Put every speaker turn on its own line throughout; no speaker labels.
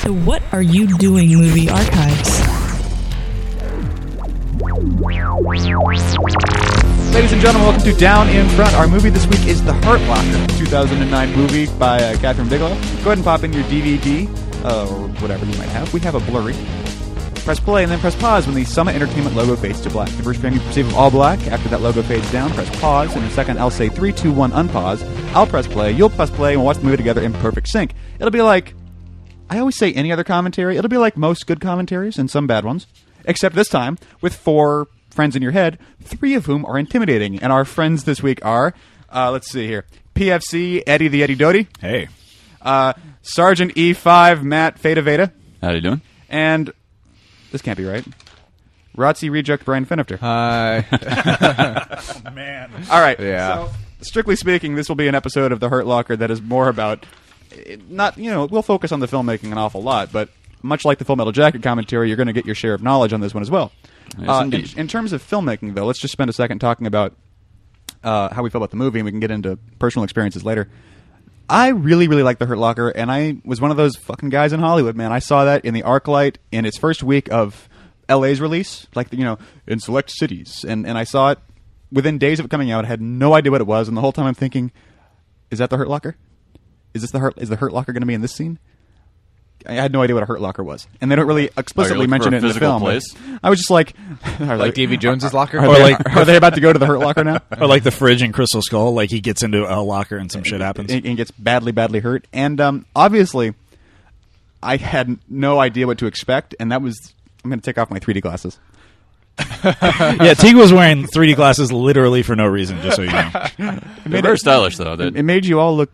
to What Are You Doing Movie Archives.
Ladies and gentlemen, welcome to Down in Front. Our movie this week is The Hurt Locker, 2009 movie by uh, Catherine Bigelow. Go ahead and pop in your DVD uh, or whatever you might have. We have a blurry. Press play and then press pause when the Summit Entertainment logo fades to black. The first frame you perceive of all black. After that logo fades down, press pause. In a second, I'll say three, two, one, unpause. I'll press play. You'll press play, and we'll watch the movie together in perfect sync. It'll be like I always say any other commentary. It'll be like most good commentaries and some bad ones, except this time with four friends in your head, three of whom are intimidating. And our friends this week are, uh, let's see here, PFC Eddie the Eddie Doty,
Hey,
uh, Sergeant E5 Matt Feta Veda,
how you doing?
and this can't be right. Rotzi reject Brian Finifter.
Uh,
Hi.
All right.
Yeah.
So, strictly speaking, this will be an episode of The Hurt Locker that is more about it- not you know we'll focus on the filmmaking an awful lot, but much like the Full Metal Jacket commentary, you're going to get your share of knowledge on this one as well.
Yes,
Uh, in,
indeed.
in terms of filmmaking, though, let's just spend a second talking about uh, how we feel about the movie, and we can get into personal experiences later. I really, really like The Hurt Locker, and I was one of those fucking guys in Hollywood, man. I saw that in the ArcLight in its first week of LA's release, like you know, in select cities, and and I saw it within days of it coming out. I had no idea what it was, and the whole time I'm thinking, is that The Hurt Locker? Is this the Hurt? Is the Hurt Locker going to be in this scene? I had no idea what a Hurt Locker was, and they don't really explicitly
Oh, looking
mention
for
it
a
in the
physical
film.
place?
I was just like,
like Davy Jones's locker?
Are, they, are they about to go to the Hurt Locker now?
Or like the fridge in Crystal Skull, like he gets into a locker and some shit happens.
and, and gets badly, badly hurt. And um, obviously, I had no idea what to expect, and that was. I'm going to take off my 3D glasses.
yeah, Teague was wearing 3D glasses literally for no reason, just so you know.
They're very stylish though. That
It made you all look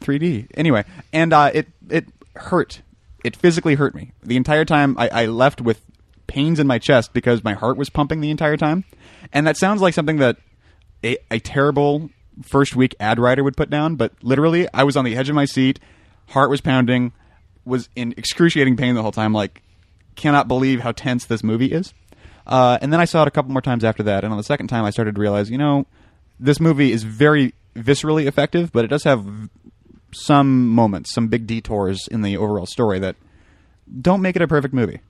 3D. Anyway, and uh, it it hurt. It physically hurt me the entire time. I, I left with pains in my chest because my heart was pumping the entire time, and that sounds like something that a, a terrible first week ad writer would put down. But literally, I was on the edge of my seat. Heart was pounding. Was in excruciating pain the whole time. Like, cannot believe how tense this movie is. Uh, and then I saw it a couple more times after that, and on the second time, I started to realize, you know, this movie is very viscerally effective, but it does have v- some moments, some big detours in the overall story that don't make it a perfect movie.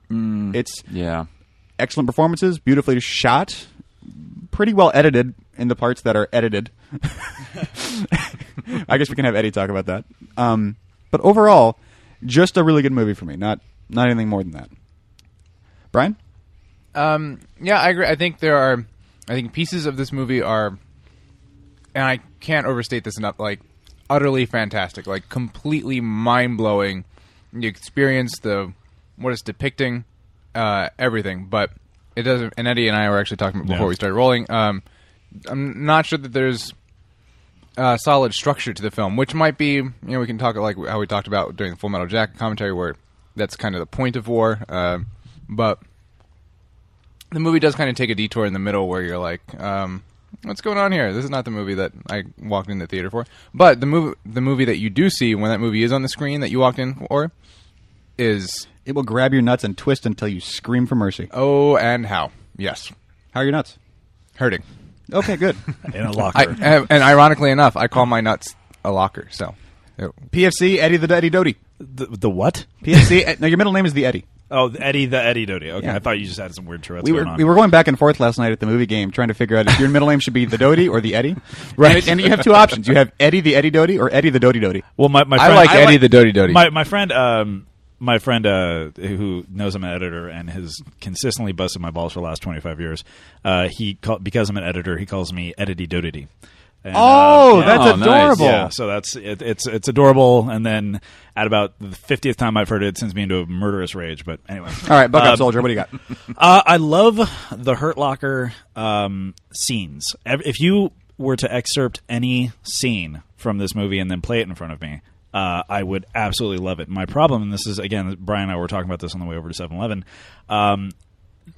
It's
yeah.
excellent performances, beautifully shot, pretty well edited in the parts that are edited. I guess we can have Eddie talk about that. Um, but overall, just a really good movie for me. Not not anything more than that. Brian,
Um, yeah, I agree. I think there are, I think pieces of this movie are, and I can't overstate this enough. Like utterly fantastic, like completely mind blowing. You experience the what it's depicting, uh, everything. But it doesn't. And Eddie and I were actually talking before
Yeah.
we started rolling. Um, I'm not sure that there's uh, solid structure to the film, which might be you know we can talk like how we talked about during the Full Metal Jacket commentary, where that's kind of the point of war. Uh, but the movie does kind of take a detour in the middle where you're like, um, what's going on here? This is not the movie that I walked in the theater for. But the movie, the movie that you do see when that movie is on the screen that you walked in for, is
it will grab your nuts and twist until you scream for mercy.
oh and how yes,
How are your nuts?
hurting.
Okay, good.
In a
I,
locker.
and and ironically enough, I call my nuts a locker. So, it-
PFC Eddie the Eddie Doty.
the, the what?
PFC. Ed- no, your middle name is the Eddie.
Oh, the Eddie, the Eddie Doty. Okay,
Yeah.
I thought you just had some weird Tourette's
we were
going on.
we were going back and forth last night at the movie game trying to figure out if your middle name should be the Doty or the Eddie.
Right.
And, and you have two options. You have Eddie the Eddie Doty or Eddie the Doty Doty.
well, my, my
I
friend,
like Eddie the Doty Doty.
My, my friend, um, my friend uh, who knows I'm an editor and has consistently busted my balls for the last 25 years, uh, he call, because I'm an editor, he calls me Edity Dodity. And, uh,
Oh,
yeah.
that's
Oh, nice.
adorable.
Yeah, so that's it, it's it's adorable, and then at about the fiftieth time I've heard it, it sends me into a murderous rage. But anyway,
All right, buck
Um,
up, soldier. What do you got?
uh, I love the Hurt Locker um, scenes. Ev- If you were to excerpt any scene from this movie and then play it in front of me, uh, I would absolutely love it. My problem, and this is again, Brian and I were talking about this on the way over to 7-Eleven. Um,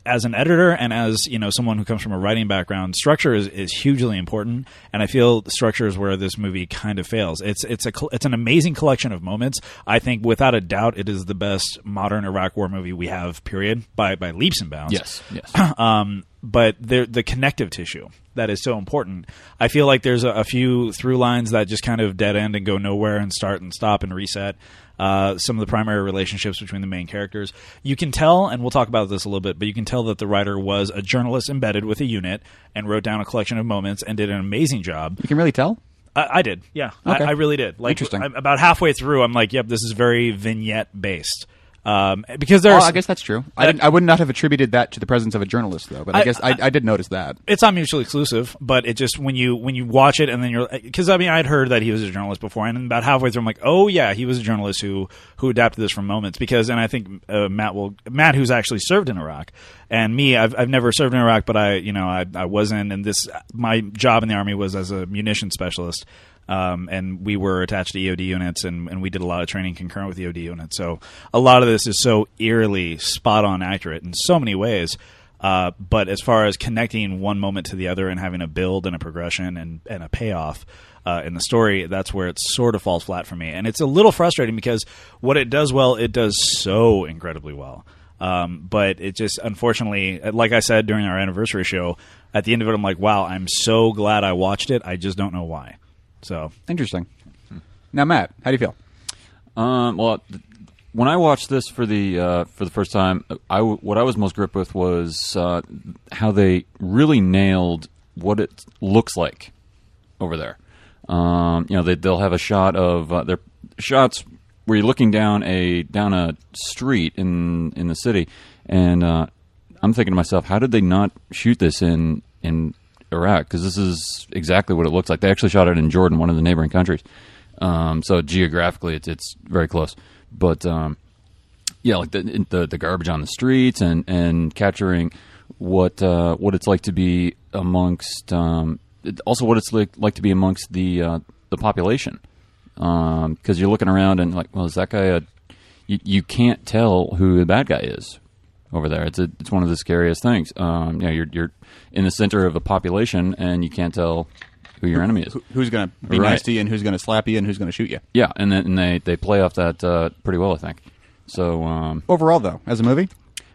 as an editor and as you know someone who comes from a writing background structure is, is hugely important and i feel the structure is where this movie kind of fails it's it's a col- it's an amazing collection of moments i think without a doubt it is the best modern iraq war movie we have period by by leaps and bounds
Yes. Yes.
um, but there- the connective tissue that is so important. I feel like there's a, a few through lines that just kind of dead end and go nowhere and start and stop and reset. Uh, uh, some of the primary relationships between the main characters. You can tell, and we'll talk about this a little bit, but you can tell that the writer was a journalist embedded with a unit and wrote down a collection of moments and did an amazing job.
You can really tell.
I, I did. Yeah,
Okay.
I, I really did. Like,
Interesting.
I- about halfway through, I'm like, "Yep, this is very vignette based." Um, because there's,
Well, I guess that's true. I, didn't, I would not have attributed that to the presence of a journalist, though. But uh, I,
I-
guess I, I did notice that.
it's not mutually exclusive, but it just when you when you watch it and then you're because I mean I'd heard that he was a journalist before, and about halfway through I'm like, oh yeah, he was a journalist who who adapted this from moments because and I think uh, Matt will Matt who's actually served in Iraq and me I've, I've never served in Iraq, but I you know I I wasn't and this my job in the army was as a munition specialist. Um, and we were attached to EOD units, and, and we did a lot of training concurrent with EOD units. So a lot of this is so eerily spot on accurate in so many ways. Uh, but as far as connecting one moment to the other and having a build and a progression and, and a payoff uh, in the story, that's where it sort of falls flat for me. And it's a little frustrating because what it does well, it does so incredibly well. Um, but it just, unfortunately, like I said during our anniversary show, at the end of it, I'm like, wow, I'm so glad I watched it. I just don't know why. So,
Interesting. Now, Matt, how do you feel?
Um, well, th- when I watched this for the uh, for the first time, I w- what I was most gripped with was uh, how they really nailed what it looks like over there. Um, you know, they, they'll have a shot of uh, their shots where you're looking down a down a street in in the city, and uh, I'm thinking to myself, how did they not shoot this in in Iraq? Because this is exactly what it looks like. They actually shot it in Jordan, one of the neighboring countries. Um, so geographically, it's it's very close, but um, yeah, like the, the the garbage on the streets and and capturing what uh, what it's like to be amongst um, it- also what it's like like to be amongst the uh, the population because you're looking around and like well is that guy a you, you can't tell who the bad guy is over there it's a, it's one of the scariest things um, you know you're you're in the center of a population and you can't tell who your enemy is
Who's going to be
Right.
nice to you, and who's going to slap you, and who's going to shoot you?
yeah and then and they they play off that uh, pretty well I think so um,
Overall, though, as a movie,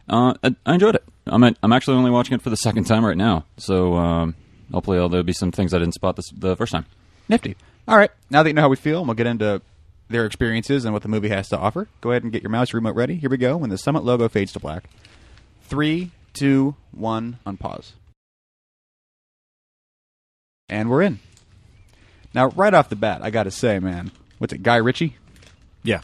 Uh, I, I enjoyed it. I'm at, I'm actually only watching it for the second time right now, so um, hopefully there'll, there'll be some things I didn't spot this, the first time.
nifty. All right. Now that you know how we feel, and we'll get into their experiences and what the movie has to offer. Go ahead and get your mouse remote ready. Here we go. When the Summit logo fades to black. Three, two, one. Unpause. And we're in. Now, right off the bat, I got to say, man, what's it? Guy Ritchie,
yeah.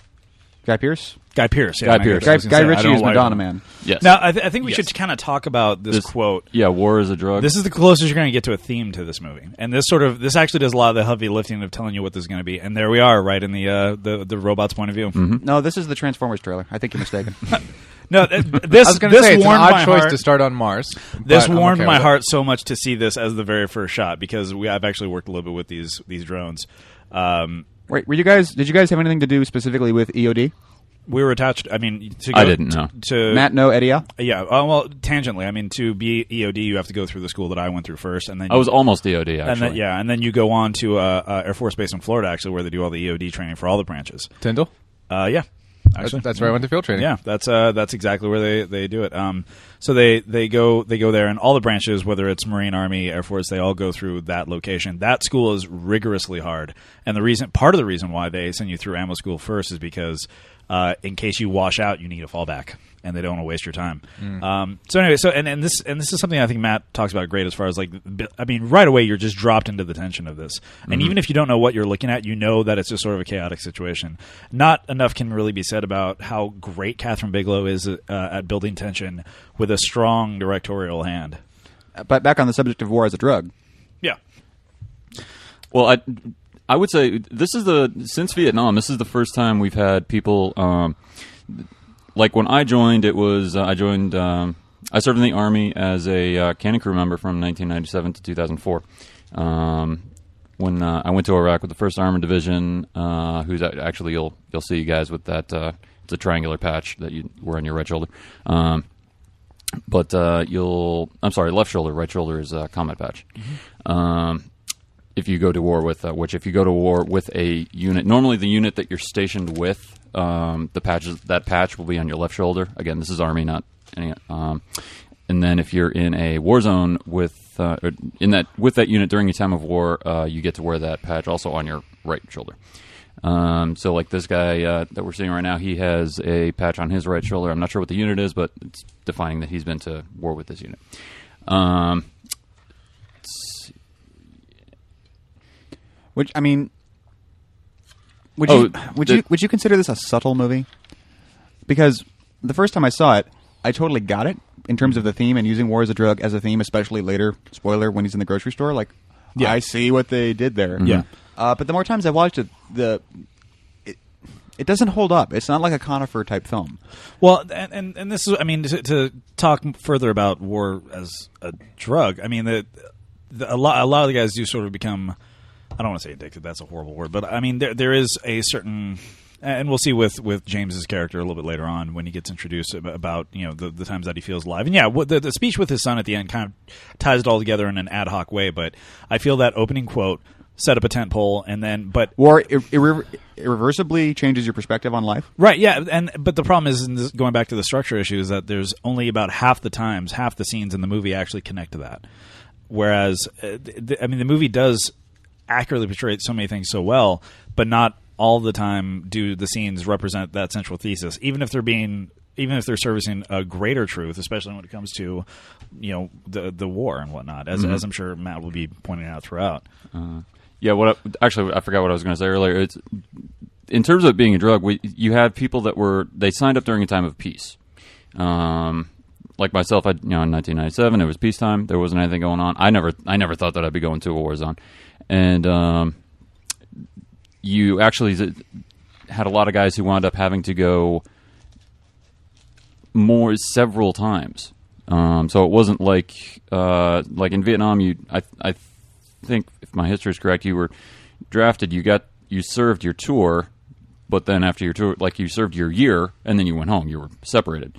Guy Pierce,
Guy Pierce.
Guy Pearce.
Guy,
I
Guy Ritchie is Madonna Man.
Yes.
Now, I, th- I think we
Yes.
should kind of talk about this
This-
quote.
yeah, war is a drug.
This is the closest you're going to get to a theme to this movie, and this sort of this actually does a lot of the heavy lifting of telling you what this is going to be. And there we are, right in the uh, the the robot's point of view.
Mm-hmm.
No, this is the Transformers trailer. I think you're mistaken.
No, th- this
I was going to
this
say it's an
warmed
odd
my
choice
heart.
to start on Mars.
This
but I'm
warmed
okay
my
with it.
heart so much to see this as the very first shot because we I've actually worked a little bit with these these drones. Um,
Wait, were you guys? Did you guys have anything to do specifically with E EOD?
we were attached. I mean, to go
I didn't know.
to
Matt, no, Eddie. yeah?
Yeah, uh, well, tangentially, I mean, to be EOD, you have to go through the school that I went through first, and then
I was almost DOD actually.
and then, yeah, and then you go on to uh, uh, Air Force Base in Florida, actually, where they do all the EOD training for all the branches.
Tyndall.
Uh, yeah,
That's,
actually,
that's where I went to field training.
yeah, that's uh, that's exactly where they, they do it. Um, so they, they go they go there, and all the branches, whether it's Marine, Army, Air Force, they all go through that location. That school is rigorously hard, and the reason part of the reason why they send you through ammo school first is because uh, in case you wash out, you need a fallback, and they don't want to waste your time. Um, so anyway, so and, and this and this is something I think Matt talks about great as far as like b- I mean, right away you're just dropped into the tension of this, and even if you don't know what you're looking at, you know that it's just sort of a chaotic situation. Not enough can really be said about how great Catherine Bigelow is uh, at building tension with a strong directorial hand.
But back on the subject of war as a drug.
Yeah.
Well, I I would say this is the since Vietnam. This is the first time we've had people um, like when I joined. It was uh, I joined. Um, I served in the army as a uh, cannon crew member from 1997 to 2004. Um, when uh, I went to Iraq with the First Armored Division, uh, who's a- actually you'll you'll see you guys with that. Uh, it's a triangular patch that you wear on your right shoulder. Um, but uh, you'll I'm sorry, left shoulder, right shoulder is a combat patch. Um, if you go to war with, uh, which if you go to war with a unit, normally the unit that you're stationed with, um, the patches that patch will be on your left shoulder. Again, this is army, not any. Um, and then if you're in a war zone with uh, or in that with that unit during a time of war, uh, you get to wear that patch also on your right shoulder. Um, so like this guy uh, that we're seeing right now, he has a patch on his right shoulder. I'm not sure what the unit is, but it's defining that he's been to war with this unit. Um,
Which I mean, would
Oh,
you would
the-
you would you consider this a subtle movie? Because the first time I saw it, I totally got it in terms of the theme and using war as a drug as a theme, especially later. Spoiler: when he's in the grocery store, like
Yeah.
I see what they did there.
Yeah.
Uh, but the more times I watched it, the it, it doesn't hold up. It's not like a conifer type film.
Well, and, and and this is, I mean, to, to talk further about war as a drug. I mean, the, the a lot a lot of the guys do sort of become. I don't want to say addicted. That's a horrible word, but I mean, there there is a certain, and we'll see with with James's character a little bit later on when he gets introduced ab- about you know the, the times that he feels alive. And yeah, what, the, the speech with his son at the end kind of ties it all together in an ad hoc way. But I feel that opening quote set up a tent pole, and then but
War ir- irre- irreversibly changes your perspective on life.
Right, yeah, and but the problem is, and this, going back to the structure issue, is that there's only about half the times, half the scenes in the movie actually connect to that. Whereas, uh, th- th- I mean, the movie does accurately portray so many things so well, but not all the time do the scenes represent that central thesis, even if they're being, even if they're servicing a greater truth, especially when it comes to, you know, the the war and whatnot, as as I'm sure Matt will be pointing out throughout.
Yeah, what I, actually I forgot what I was going to say earlier. It's in terms of it being a drug. We you have people that were they signed up during a time of peace. Um, like myself, I you know in 1997 it was peacetime. There wasn't anything going on. I never I never thought that I'd be going to a war zone, and um, you actually z- had a lot of guys who wound up having to go more several times. Um, so it wasn't like uh, like in Vietnam. You, I, I think if my history is correct, you were drafted. You got you served your tour, but then after your tour, like you served your year, and then you went home. You were separated.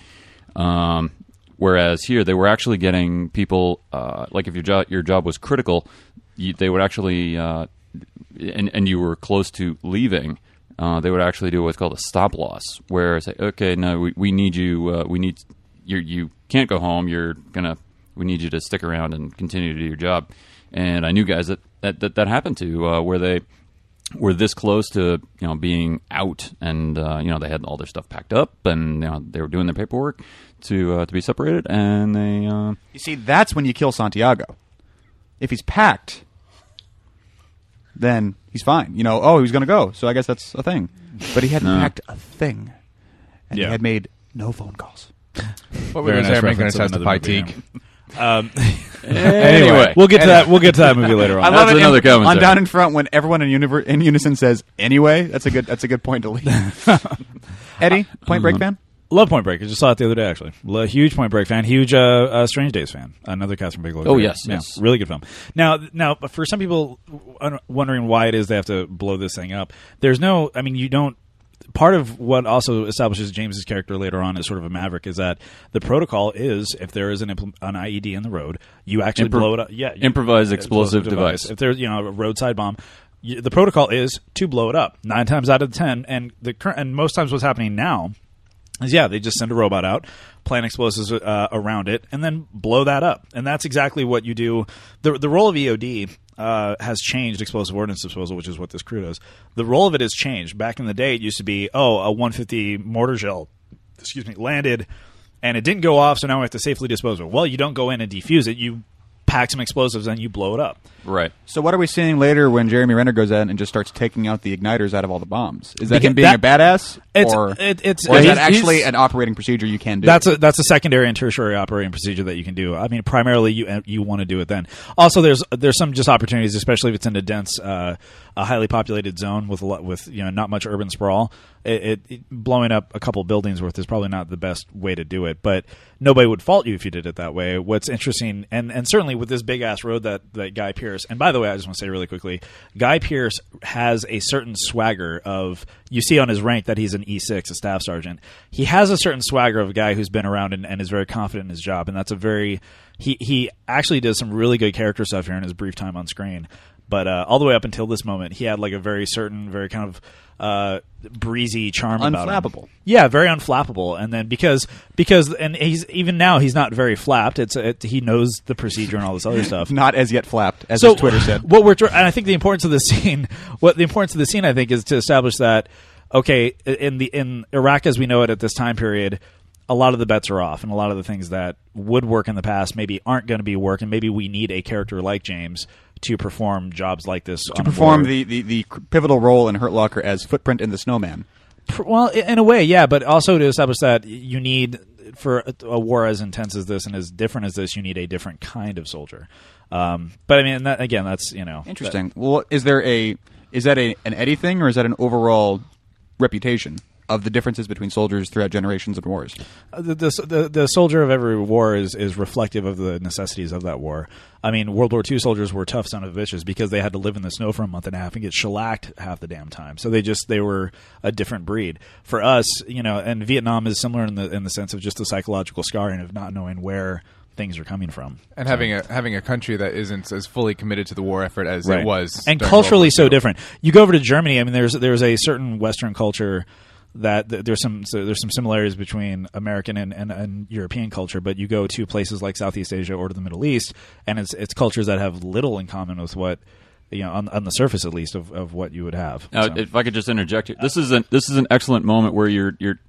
Um, whereas here, they were actually getting people. Uh, like if your job your job was critical, you, they would actually uh, and and you were close to leaving, uh, they would actually do what's called a stop loss, where say, okay, no, we, we need you, uh, we need you, you can't go home. You're gonna, we need you to stick around and continue to do your job. And I knew guys that that that, that happened to uh, where they were this close to you know being out, and uh, you know they had all their stuff packed up, and you know, they were doing their paperwork to uh, to be separated, and they. Uh,
You see, that's when you kill Santiago. If he's packed, then he's fine. You know, oh, he was going to go, so I guess that's a thing. But he hadn't packed a thing, and
Yeah.
he had made no phone calls.
What were
Very
you going to say? I'm
nice
making a
reference
test
of
of
another
Pyteek.
movie, yeah. Um,
anyway,
we'll get to that. We'll get to that movie later on.
That's another
comment. On
commentary.
down in front, when everyone in, univer- in unison says "anyway," that's a good. That's a good point to leave. Eddie, Point Break
Uh-huh.
fan.
Love Point Break. I just saw it the other day, actually. Lo- huge Point Break fan. Huge uh, uh, Strange Days fan. Another Catherine Bigelow.
Oh,
great.
yes, yes.
Really good film. Now, now, for some people un- wondering why it is they have to blow this thing up, there's no. I mean, you don't. Part of what also establishes James's character later on as sort of a maverick is that the protocol is if there is an impl- an IED in the road, you actually
Impro-
blow it up. Yeah, you-
improvised explosive device.
if there's you know a roadside bomb y the protocol is to blow it up nine times out of ten and the current and most times what's happening now is yeah they just send a robot out plant explosives uh, around it and then blow that up and that's exactly what you do the, the role of eod uh, has changed explosive ordnance disposal which is what this crew does the role of it has changed back in the day it used to be oh a 150 mortar shell excuse me landed and it didn't go off so now we have to safely dispose of it well you don't go in and defuse it you pack some explosives and you blow it up
right.
So what are we seeing later when Jeremy Renner goes in and just starts taking out the igniters out of all the bombs? Is that
Because
him being
that-
a badass,
It's-
or,
it- it's-
or is
he's-
that actually
he's-
an operating procedure you can do?
That's a that's a secondary and tertiary operating procedure that you can do. I mean, primarily you uh, you want to do it then. Also, there's there's some just opportunities, especially if it's in a dense, uh, a highly populated zone with a lot with you know not much urban sprawl. It, it, it- blowing up a couple buildings worth is probably not the best way to do it, but nobody would fault you if you did it that way. What's interesting, and and certainly with this big ass road that that Guy Pierce. And by the way, I just want to say really quickly, Guy Pierce has a certain swagger of you see on his rank that he's an E6, a staff sergeant. He has a certain swagger of a guy who's been around and, and is very confident in his job, and that's a very he he actually does some really good character stuff here in his brief time on screen. But uh, all the way up until this moment, he had like a very certain, very kind of uh, breezy charm about him.
Unflappable.
Yeah, very unflappable. And then because because and he's even now he's not very flapped. It's it, he knows the procedure and all this other stuff.
Not as yet flapped, as his Twitter said.
What we're tr- and I think the importance of the scene, what the importance of the scene, I think, is to establish that okay, in the in Iraq as we know it at this time period, a lot of the bets are off, and a lot of the things that would work in the past maybe aren't going to be work, and maybe we need a character like James to perform jobs like this
to perform the, the, the pivotal role in Hurt Locker as Footprint in the Snowman.
Pr- well i- in a way yeah but also to establish that you need for a- a war as intense as this and as different as this you need a different kind of soldier um, but i mean that, again that's you know
Interesting. well, is there a is that a, an Eddie thing or is that an overall reputation of the differences between soldiers throughout generations and wars?
Uh, the, the, the, the soldier of every war is, is reflective of the necessities of that war. I mean, World War II soldiers were tough son of bitches because they had to live in the snow for a month and a half and get shellacked half the damn time. So they just they were a different breed. For us, you know, and Vietnam is similar in the in the sense of just the psychological scarring of not knowing where things are coming from.
and having a having a country that isn't as fully committed to the war effort as it was,
and
during World War
culturally so
II.
different. You go over to Germany. I mean, there's there's a certain Western culture that th- there's some so there's some similarities between American and, and, and European culture. But you go to places like Southeast Asia or to the Middle East, and it's it's cultures that have little in common with what you know on, on the surface at least of, of what you would have.
Uh,
So-
If I could just interject, here. this is an this is an excellent moment where you're you're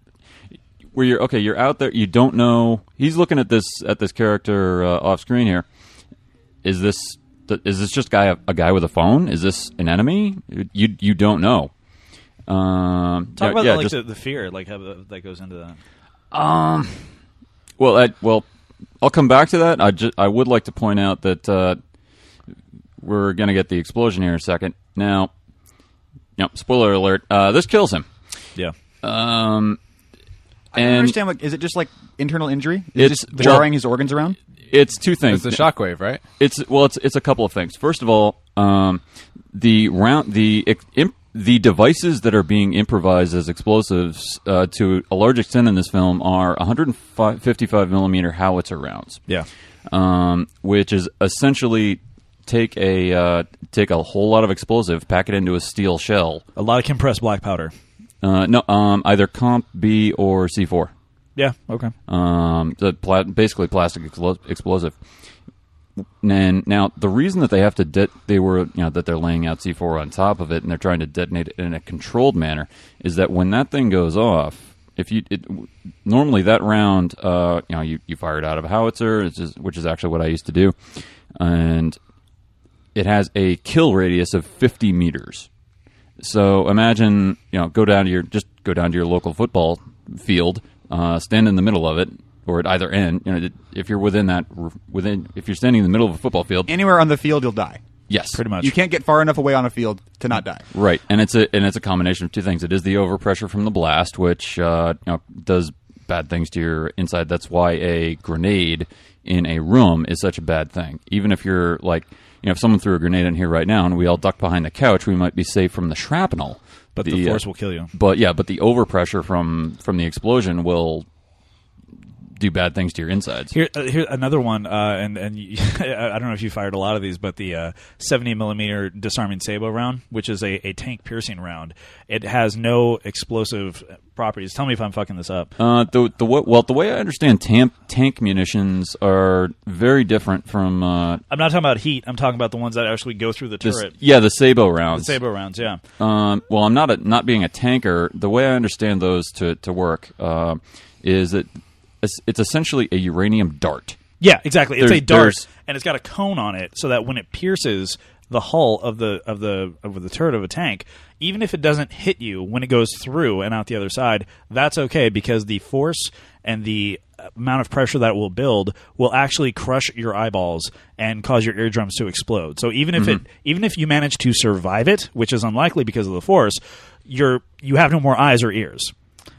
where you're okay. You're out there. You don't know. He's looking at this at this character uh, off screen here. Is this th- is this just guy a guy with a phone? Is this an enemy? You you don't know. Um,
Talk
yeah,
about
yeah,
like
just-
the, the fear, like how the, that goes into that.
Well, I, well, I'll come back to that. I ju- I would like to point out that uh, we're going to get the explosion here in a second. Now, no spoiler alert. Uh, this kills him.
Yeah,
Um,
I don't
and
understand. What, is it just like internal injury? Is
It's-
it just jarring his organs around?
it's two things.
It's the shockwave, right?
It's well, it's it's a couple of things. First of all, um, the round the ex- imp, the devices that are being improvised as explosives uh, to a large extent in this film are 155 millimeter howitzer rounds.
yeah.
um, which is essentially take a uh, take a whole lot of explosive, pack it into a steel shell.
A lot of compressed black powder.
Uh, no, um, either comp B or C four.
Yeah. Okay.
Um, the pla- basically plastic explo- explosive. And now the reason that they have to det they were you know that they're laying out C four on top of it and they're trying to detonate it in a controlled manner is that when that thing goes off, if you it, normally that round uh, you know you, you fire it out of a howitzer, which is, which is actually what I used to do, and it has a kill radius of 50 meters. So imagine, you know, go down to your just go down to your local football field, uh, stand in the middle of it, or at either end. You know, if you're within that within if you're standing in the middle of a football field,
Anywhere on the field, you'll die.
yes,
Pretty much.
You can't get far enough away on a field to not die.
Right, and it's a and it's a combination of two things. It is the overpressure from the blast, which uh, you know, does bad things to your inside. That's why a grenade in a room is such a bad thing. Even if you're like, you know, if someone threw a grenade in here right now and we all duck behind the couch, we might be safe from the shrapnel.
But the,
uh,
force will kill you.
But yeah, but the overpressure from from the explosion will do bad things to your insides.
Here, uh, here another one, uh, and and you, I I don't know if you fired a lot of these, but the uh, seventy millimeter disarming sabo round, which is a, a tank piercing round, it has no explosive properties. Tell me if I'm fucking this up.
Uh, the the wa- well, the way I understand tank tank munitions are very different from uh,
I'm not talking about heat. I'm talking about the ones that actually go through the
this-
turret.
yeah the sabo rounds.
Sabo rounds, yeah.
Um, well, I'm not a, not being a tanker. The way I understand those to to work uh, is that it's, it's essentially a uranium dart.
Yeah, exactly. It's
There's-
a dart,
there's-
and it's got a cone on it, so that when it pierces the hull of the of the of the turret of a tank, even if it doesn't hit you when it goes through and out the other side, that's okay because the force and the amount of pressure that it will build will actually crush your eyeballs and cause your eardrums to explode. So even if
Mm-hmm.
it even if you manage to survive it, which is unlikely because of the force, you're you have no more eyes or ears.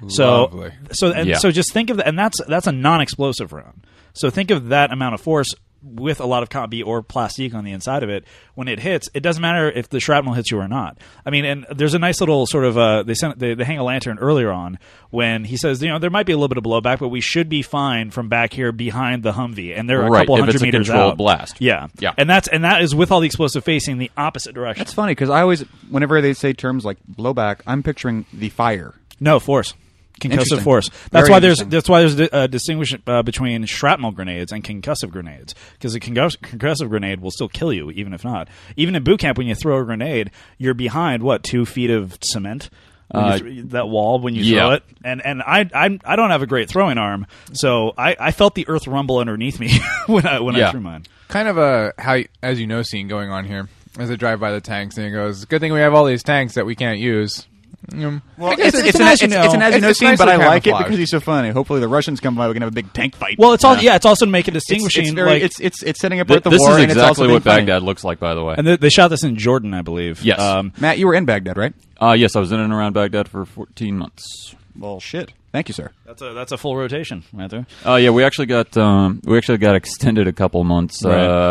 So
Lovely.
so and
Yeah.
so just think of that and that's that's a non-explosive round so think of that amount of force with a lot of copy or plastique on the inside of it, when it hits, it doesn't matter if the shrapnel hits you or not. I mean, and there's a nice little sort of uh, they sent they, they hang a lantern earlier on when he says, you know, there might be a little bit of blowback, but we should be fine from back here behind the Humvee, and they're a
Right,
couple
if
hundred
it's a
meters
controlled
out.
blast.
Yeah,
Yeah.
and that's and that is with all the explosive facing the opposite direction.
It's funny because I always, whenever they say terms like blowback, I'm picturing the fire.
No force. Concussive
Interesting.
force. That's
Very
why there's
interesting.
that's why there's a uh, distinction uh, between shrapnel grenades and concussive grenades because a concuss- concussive grenade will still kill you even if not. Even in boot camp, when you throw a grenade, you're behind what two feet of cement. When you
Uh,
th- that wall when you
yeah.
throw it, and and I, I I don't have a great throwing arm, so I, I felt the earth rumble underneath me when I when I
Yeah.
threw mine.
kind of a how as you know scene going on here as I drive by the tanks and it goes. Good thing we have all these tanks that we can't use. Um, I guess
it's, an, it's, it's an as you know
It's- it's
scene, but I
nicely
like it
camouflaged.
because he's so funny. Hopefully, the Russians come by. We can have a big tank fight.
Well, it's all yeah.
It's-
it's also to make a
it's,
distinguishing
very-
like
it's, it's it's setting
Th-
apart the
this
war.
is
and it's also
exactly what
being funny.
Baghdad looks like, by the way.
and they, they shot this in Jordan, I believe. Um,
Yes.
Matt, you were in Baghdad, right?
uh, yes, I was in and around Baghdad for 14 months.
Well, shit. Thank you, sir.
That's a that's a full rotation right there.
Uh, yeah, we actually got um, we actually got extended a couple months, uh,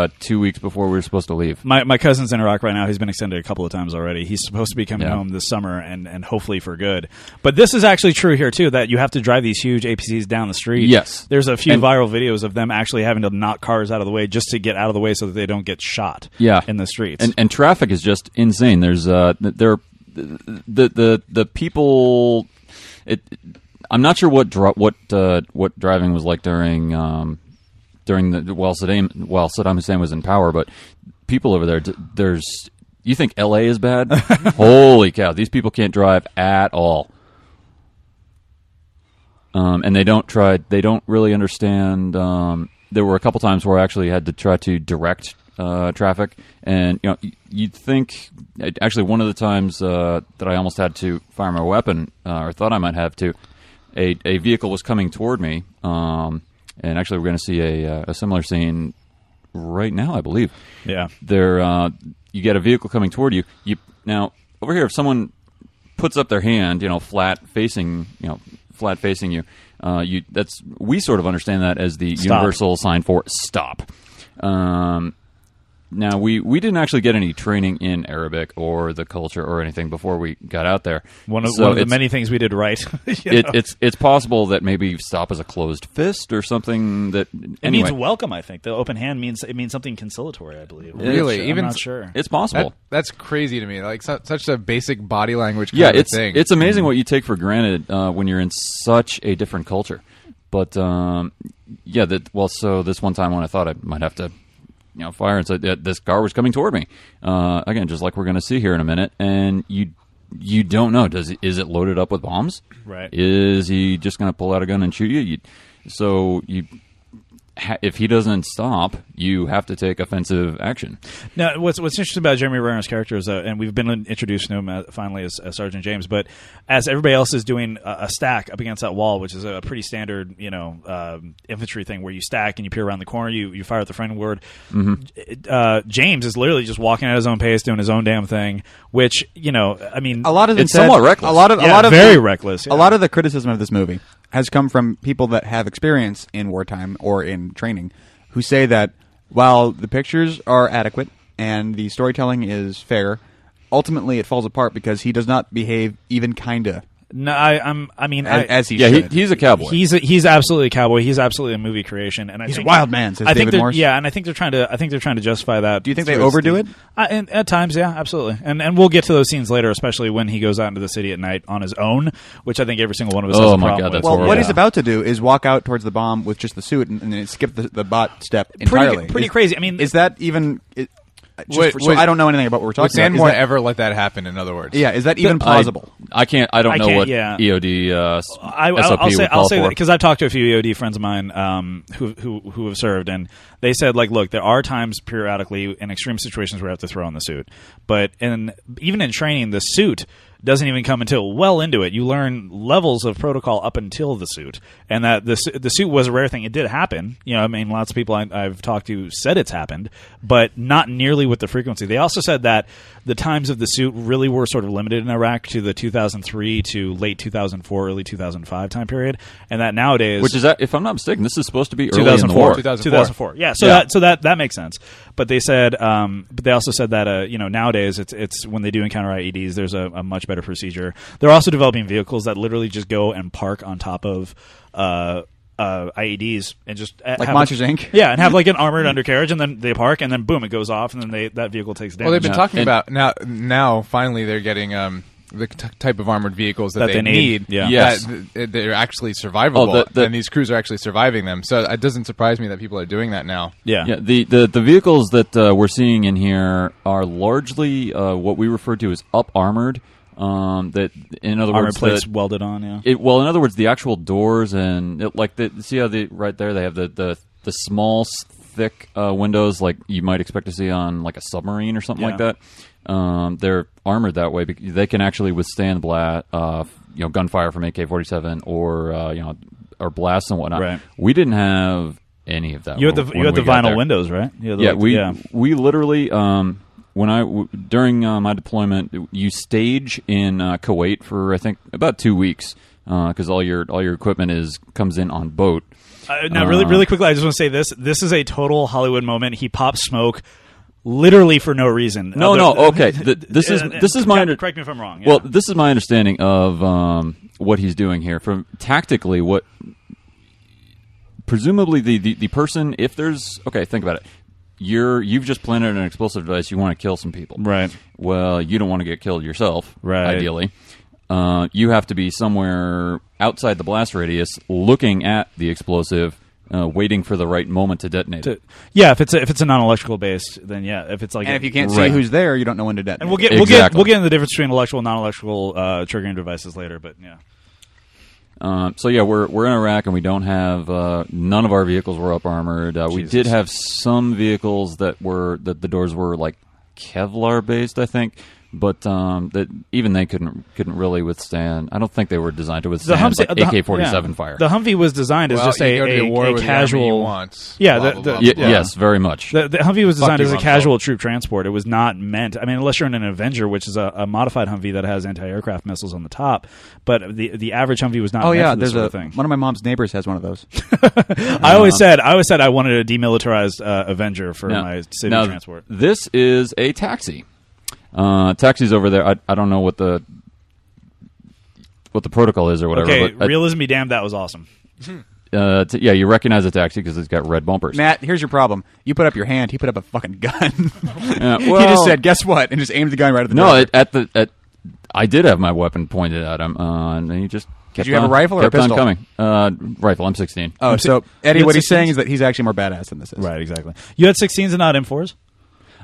Right.
two weeks before we were supposed to leave.
My my cousin's in Iraq right now. He's been extended a couple of times already. He's supposed to be coming
Yeah.
home this summer and and hopefully for good. But this is actually true here too that you have to drive these huge APCs down the street.
Yes.
There's a few
And-
viral videos of them actually having to knock cars out of the way just to get out of the way so that they don't get shot.
Yeah,
In the streets.
and, and traffic is just insane. There's uh, th- there, the the the people. It, I'm not sure what dri- what uh, what driving was like during um, during the while Saddam while Saddam Hussein was in power, but people over there, d- there's you think L.A. is bad? Holy cow! These people can't drive at all. um, and they don't try. They don't really understand. Um, there were a couple times where I actually had to try to direct uh, traffic, and you know, y- you'd think. Actually, one of the times uh, that I almost had to fire my weapon, uh, or thought I might have to, a, a vehicle was coming toward me, um, and actually, we're going to see a, uh, a similar scene right now, I believe
yeah.
there uh, you get a vehicle coming toward you. You now over here, if someone puts up their hand, you know, flat facing, you know, flat facing you, uh, you that's we sort of understand that as the
Stop.
universal sign for stop. Um, now we we didn't actually get any training in Arabic or the culture or anything before we got out there.
One of,
So
one of the
it's-
many things we did right. You
It,
know?
it's it's possible that maybe stop is a closed fist or something that
It
anyway
means welcome, I think. The open hand means it means something conciliatory, I believe.
Really?
I'm
Even-
not sure.
it's possible.
That, that's crazy to me. Like su- such a basic body language. Kind
yeah,
of a
it's
thing.
it's amazing what you take for granted uh, when you're in such a different culture. But um, yeah, that well, so this one time when I thought I might have to, you know, fire, and so uh, this car was coming toward me uh, again, just like we're going to see here in a minute, and you you don't know does it- is it loaded up with bombs?
Right.
Is he just going to pull out a gun and shoot you? you so you. ha- If he doesn't stop, you have to take offensive action.
Now, what's what's interesting about Jeremy Renner's character is, uh, and we've been introduced to him uh, finally as, as Sergeant James, but as everybody else is doing uh, a, a stack up against that wall, which is a pretty standard, you know, um, infantry thing where you stack and you peer around the corner, you, you fire at the friend word. Uh, James is literally just walking at his own pace, doing his own damn thing, which you know, I mean,
A lot of
It's
instead-
somewhat reckless.
A lot of a
Yeah,
lot of
very
the-
reckless, yeah.
A lot of the criticism of this movie has come from people that have experience in wartime or in training, who say that while the pictures are adequate and the storytelling is fair, ultimately it falls apart because he does not behave even kinda
no, I, I'm, I mean,
as,
I,
as he
yeah, he,
should.
he's a cowboy.
He's a, he's absolutely a cowboy. He's absolutely a movie creation, and I
He's a
think,
wild man, says
I think
David
they're-
Morse.
Yeah, and I think they're trying to. I think they're trying to justify that. Do
you think they overdo it?
I, Uh, and, at times, yeah, absolutely. And and we'll get to those scenes later, especially when he goes out into the city at night on his own, which I think every single one of us.
Oh
has a
my
problem
God,
with.
that's
well,
horrible.
what
Yeah.
he's about to do is walk out towards the bomb with just the suit and, and then skip the, the bot step
Pretty-
entirely.
pretty
Is-
crazy. I mean-
is that even? It, just
Wait,
for- so
wait.
I don't know anything about what we're
Would
talking about. Is
Sandborn
that-
ever let that happen? In other words,
yeah, is that even plausible?
I, I can't. I don't
I
know
can't,
what
yeah.
EOD uh, s-
I, I'll,
SOP
I'll say
would call
I'll say
for.
because I've talked to a few EOD friends of mine um, who, who who have served, and they said like, look, there are times periodically in extreme situations where I have to throw on the suit, but in even in training, the suit doesn't even come until well into it. You learn levels of protocol up until the suit, and that the su- the suit was a rare thing. It did happen. You know, I mean, lots of people I, I've talked to said it's happened, but not nearly with the frequency. They also said that the times of the suit really were sort of limited in Iraq to the 2003 to late 2004, early 2005 time period, and that nowadays,
Which is, that, if I'm not mistaken, this is supposed to be early in the
2004.
war.
2004.
2004. Yeah. So
Yeah.
that so that that makes sense. But they said, um, but they also said that uh, you know nowadays it's it's when they do encounter IEDs, there's a, a much better procedure. They're also developing vehicles that literally just go and park on top of. Uh, uh, IEDs and just like
Monsters, Inc.?
yeah, and have like an armored undercarriage, and then they park, and then boom, it goes off, and then they that vehicle takes damage.
Well, they've been
Yeah.
talking
And-
about now. Now, finally, they're getting um, the t- type of armored vehicles that,
That they need, yeah.
Yes.
that th- they're actually survivable,
Oh, the- the-
and these crews are actually surviving them. So it doesn't surprise me that people are doing that now.
yeah,
Yeah, the, the, the vehicles that uh, we're seeing in here are largely uh, what we refer to as up armored. Um, that in other
armor
words,
plates
that-
welded on. Yeah,
It, well, in other words, the actual doors and it, like the see how the right there they have the the, the small s- thick uh, windows like you might expect to see on like a submarine or something like
Yeah.
that. Um, they're armored that way because they can actually withstand blast, uh, you know, gunfire from AK forty seven or uh, you know or blasts and whatnot.
Right.
We didn't have any of that.
you had the
when-
you
when
had the
we got
vinyl
there.
windows, right? You had the,
Yeah,
like,
we we literally um, when I w- during uh, my deployment, you stage in uh, Kuwait for I think about two weeks because all your all your equipment is comes in on boat.
Uh, now, really, really quickly, I just want to say this: this is a total Hollywood moment. He pops smoke, literally for no reason.
No,
Other-
no, okay. Th- this is
Uh, uh,
this is my
correct-
under-
Correct me if I'm wrong.
Well,
yeah.
this is my understanding of um, what he's doing here. From tactically, what presumably the, the, the person, if there's okay, think about it. You're you've just planted an explosive device. You want to kill some people,
Right.
Well, you don't want to get killed yourself,
Right.
Ideally, uh, you have to be somewhere outside the blast radius, looking at the explosive, uh, waiting for the right moment to detonate. it.
yeah, if it's a, if it's a non-electrical based, then yeah, if it's like,
And
a-
if you can't
Right.
see who's there, you don't know when to detonate.
and we'll get we'll get
Exactly.
we'll get into the difference between electrical and non-electrical uh, triggering devices later, but yeah.
Um, so yeah, we're we're in Iraq and we don't have uh, none of our vehicles were up armored. Uh, we
Jesus.
did have some vehicles that were that the doors were like Kevlar based, I think, but um, that even they couldn't couldn't really withstand. I don't think they were designed to
The
withstand
Humvee,
like,
uh, the Hum-
AK forty seven
yeah.
fire.
The Humvee was designed as
Well,
just
you
a,
go to
a,
the war
a
with the army
casual.
you want.
Yeah,
Blah,
the,
blah,
the,
blah,
Ye-
blah, blah.
Yes, very much.
The, the Humvee was designed
you,
as a
Rumsfeld.
casual troop transport. It was not meant. I mean, unless you're in an Avenger, which is a, a modified Humvee that has anti-aircraft missiles on the top. But the the average Humvee was not.
Oh
meant
yeah,
for
there's
this sort
a
of thing.
one of my mom's neighbors has one of those.
I always said I always said I wanted a demilitarized uh, Avenger for my city
now,
transport.
This is a taxi. Uh, taxis over there. I, I don't know what the what the protocol is or whatever.
Okay,
but I-
realism be damned, that was awesome.
uh, t- yeah, you recognize a taxi because it's got red bumpers.
Matt, here's your problem. You put up your hand. He put up a fucking gun.
Yeah,
he just
well-
said, "Guess what?" and just aimed the gun right at the.
No,
driver.
at, at the at, I did have my weapon pointed at him, uh, and he just kept
you have a
on-
rifle or a
kept on
pistol?
coming. Uh, rifle. I'm 16.
oh, so Eddie,
You had
what he's
sixteens?
saying is that he's actually more badass than this is.
Right, exactly. You had 16s and not M4s.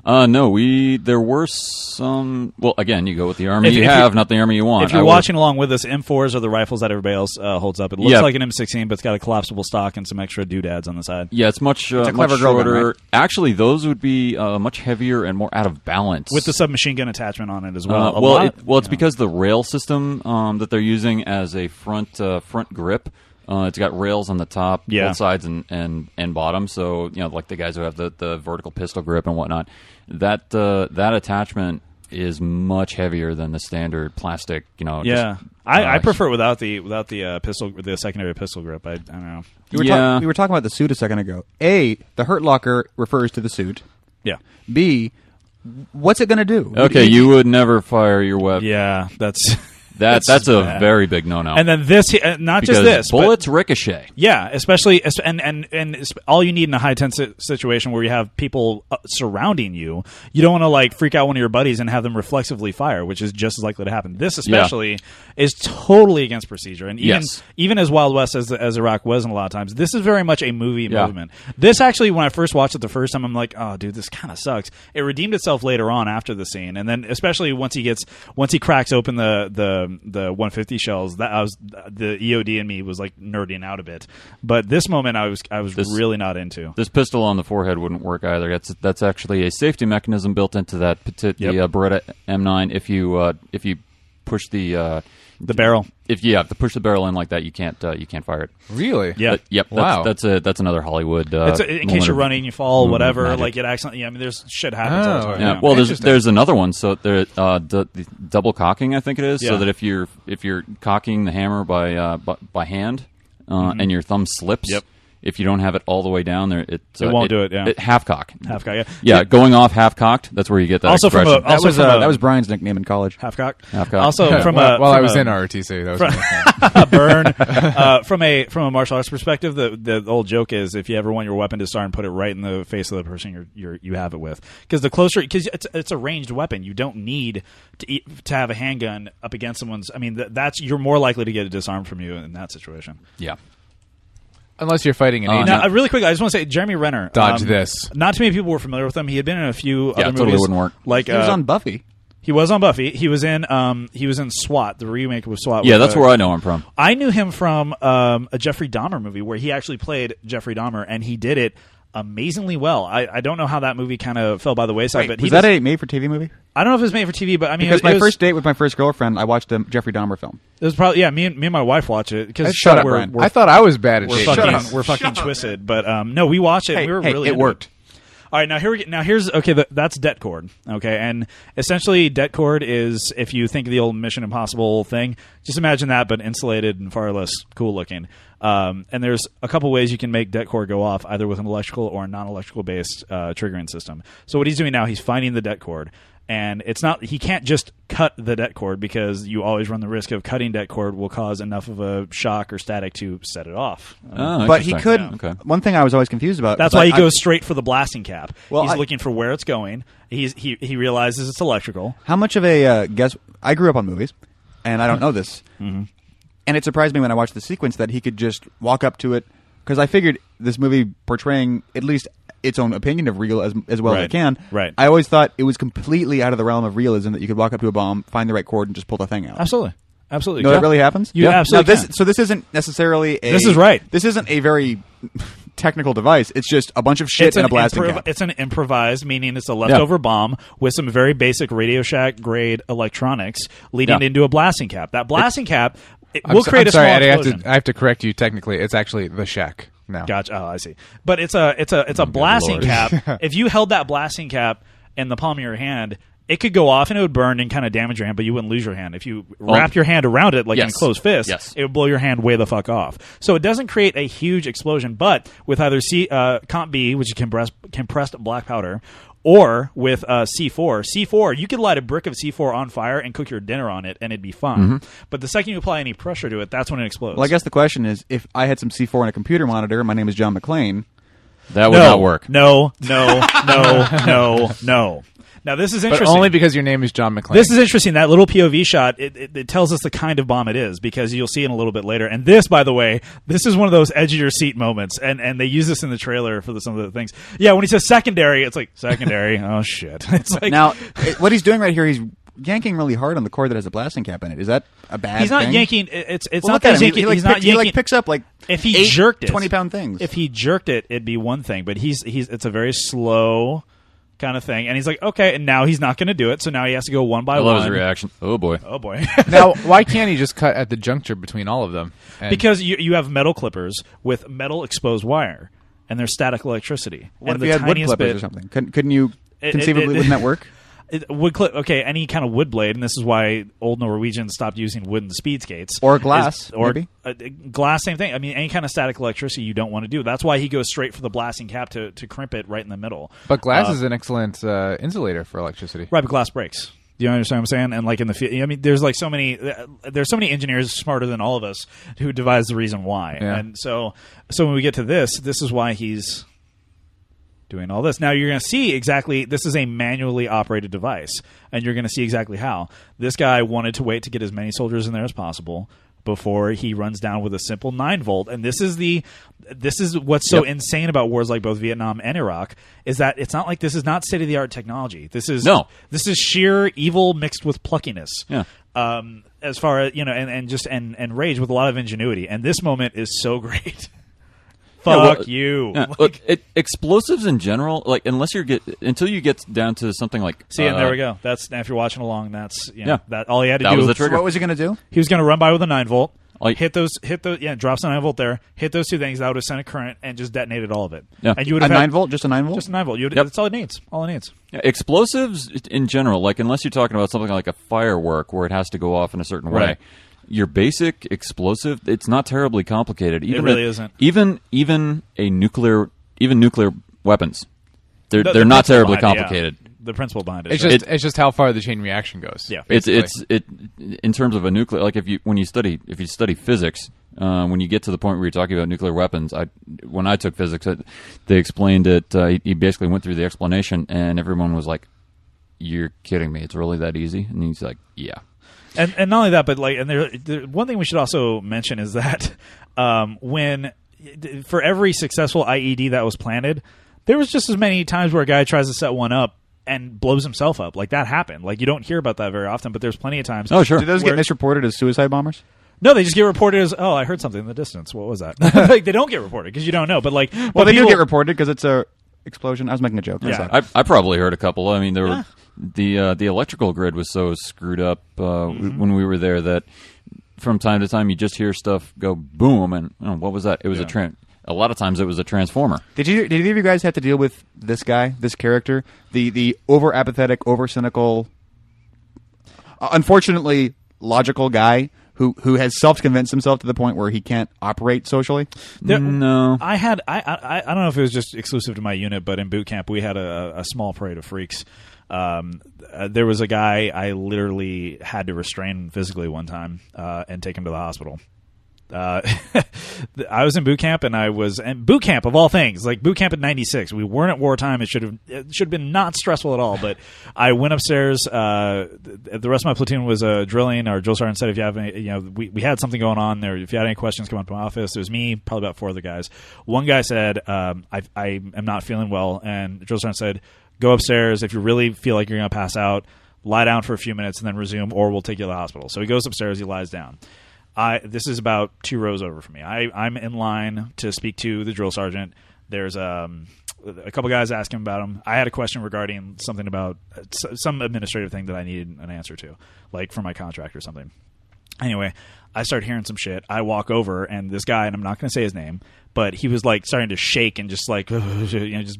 Uh, no, we there were some. Well, again, you go with the army
If-
you
if you-
have, not the army you want.
If you're
I was-
watching along with us, M4s are the rifles that everybody else uh, holds up. It looks
Yeah.
like an M16, but it's got a collapsible stock and some extra doodads on the side.
yeah, it's much uh,
a
much
clever girl gun,
shorter.
right?
Actually, those would be uh, much heavier and more out of balance
With the submachine gun attachment on it as
Uh,
well. A
well,
lot-
it, well, it's
yeah.
because the rail system um, that they're using as a front uh, front grip. Uh, it's got rails on the top,
Yeah.
both sides and, and, and bottom. So you know, like the guys who have the, the vertical pistol grip and whatnot, that uh, that attachment is much heavier than the standard plastic. You know, just,
Yeah, I,
uh,
I prefer it without the without the uh, pistol the secondary pistol grip. I, I don't know.
We were,
Yeah.
talk- we were talking about the suit a second ago. A, the Hurt Locker refers to the suit.
Yeah,
B, what's it going to do?
Okay, you would never fire your weapon.
yeah, that's
that that's a
bad.
very big no no.
and then this uh, not
because
just this but-
bullets ricochet.
Yeah, especially es- and and and es- all you need in a high tense si- situation where you have people uh, surrounding you, you don't want to like freak out one of your buddies and have them reflexively fire, which is just as likely to happen. This especially is totally against procedure, and even
Yes.
even as Wild West as as Iraq was in a lot of times, this is very much a movie
Yeah.
movement. This actually, when I first watched it the first time, I'm like, oh, dude, this kind of sucks. It redeemed itself later on after the scene, and then especially once he gets once he cracks open the the the 150 shells, that I was the EOD in me was like nerding out a bit. But this moment, I was I was
This-
really not into.
This pistol on the forehead wouldn't work either. That's that's actually a safety mechanism built into that pati- the
Yep.
uh, Beretta M9. If you uh, if you push the uh,
The barrel.
if you have to push the barrel in like that, you can't uh, you can't fire it.
Really?
Yeah.
But, yep.
Wow.
That's, that's a that's another Hollywood. Uh,
It's a, in case
moment
you're
of-
running, you fall,
moment of
whatever.
magic.
Like it accidentally. Yeah, I mean, there's shit happens all
Oh,
the time.
Yeah.
Yeah.
Well, there's
Interesting.
there's another one. So there, uh, the, the double cocking, I think it is.
Yeah.
So that if you're if you're cocking the hammer by uh, by, by hand, uh, and your thumb slips,
Mm-hmm. Yep.
if you don't have it all the way down there, it uh,
It won't do it, yeah.
half cock.
half cock. Yeah.
Yeah, going off half cocked. That's where you get that.
Also from a-
expression.
That
Also
was
from
uh,
a-
that was Brian's nickname in college.
Half cock.
Half cock.
Also
Yeah,
from
while,
a
while
from
I was
a-
in ROTC, that was my thing.
a burn uh, from a from a martial arts perspective. The the old joke is if you ever want your weapon to star and put it right in the face of the person you're, you're you have it with, because the closer because it's it's a ranged weapon, you don't need to e- to have a handgun up against someone's. I mean, th- that's you're more likely to get a disarm from you in that situation.
yeah.
Unless you're fighting an
Uh,
agent.
Now, uh, really quick, I just want to say Jeremy Renner. um,
Dodge this.
Not too many people were familiar with him. He had been in a few other
totally
movies.
wouldn't work.
Like
he was
uh,
on Buffy.
he was on Buffy. He was in um he was in SWAT, the remake of SWAT.
Yeah,
with,
that's
uh,
where I know him from.
I knew him from um, a Jeffrey Dahmer movie where he actually played Jeffrey Dahmer, and he did it amazingly well. I, I don't know how that movie kind of fell by the wayside, but
was
he
that
does-
a made-for-TV movie?
I don't know if it was made for TV, but I mean,
Because
it, was-
my
it was,
first date with my first girlfriend, I watched a Jeffrey Dahmer film.
it was probably yeah. Me and me and my wife watch it because
Shut up,
we're,
Brian.
We're,
I thought I was bad at
we're
shit.
fucking
up.
we're fucking twisted, but um, no, we watched it. and
Hey,
we were
hey,
really
it
into
worked.
All right, now here we get, now here's okay. The, that's debt cord. Okay, and essentially debt cord is if you think of the old Mission Impossible thing, just imagine that, but insulated and far less cool looking. Um, and there's a couple ways you can make debt cord go off, either with an electrical or a non-electrical based uh, triggering system. So what he's doing now, he's finding the debt cord, and it's not he can't just cut the debt cord because you always run the risk of cutting debt cord will cause enough of a shock or static to set it off.
Oh,
But he
interesting.
could.
Yeah, Okay.
One thing I was always confused about.
That's
but
why he
I-
goes straight for the blasting cap.
Well,
he's
I-
looking for where it's going. He's he he realizes it's electrical.
How much of a uh, guess? I grew up on movies, and I don't know this.
Mm-hmm.
And it surprised me when I watched the sequence that he could just walk up to it because I figured this movie portraying at least its own opinion of real as, as well as
Right.
it can.
Right.
I always thought it was completely out of the realm of realism that you could walk up to a bomb, find the right chord, and just pull the thing out.
Absolutely, absolutely.
No, that really happens.
You absolutely
Now, this,
can.
So this isn't necessarily. A,
This is right.
This isn't a very technical device. It's just a bunch of shit
It's
and
an,
a blasting
improv-
cap.
it's an improvised, meaning it's a leftover bomb with some very basic Radio Shack grade electronics leading
Yeah.
into a blasting cap. That blasting cap it
I'm
will
so-
create
I'm
a
sorry,
small
Eddie,
explosion.
I have, to, I have to correct you technically. It's actually the shack now.
Gotcha. Oh, I see. But it's a it's a it's a blasting
Oh, lord.
cap. if you held that blasting cap in the palm of your hand, it could go off and it would burn and kind of damage your hand, but you wouldn't lose your hand. If you wrap your hand around it like in a
Oh. yes.
closed fist,
Yes.
it would blow your hand way the fuck off. So it doesn't create a huge explosion, but with either C uh, comp B, which is compressed compressed black powder. Or with uh, C4. C4, you could light a brick of C4 on fire and cook your dinner on it, and it'd be
Mm-hmm.
fine. But the second you apply any pressure to it, that's when it explodes.
Well, I guess the question is, if I had some C4 and a computer monitor, my name is John McClane.
That would
no,
not work.
No, no, no, no, no. Now this is
But
interesting.
only because your name is John McClane.
this is interesting. That little POV shot it, it, it tells us the kind of bomb it is because you'll see it a little bit later. And this, by the way, this is one of those edge of your seat moments. And and they use this in the trailer for the, some of the things. Yeah, when he says secondary, it's like secondary. oh shit! It's like
Now, it- what he's doing right here, he's yanking really hard on the cord that has a blasting cap in it. Is that a bad?
he's not
thing?
yanking. it- It's it's
Well,
not
look
that
at
he's
him. He-
yanking.
He, like,
he's
pick-
not
he,
yanking.
like, picks up like
if he
eight
jerked it,
twenty pound things.
If he jerked it, it'd be one thing. But he's he's it's a very slow kind of thing, and he's like, okay, and now he's not going to do it. So now he has to go one by
I
one.
love his reaction. Oh boy.
Oh boy.
now, why can't he just cut at the juncture between all of them? And-
because you, you have metal clippers with metal exposed wire, and there's static electricity.
what
and
if
the
he had wood
tiniest
clippers
bit,
or something? Couldn't, couldn't you
It- it-
conceivably
it-
wouldn't that work?
It, wood clip. Okay, any kind of wood blade, and this is why old Norwegians stopped using wooden speed skates
Or glass,
Is- or
maybe.
uh, glass. Same thing. I mean, any kind of static electricity you don't want to do. That's why he goes straight for the blasting cap to to crimp it right in the middle.
but glass is an excellent uh, insulator for electricity.
Right, but glass breaks. Do you understand what I'm saying? And like in the field, I mean, there's like so many, uh, there's so many engineers smarter than all of us who devise the reason why.
Yeah.
And so, so when we get to this, this is why he's doing all this. Now you're going to see exactly. This is a manually operated device, and you're going to see exactly how this guy wanted to wait to get as many soldiers in there as possible before he runs down with a simple nine volt. And this is the this is what's so insane about wars like both Vietnam and Iraq is that it's not like this is not state of the art technology. This is
No.
This is sheer evil mixed with pluckiness
Yeah.
um, as far as you know, and, and just and and rage with a lot of ingenuity. And this moment is so great. Fuck
well,
you.
Yeah, look, it, explosives in general, like unless you get until you get down to something like
See, and
uh,
there we go. That's now if you're watching along, that's you know,
Yeah.
That all he had to
That
do
was the trigger.
What was he going to do?
He was going to run by with a nine volt.
Like-
hit those, hit those, yeah, drops a nine volt there. Hit those two things. That would have sent a current and just detonated all of it.
Yeah.
and you would
A
have had
nine volt? Just a nine volt?
Just a nine volt. You would,
Yep.
That's all it needs. All it needs.
Yeah, Explosives in general, like unless you're talking about something like a firework where it has to go off in a certain
Right.
way, your basic explosive, it's not terribly complicated. Even
really
a-
isn't.
Even even a nuclear, even nuclear weapons, they're they're
The- the
not
principle
terribly
behind it, yeah.
complicated.
The principle behind it.
It's
sure.
just it's just how far the chain reaction goes.
Yeah.
It's
basically.
it's it in terms of a nuclear like if you when you study if you study physics uh, when you get to the point where you're talking about nuclear weapons I when I took physics it, they explained it uh, he- he basically went through the explanation and everyone was like you're kidding me it's really that easy and he's like yeah
and and not only that, but like, and there, there one thing we should also mention is that um, when for every successful IED that was planted, there was just as many times where a guy tries to set one up and blows himself up. Like that happened. Like you don't hear about that very often, but there's plenty of times.
oh sure
Did those
Where-
get misreported as suicide bombers?
No, they just get reported as oh, I heard something in the distance. What was that? like they don't get reported because you don't know. But like,
Well,
when
they
people-
do get reported because it's a explosion. I was making a joke.
Yeah.
That's all.
I, I probably heard a couple I mean there were the uh, the electrical grid was so screwed up uh, w- when we were there that from time to time you just hear stuff go boom and oh, what was that it was a
Yeah.
tran a lot of times it was a transformer
Did you? Did either of you guys have to deal with this guy, this character, the the over apathetic, over cynical, uh, unfortunately logical guy who who has self convinced himself to the point where he can't operate socially?
There-
Mm.
no
I had I, I I don't know if it was just exclusive to my unit, but in boot camp we had a, a small parade of freaks. Um, uh, there was a guy I literally had to restrain physically one time uh, and take him to the hospital. Uh, th- I was in boot camp, and I was and boot camp of all things, like boot camp in '96. We weren't at wartime; it should have it should have been not stressful at all. But I went upstairs. Uh, th- the rest of my platoon was uh, drilling. Our drill sergeant said, "If you have any, you know, we, we had something going on there. If you had any questions, come up to my office." There was me, probably about four other guys. One guy said, um, I, "I am not feeling well," and the drill sergeant said, "Go upstairs if you really feel like you're going to pass out." Lie down for a few minutes and then resume, or we'll take you to the hospital. So he goes upstairs, he lies down. I this is about two rows over from me. I I'm in line to speak to the drill sergeant. There's um a couple guys asking about him. I had a question regarding something about s- some administrative thing that I needed an answer to, like for my contract or something. Anyway, I start hearing some shit. I walk over, and this guy, and I'm not going to say his name, but he was like starting to shake and just like, you know, just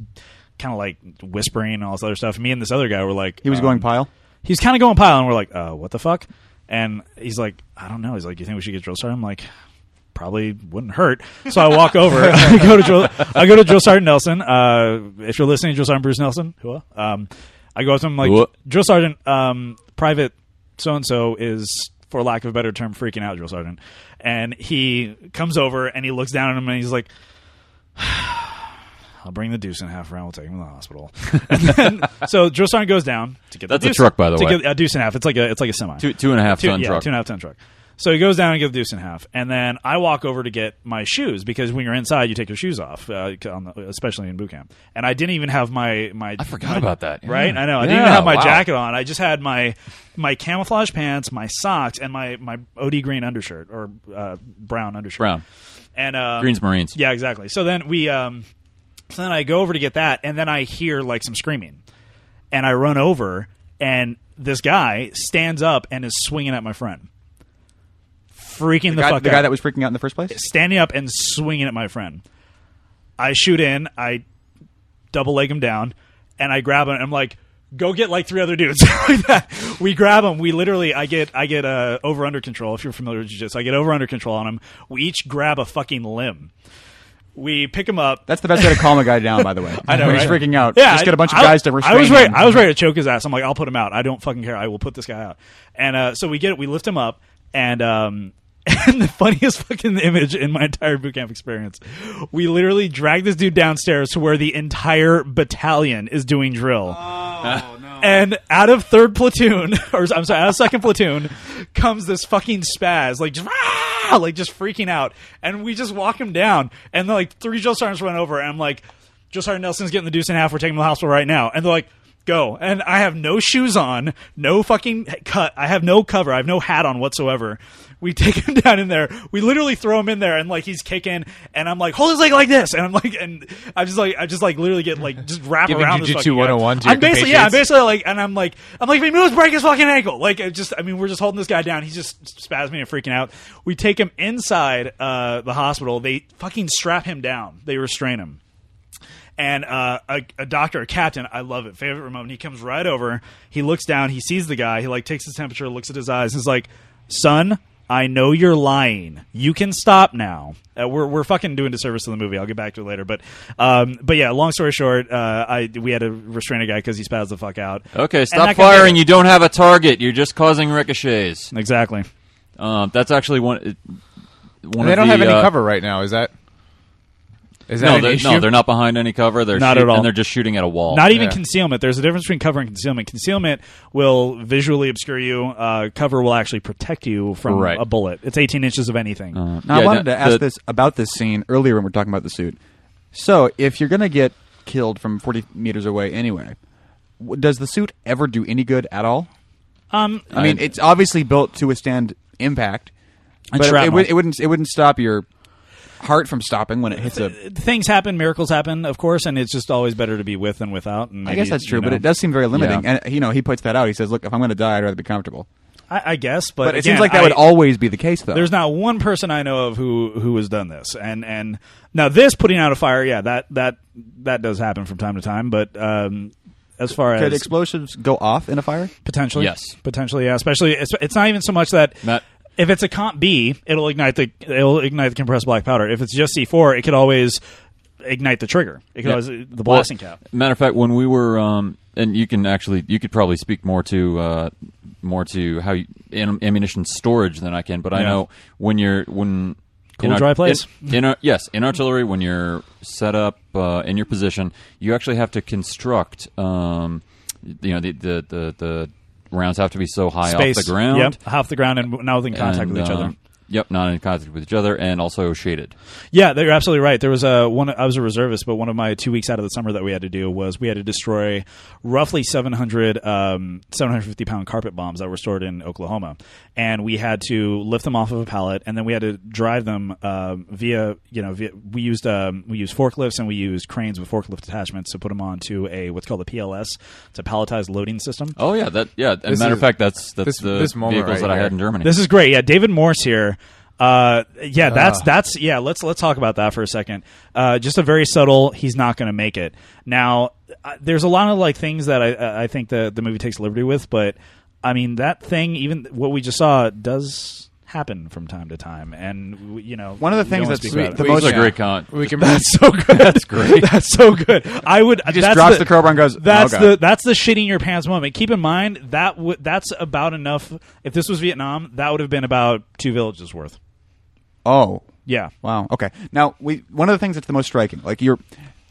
kind of like whispering and all this other stuff. Me and this other guy were like,
He was
um,
going pile.
he's kind of going pile, and we're like, uh, what the fuck? And he's like, I don't know. He's like, you think we should get drill sergeant? I'm like, probably wouldn't hurt. So I walk over, I go to drill, I go to drill sergeant Nelson. Uh, if you're listening, drill sergeant Bruce Nelson, whoa. um, I go up to him like,
Whoa.
drill sergeant, um, private so and so is. For lack of a better term, freaking out, drill sergeant, and he comes over and he looks down at him and he's like, "I'll bring the deuce in half round. We'll take him to the hospital." and then, so drill sergeant goes down to get the
That's a
deuce-
truck, by the
to
way.
get a deuce and a half. It's like a it's like a semi.
two two and a half
Two-
ton
yeah,
truck
two and a half ton truck. So he goes down and gets the deuce and a half, and then I walk over to get my shoes because when you're inside, you take your shoes off, uh, on the, especially in boot camp. And I didn't even have my my. I
forgot about that. Yeah.
Right, I know. I didn't
Yeah,
even have my
wow.
jacket on. I just had my my camouflage pants, my socks, and my my OD green undershirt or uh, brown undershirt.
Brown.
and um,
Greens Marines.
Yeah, exactly. So then we, um, so then I go over to get that, and then I hear like some screaming, and I run over, and this guy stands up and is swinging at my friend, freaking the,
Guy-
fuck
the
out.
guy that was freaking out in the first place.
standing up and swinging at my friend. I shoot in, I double leg him down, and I grab him. And I'm like, go get like three other dudes. Like that. we grab him. We literally, I get, I get uh, over under control. If you're familiar with jiu-jitsu, I get over under control on him. We each grab a fucking limb. We pick him up.
That's the best way to calm a guy down, by the way.
I know,
When he's
right?
freaking out.
Yeah,
just
I-
get a bunch of
I-
guys to restrain
I was ready.
him.
I was ready to choke his ass. I'm like, I'll put him out. I don't fucking care. I will put this guy out. And uh, so we get it. We lift him up, and um, and the funniest fucking image in my entire boot camp experience, we literally drag this dude downstairs to where the entire battalion is doing drill. And out of third platoon, or I'm sorry, out of second platoon, comes this fucking spaz, like just, "Ah!" like just freaking out. And we just walk him down, and then like three drill sergeants run over, and I'm like, Drill Sergeant Nelson's getting the deuce in half. We're taking him to the hospital right now. And they're like, go. And I have no shoes on, no fucking cut. I have no cover. I have no hat on whatsoever. We take him down in there. We literally throw him in there, and like he's kicking, and I'm like, hold his leg like this, and I'm like, and I just like, I just like literally get like just wrap
Giving
around. this
jujitsu
fucking guy.
101 to your
I'm basically, yeah, I'm
compatriots.
basically like, and I'm like, I'm like, if he moves, break his fucking ankle. Like, it just, I mean, we're just holding this guy down. He's just spasming and freaking out. We take him inside uh, the hospital. They fucking strap him down. They restrain him and uh, a, a doctor, a captain, I love it, favorite remote. And he comes right over. He looks down. He sees the guy. He like takes his temperature, looks at his eyes. He's like, "Son, I know you're lying. You can stop now." Uh, we're we're fucking doing disservice to the movie. I'll get back to it later. But um, but yeah, long story short, uh, I we had to restrain a guy because he spazzed the fuck out.
Okay,
And
stop
that guy-
firing. You don't have a target. You're just causing ricochets.
Exactly.
Um, that's actually one. it- one
And they
of
don't
the,
have any
uh,
cover right now. Is that? Is that
No,
an
they're,
issue?
no, they're not behind any cover. They're
Not at
shoot-
all.
And they're just shooting at a wall.
Not even
Yeah.
concealment. There's a difference between cover and concealment. Concealment will visually obscure you. Uh, cover will actually protect you from
Right. Uh-huh.
a bullet. It's 18 inches of anything.
Now, I
Yeah,
wanted
no,
to ask
the-
this about this scene earlier when we are talking about the suit. So, if you're going to get killed from 40 meters away anyway, w- does the suit ever do any good at all?
Um,
I mean,
I-
it's obviously built to withstand impact,
And
but it,
shrapnel.
would, it wouldn't it wouldn't stop your heart from stopping when it hits a.
things happen, miracles happen, of course, and it's just always better to be with than without. And
I
maybe,
guess that's true,
you know,
but it does seem very limiting.
Yeah.
And you know, he puts that out. He says, "Look, if I'm going to die, I'd rather be comfortable."
I, I guess, but,
But, it
again,
seems like that
I-
would always be the case, though.
There's not one person I know of who who has done this, and and now this putting out a fire, yeah, that that that does happen from time to time, but. Um, as far
could
as
explosives go off in a fire?
potentially,
Yes.
potentially, yeah. Especially, it's, it's not even so much that
Matt-
if it's a comp B, it'll ignite the it'll ignite the compressed black powder. If it's just C four, it could always ignite the trigger. It could
Yeah.
always the blasting
Well,
cap.
Matter of fact, when we were, um, and you can actually, you could probably speak more to uh, more to how you, am- ammunition storage than I can. But I
Yeah.
know when you're when
Cool,
in ar-
dry place.
In, in ar- yes, in artillery, when you're set up uh, in your position, you actually have to construct. Um, you know the the the, the rounds have to be so high
Space
off the ground.
yep, half the ground, and now within contact
and,
with each other.
um, Yep, not in contact with each other, and also shaded.
Yeah, they're absolutely right. There was a one. I was a reservist, but one of my two weeks out of the summer that we had to do was we had to destroy roughly 700, um, 750 pound carpet bombs that were stored in Oklahoma, and we had to lift them off of a pallet, and then we had to drive them um via. You know, via, we used um, we used forklifts and we used cranes with forklift attachments to put them onto a what's called a PLS. It's a palletized loading system.
Oh yeah, that yeah. As a
This
matter
is-
of fact, that's that's
this-
the
this moment
vehicles
right
that I
here.
had in Germany.
This is great. Yeah, David Morse here. Uh, yeah, that's that's yeah. Let's let's talk about that for a second. Uh, just a very subtle. He's not going to make it. Now, uh, there's a lot of like things that I I think the the movie takes liberty with, but I mean that thing, even what we just saw, does happen from time to time. And we- you know,
One of the
we
things
don't
that's
speak about
sweet-
it.
the
We-
most-
Those are great con-
We can
That's so good. That's great. That's so good. I would. He
just drops the crowbar and goes,
That's
"Oh, God."
the that's the shitting your pants moment. Keep in mind that w- that's about enough. If this was Vietnam, that would have been about two villages worth.
Oh,
Yeah.
Wow. Okay. Now, we one of the things that's the most striking, like you're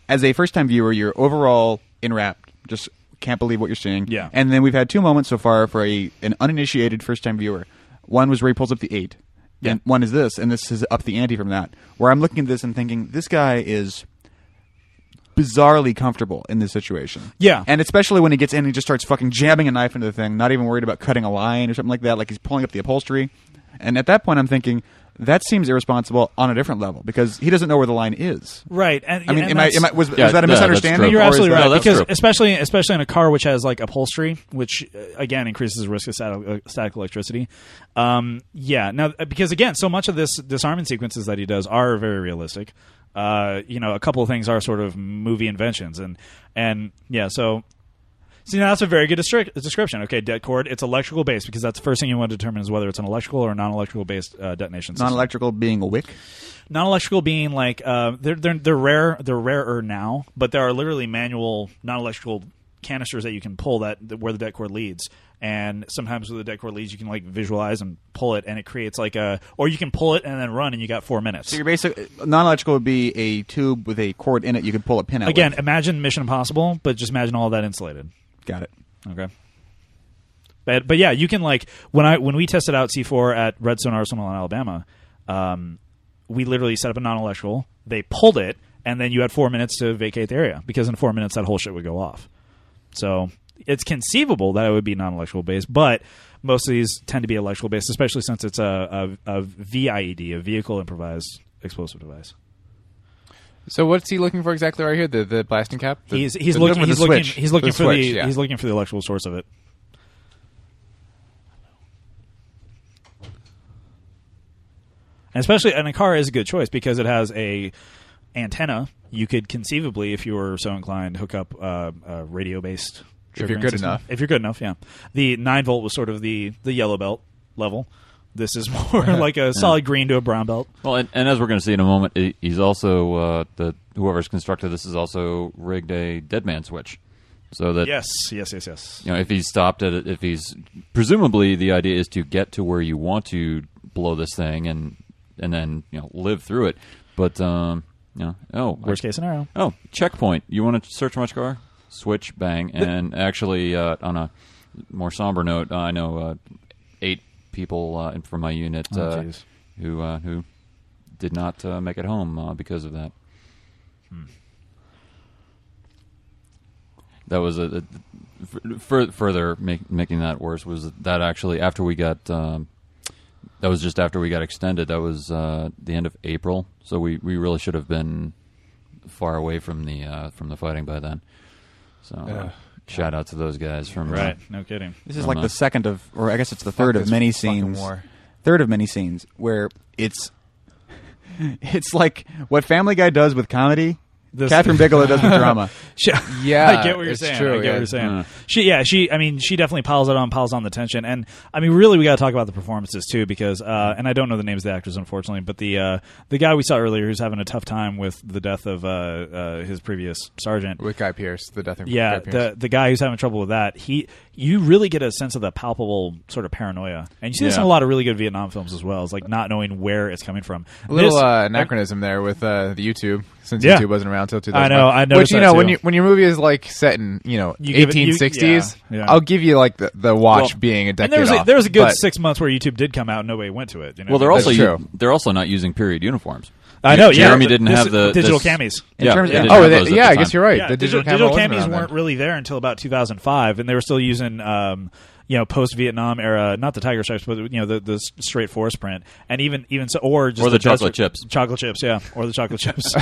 as a first time viewer, you're overall enwrapped, just can't believe what you're seeing.
Yeah.
And then we've had two moments so far for a an uninitiated first time viewer. One was where he pulls up the eight, and one is this, and this is up the ante from that. Where I'm looking at this and thinking, this guy is bizarrely comfortable in this situation.
Yeah.
And especially when he gets in and he just starts fucking jamming a knife into the thing, not even worried about cutting a line or something like that. Like he's pulling up the upholstery. And at that point, I'm thinking, that seems irresponsible on a different level because he doesn't know where the line is.
Right. And,
I mean,
and
am I,
that's-
am I, was,
Yeah,
was that a
yeah, that's
misunderstanding?
true.
You're
or is
absolutely
that-
right
that's
because
true.
especially especially in a car which has like upholstery, which uh, again increases the risk of static, uh, static electricity. Um, yeah, now uh, because again, so much of this disarming sequences that he does are very realistic. Uh, you know, a couple of things are sort of movie inventions, and and yeah, so. See, now that's a very good destri- description. Okay, dead cord, it's electrical based because that's the first thing you want to determine is whether it's an electrical or non electrical based uh, detonation system
Non electrical being a wick.
non-electrical being like uh, they're they're they're rare they're rarer now, but there are literally manual non-electrical canisters that you can pull that, that where the deck cord leads. And sometimes with the deck cord leads, you can like visualize and pull it, and it creates like a or you can pull it and then run, and you got four minutes.
So your basic non electrical would be a tube with a cord in it you could pull a pin out. with.
Again, imagine Mission Impossible, but just imagine all that insulated.
Got it.
Okay. But but yeah, you can like when I when we tested out C4 at Redstone Arsenal in Alabama, um, we literally set up a non-electrical. They pulled it, and then you had four minutes to vacate the area because in four minutes that whole shit would go off. So it's conceivable that it would be non-intellectual based, but most of these tend to be intellectual based, especially since it's a, a, a VIED, a vehicle improvised explosive device.
So what's he looking for exactly right here? The the blasting cap. The-
he's he's
the-
looking
with
he's
the
looking
switch.
he's looking
The
for
switch,
the
yeah.
he's looking for the intellectual source of it. And especially and a car is a good choice because it has a antenna. You could conceivably, if you were so inclined, hook up uh, a radio based.
If you're good enough.
If you're good enough, yeah. The nine volt was sort of the the yellow belt level. This is more like a solid green to a brown belt.
Well, and, and as we're going to see in a moment, he- he's also uh, the whoever's constructed this is also rigged a dead man switch, so that
Yes, yes, yes, yes.
you know if he's stopped at it, if he's presumably the idea is to get to where you want to blow this thing and and then you know live through it, but um, you know oh I-
Worst case scenario.
Oh, checkpoint. You want to search much car? Switch, bang. And actually, uh, on a more somber note, I know uh, eight people uh, in- from my unit
Oh,
uh,
jeez.
who uh, who did not uh, make it home uh, because of that.
Hmm.
That was a, a fur, further make, making that worse was that actually after we got um, that was just after we got extended. That was uh, the end of April, so we, we really should have been far away from the uh, from the fighting by then. So uh,
Ugh.
shout out to those guys from uh,
Right. No kidding.
This is
I'm
like
not-
the second of, or I guess it's the
Fuck
third of
this
many
fucking
scenes.
war.
Third of many scenes where it's it's like what Family Guy does with comedy.
This-
Catherine Bigelow does with drama.
She,
Yeah,
I get what you're
it's
saying. I
true,
get what
yeah.
you're saying.
Mm.
She, yeah, she. I mean, she definitely piles it on, piles on the tension, and I mean, really, we got to talk about the performances too, because,
Hmm.
uh, and I don't know the names of the actors, unfortunately, but the uh, the guy we saw earlier who's having a tough time with the death of uh, uh, his previous sergeant.
with Guy Pierce, the death. of
Yeah,
Guy Pierce.
the the guy who's having trouble with that, he, you really get a sense of the palpable sort of paranoia, and you see this in
Yeah.
a lot of really good Vietnam films as well. It's like not knowing where it's coming from.
A little
This-
uh, anachronism there with uh, the YouTube, since
Yeah.
YouTube wasn't around till
I
2000.
know, I
Which
noticed
you
that
know, when
too.
you when your movie is like set in you know
You give it- you-
1860s,
yeah, yeah.
I'll give you like the, the watch
Well,
being a
and
decade
there was a,
off.
there was a good
but
six months where YouTube did come out, and nobody went to it. You know?
Well, they're
That's
also
true.
they're also not using period uniforms.
I know. Yeah,
Jeremy
Th-
didn't
this
have
is-
the
digital
this-
camis.
In
Yeah,
terms of-
they didn't
Oh,
have
they-
those at
yeah,
the
I guess
time.
you're right.
Yeah,
the
digital,
digital,
digital,
camera
camis
wasn't around
weren't
then.
really there until about 2005, and they were still using, um, you know, post Vietnam era, not the Tiger Stripes, but you know, the, the s- straight forest print, and even even so, or just
Or the chocolate
desert-
chips.
chocolate chips, yeah, or the chocolate chips.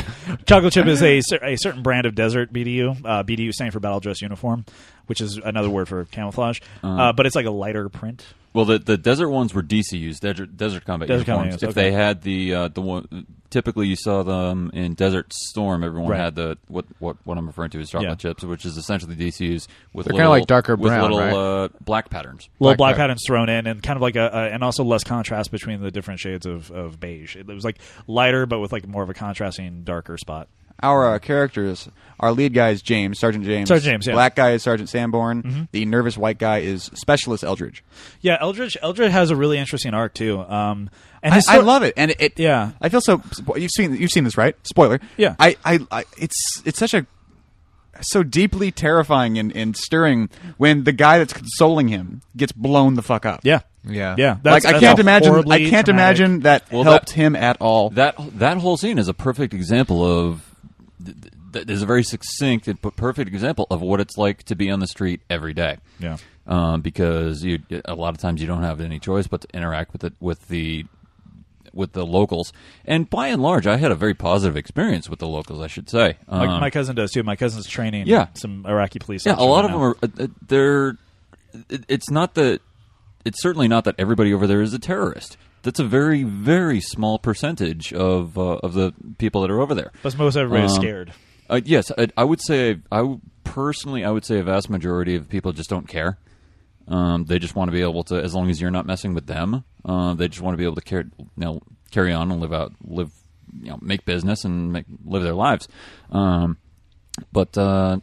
chocolate chip is a cer- a certain brand of desert BDU, uh, BDU standing for battle dress uniform, which is another word for camouflage,
Uh-huh.
uh, but it's like a lighter print.
Well, the, the desert ones were DCUs, desert desert combat
Desert combat
uniforms.
units,
if
okay.
they had the uh, the one, typically you saw them in Desert Storm. Everyone
Right.
had the what, what what I'm referring to as chocolate
Yeah.
chips, which is essentially DCUs with
They're
little
kinda like darker brown,
with little
right?
uh, black patterns.
little
Black
black
pattern.
patterns thrown in, and kind of like a, a and also less contrast between the different shades of, of beige. It was like lighter, but with like more of a contrasting darker spot.
Our uh, characters, our lead guy is James, Sergeant James.
Sergeant James, yeah. Mm-hmm.
Black guy is Sergeant Sanborn. The nervous white guy is Specialist Eldridge.
Yeah, Eldridge. Eldridge has a really interesting arc too. Um, and
I,
his
I
sto-
love it, and it, it-
Yeah.
I feel so. You've seen you've seen this right? Spoiler.
Yeah.
I, I, I it's it's such a so deeply terrifying and, and stirring when the guy that's consoling him gets blown the fuck up.
Yeah,
Yeah.
yeah.
like I can't
a
imagine. I
horribly
can't
traumatic-
imagine that
Well,
helped
that-
him at all.
That that whole scene is a perfect example of th- th- that is a very succinct and p- perfect example of what it's like to be on the street every day.
Yeah.
um, because you a lot of times you don't have any choice but to interact with it with the with the locals. And by and large, I had a very positive experience with the locals. I should say.
My,
Um,
my cousin does too. My cousin's training.
Yeah.
some Iraqi police.
yeah, a
officers
lot
right
of them
now.
are. uh, uh, They're. it- It's not that. It's certainly not that everybody over there is a terrorist. That's a very, very small percentage of uh, of the people that are over there.
But most everybody's
Um,
scared.
Uh, yes, I, I would say I w- personally I would say a vast majority of people just don't care. Um, they just want to be able to, as long as you're not messing with them, uh, they just want to be able to carry, you know, carry on and live out, live, you know, make business and make, live their lives. Um, but uh,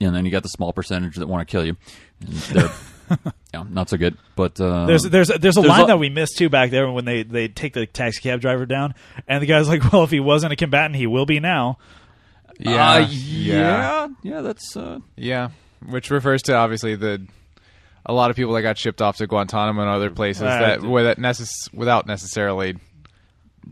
and then you got the small percentage that want to kill you. And they're, you know, not so good. But uh,
There's there's there's a
there's
line
a-
that we missed too back there when they they take the taxi cab driver down, and the guy's like, "Well, if he wasn't a combatant, he will be now."
Yeah.
uh,
Yeah.
yeah, yeah, that's. Uh,
Yeah, which refers to obviously the a lot of people that got shipped off to Guantanamo and other places
Right.
that where that necess- without necessarily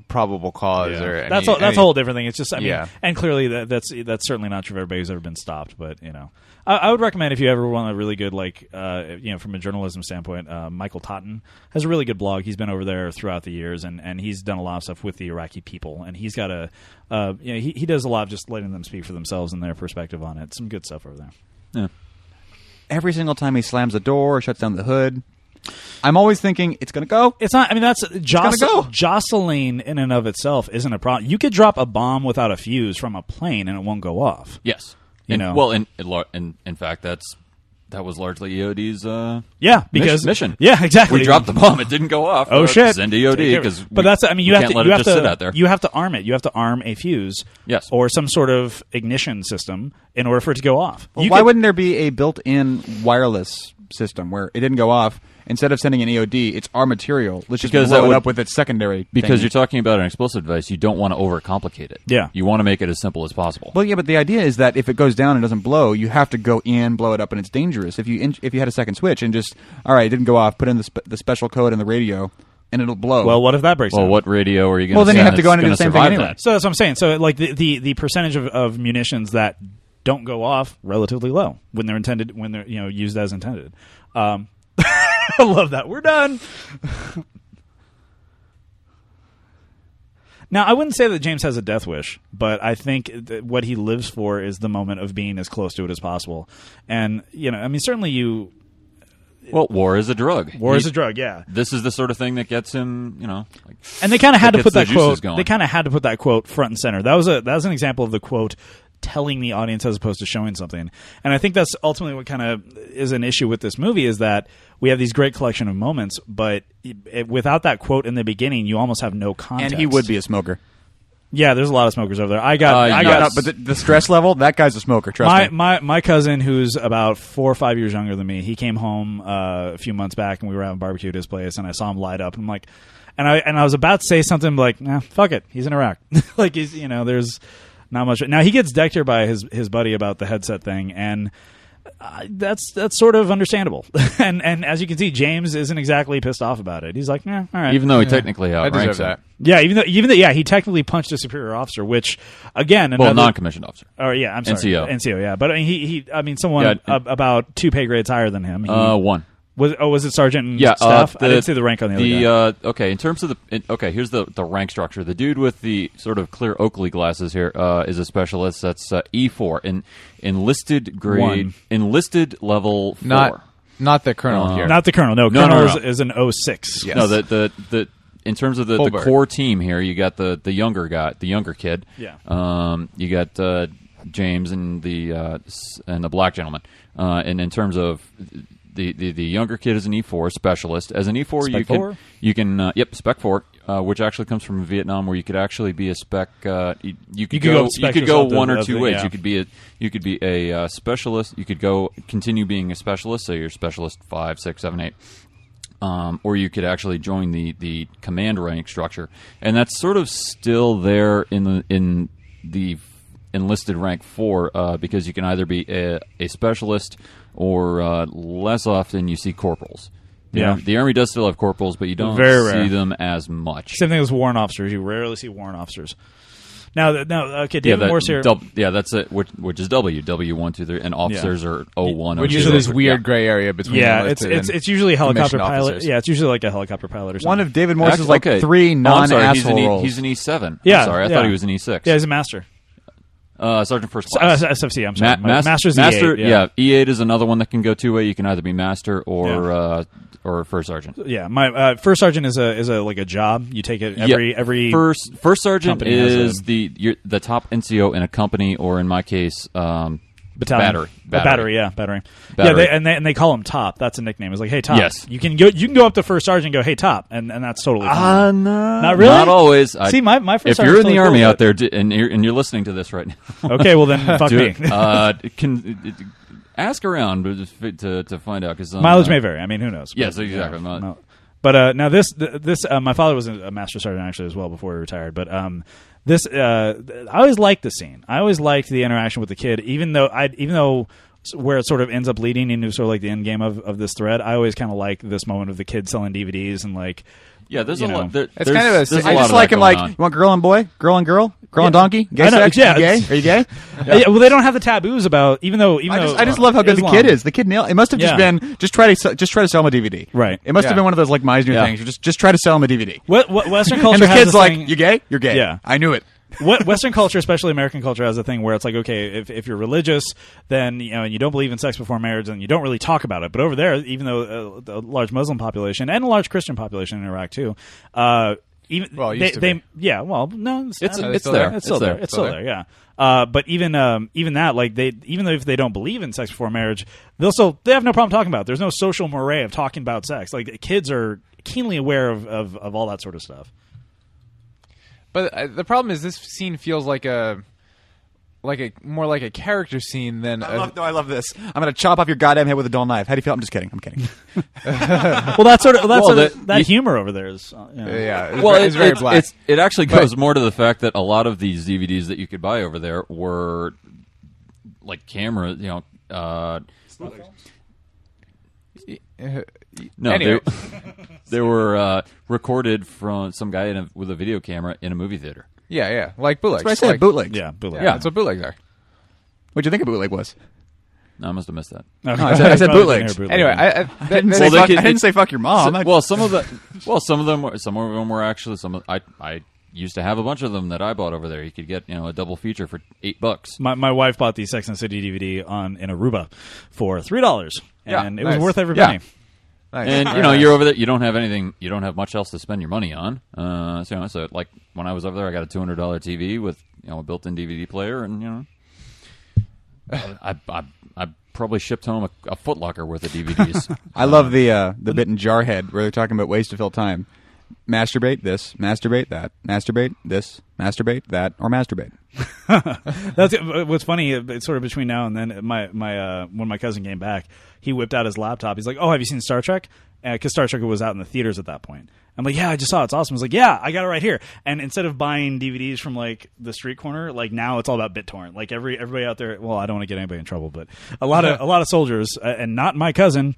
probable cause or any,
that's a, that's
any-
a whole different thing. It's just I mean,
Yeah.
and clearly that, that's that's certainly not true of everybody who's ever been stopped. But you know, I, I would recommend if you ever want a really good like uh, you know from a journalism standpoint, uh, Michael Totten has a really good blog. He's been over there throughout the years, and, and he's done a lot of stuff with the Iraqi people, and he's got a uh, you know he, he does a lot of just letting them speak for themselves and their perspective on it. Some good stuff over there.
Yeah.
Every single time he slams a door or shuts down the hood, I'm always thinking it's gonna go.
It's not. I mean, that's joss-
go.
jostling in and of itself isn't a problem. You could drop a bomb without a fuse from a plane and it won't go off.
Yes.
You
And-
know.
Well, and, and lar- and in fact, that's that was largely EOD's. Uh,
Yeah, because
mission.
Yeah, exactly.
we dropped the bomb; it didn't go off.
Oh
Uh,
shit!
Send EOD
Take care of it.
because.
but that's I mean you have
can't
to
let
you
it
have
just
to
sit out there.
you have to arm it. You have to arm a fuse.
Yes.
or some sort of ignition system in order for it to go off.
Well,
You
why
could-
wouldn't there be a built-in wireless system where it didn't go off? Instead of sending an EOD, it's our material. Let's just
Because that
blow it
would-
up with its secondary.
because
thingy.
you're talking about an explosive device, you don't want to overcomplicate it.
Yeah.
you want to make it as simple as possible.
Well, yeah, but the idea is that if it goes down and doesn't blow, you have to go in, blow it up, and it's dangerous. If you in- if you had a second switch and just all right, it didn't go off, put in the, spe- the special code in the radio, and it'll blow.
Well, what if that breaks?
Well,
down?
what radio are you going?
Well, then you have to go in and do the same thing anyway.
So that's what I'm saying. So like the the, the percentage of, of munitions that don't go off relatively low when they're intended when they're you know used as intended. Um, I love that. We're done. Now, I wouldn't say that James has a death wish, but I think that what he lives for is the moment of being as close to it as possible. And, you know, I mean, certainly you.
Well, war is a drug.
War is
He-
a drug, yeah.
This is the sort of thing that gets him. You know, like,
and they kind of had
that
to put that
gets the juices
quote.
going.
They kind of had to put that quote front and center. That was a that was an example of the quote telling the audience as opposed to showing something. And I think that's ultimately what kind of is an issue with this movie is that we have these great collection of moments, but it, without that quote in the beginning, you almost have no
and
context.
he would be a smoker.
Yeah, there's a lot of smokers over there. I got.
Uh,
I
yes.
got.
No, no, but the, the stress level, that guy's a smoker. Trust
my,
me.
my my cousin, who's about four or five years younger than me, he came home uh, a few months back, and we were having barbecue at his place, and I saw him light up, and I'm like, and I and I was about to say something like, nah, fuck it, he's in Iraq, like he's you know, there's not much. Now he gets decked here by his his buddy about the headset thing, and I- that's that's sort of understandable. and and as you can see, James isn't exactly pissed off about it. He's like, nah, all right,
even though he technically
I deserve
outranks him.
that.
yeah, even though even though yeah, he technically punched a superior officer, which again,
Well,
another-
non-commissioned officer.
Oh yeah, I'm sorry.
NCO.
NCO, yeah. But I mean, he, he I mean, someone
Yeah,
ab- about two pay grades higher than him. He,
Uh, one.
was oh, was it sergeant? And
Yeah,
staff.
Uh, the,
I didn't see the rank on the other guy.
Uh, okay, in terms of the in, okay, here's the the rank structure. The dude with the sort of clear Oakley glasses here uh, is a specialist. That's uh, E four in enlisted grade,
One.
enlisted level four. Uh,
Not not the colonel here.
Not the colonel. No,
No, no,
colonel
no, no.
Is, is an 06.
Yeah.
No,
Yes.
the the the in terms of the, the
Holberg.
core team here, you got the the younger guy, the younger kid.
Yeah.
Um, you got uh, James and the uh, s- and the black gentleman. Uh, and in terms of the, the the younger kid is an E four specialist. As an E four,
Spec
you can
four?
you can uh, yep spec four. Uh, which actually comes from Vietnam, where you could actually be a spec. Uh, you, you could
could go
go.
up
you
spec
could
or
go
something,
one or
that's
two
it,
ways.
yeah.
You could be a. You could be a uh, specialist. You could go continue being a specialist. So you're specialist five, six, seven, eight um, or you could actually join the the command rank structure, and that's sort of still there in the in the enlisted rank four uh, because you can either be a, a specialist or uh, less often you see corporals. The,
Yeah.
Ar- the army does still have corporals, but you don't
Very
see
rare.
them as much.
Same thing as warrant officers. You rarely see warrant officers. Now, th- now, okay,
yeah,
David
that,
Morse here.
dub- yeah, that's it. Which, which is W W one two three, and officers are O one.
Which is this weird gray area between
yeah, it's
enlisted
it's
and
it's usually a helicopter
commissioned
pilot.
officers.
Yeah, it's usually like a helicopter pilot or something.
One of David Morse's like three
non
non-asshole
he's an, e,
roles.
he's an E seven.
yeah,
sorry, I
yeah.
thought he was an E six.
Yeah, he's a master.
Uh, Sergeant First
Uh,
Class.
SFC. I'm sorry. My- master's
master,
E8, yeah.
yeah. E8 is another one that can go two way. You can either be master or
Yeah.
uh, or first sergeant.
Yeah, my uh, first sergeant is a is a like a job. You take it every
Yeah.
every
first first sergeant
company has
is
a-
the you're, the top NCO in a company or in my case um,
battalion
battery
A battery, yeah, battery. Yeah,
Battery.
they, and they and they call him top. That's a nickname. It's like, hey, top.
Yes.
you can go. You can go up to first sergeant and go, hey, top, and, and that's totally fine.
Uh, no,
Ah. Not really?
Not always.
See, my- my
if
first
you're in
sergeant's
the
totally
army
cool
out
with
there d- and you're, and you're listening to this right now,
okay, well then, fuck
do
me.
it. Uh, can ask around to to, to find out because um,
Mileage
uh,
may vary. I mean, who knows?
Yes,
But,
exactly.
yeah,
Mil-
no. But uh, now this th- this uh, my father was a master sergeant actually as well before he retired. But um, this uh, th- I always liked the scene. I always liked the interaction with the kid, even though I even though s- where it sort of ends up leading into sort of like the end game of, of this thread. I always kind of like this moment of the kid selling DVDs and like
Yeah, there's
You
a
know.
lot. There,
It's
there's-
kind of a
there's
sick-
lot
I just
of
like
that
him. Like,
going
you want girl and boy, girl and girl, girl and donkey, gay
I know,
sex,
yeah,
You
it's-
gay. Are you gay?
Yeah, well, they don't have the taboos about even though even
I
though
just, I just love how good
Islam.
the kid is. The kid nailed. It must have just
Yeah.
been just try to se- just try to sell him a DVD.
Right.
It must
Yeah.
have been one of those like Meisner
Yeah.
things. You just just try to sell him a DVD.
What, what Western culture
and the
has
kid's
this
like,
thing-
"You gay? You're gay."
Yeah.
I knew it.
what Western culture, especially American culture, has a thing where it's like, okay, if, if you're religious, then you know, and you don't believe in sex before marriage, then you don't really talk about it. But over there, even though uh, a large Muslim population and a large Christian population in Iraq too, uh, even
Well, it
they,
used to
they-
be.
yeah, well, no,
It's-
I-
it's there.
it's still there, it's still there, yeah. Uh, but even um, even that, like they, even though if they don't believe in sex before marriage, they'll still they have no problem talking about. it. There's no social moray of talking about sex. Like kids are keenly aware of of, of all that sort of stuff.
But uh, the problem is, this scene feels like a like a more like a character scene than
I
a-
love, no, I love this. I'm gonna chop off your goddamn head with a dull knife. How do you feel? I'm just kidding. I'm kidding.
well, that sort of that,
Well,
sort of-
that-
that
you-
humor over there is. uh, you know.
yeah. It's
on. Well,
very,
it,
it's very
it's-
black.
it's- it actually goes more to the fact that a lot of these DVDs that you could buy over there were like camera, you know. Uh, no,
Anyway.
they, they were uh, recorded from some guy in a, with a video camera in a movie theater.
yeah, yeah, like bootlegs.
That's what I said.
like,
bootleg.
Yeah, bootleg.
Yeah, that's what bootlegs are.
What'd you think a bootleg was?
No, I must have missed that.
Okay.
I said- I said
Probably
bootlegs.
didn't hear
Anyway, I, I, that,
I,
that-
didn't say
they
fuck-
could-
I didn't
it-
say fuck your
Oh,
mom.
So-
I-
well, some of the well, some of them were some of them were actually some. Of, I I used to have a bunch of them that I bought over there. You could get you know a double feature for eight bucks.
my, my wife bought the Sex and the City DVD on in Aruba for three dollars,
Yeah,
and it
nice.
was worth every
Yeah.
penny.
nice.
And you
Very
know
nice.
you're over there. You don't have anything. You don't have much else to spend your money on. Uh, so, you know, so like when I was over there, I got a two hundred dollar TV with you know a built in DVD player, and you know, I I, I probably shipped home a, a Foot Locker worth of DVDs.
I love the uh, the bit in Jarhead where they're talking about ways to fill time. Masturbate this, masturbate that, masturbate this, masturbate that, or masturbate.
That's it. what's funny. uh, It's sort of between now and then. My my uh, when my cousin came back, he whipped out his laptop. He's like, "Oh, have you seen Star Trek?" Because Star Trek was out in the theaters at that point. I'm like, "Yeah, I just saw it. It's awesome." He's like, "Yeah, I got it right here." And instead of buying DVDs from like the street corner, like now it's all about BitTorrent. Like every everybody out there. Well, I don't want to get anybody in trouble, but a lot of a lot of soldiers, uh, and not my cousin.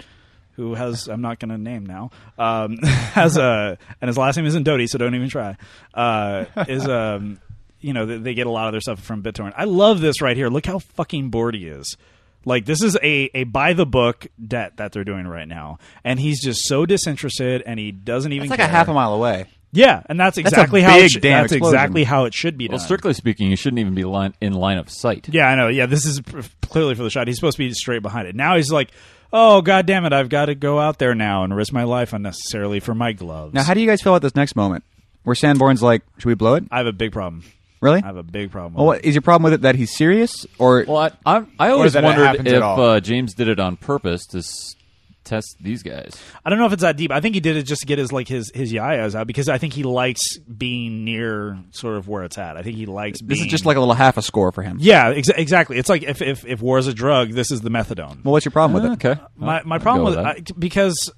Who has? I'm not going to name now. Um, has a and his last name isn't Doty, so don't even try. Uh, is um, you know, they, they get a lot of their stuff from BitTorrent. I love this right here. Look how fucking bored he is. Like this is a a by the book debt that they're doing right now, and he's just so disinterested, and he doesn't even.
It's like
care.
a half a mile away.
Yeah, and that's
a
exactly how. It
big
should,
damn
that's
explosion.
exactly how it should be done.
well, strictly speaking, you shouldn't even be line, in line of sight.
Yeah, I know. Yeah, this is p- clearly for the shot. He's supposed to be straight behind it. Now he's like, "Oh god damn it! I've got to go out there now and risk my life unnecessarily for my gloves."
Now, how do you guys feel about this next moment where Sanborn's like, "Should we blow it?
I have a big problem.
Really?
I have a big problem.
Well,
With it.
Oh, what, is your problem with it that he's serious or
Well, I I, I always
that it
wondered
happens at
if
all.
uh, James did it on purpose to s- test these guys.
I don't know if it's that deep. I think he did it just to get his like his his yayas out because I think he likes being near sort of where it's at. I think he likes.
this is
being-
just like a little half a score for him?
yeah, ex- exactly. It's like if if if war is a drug, this is the methadone.
Well, what's your problem with it?
Uh, Okay,
my my
I'll
problem
go
with,
that.
I, because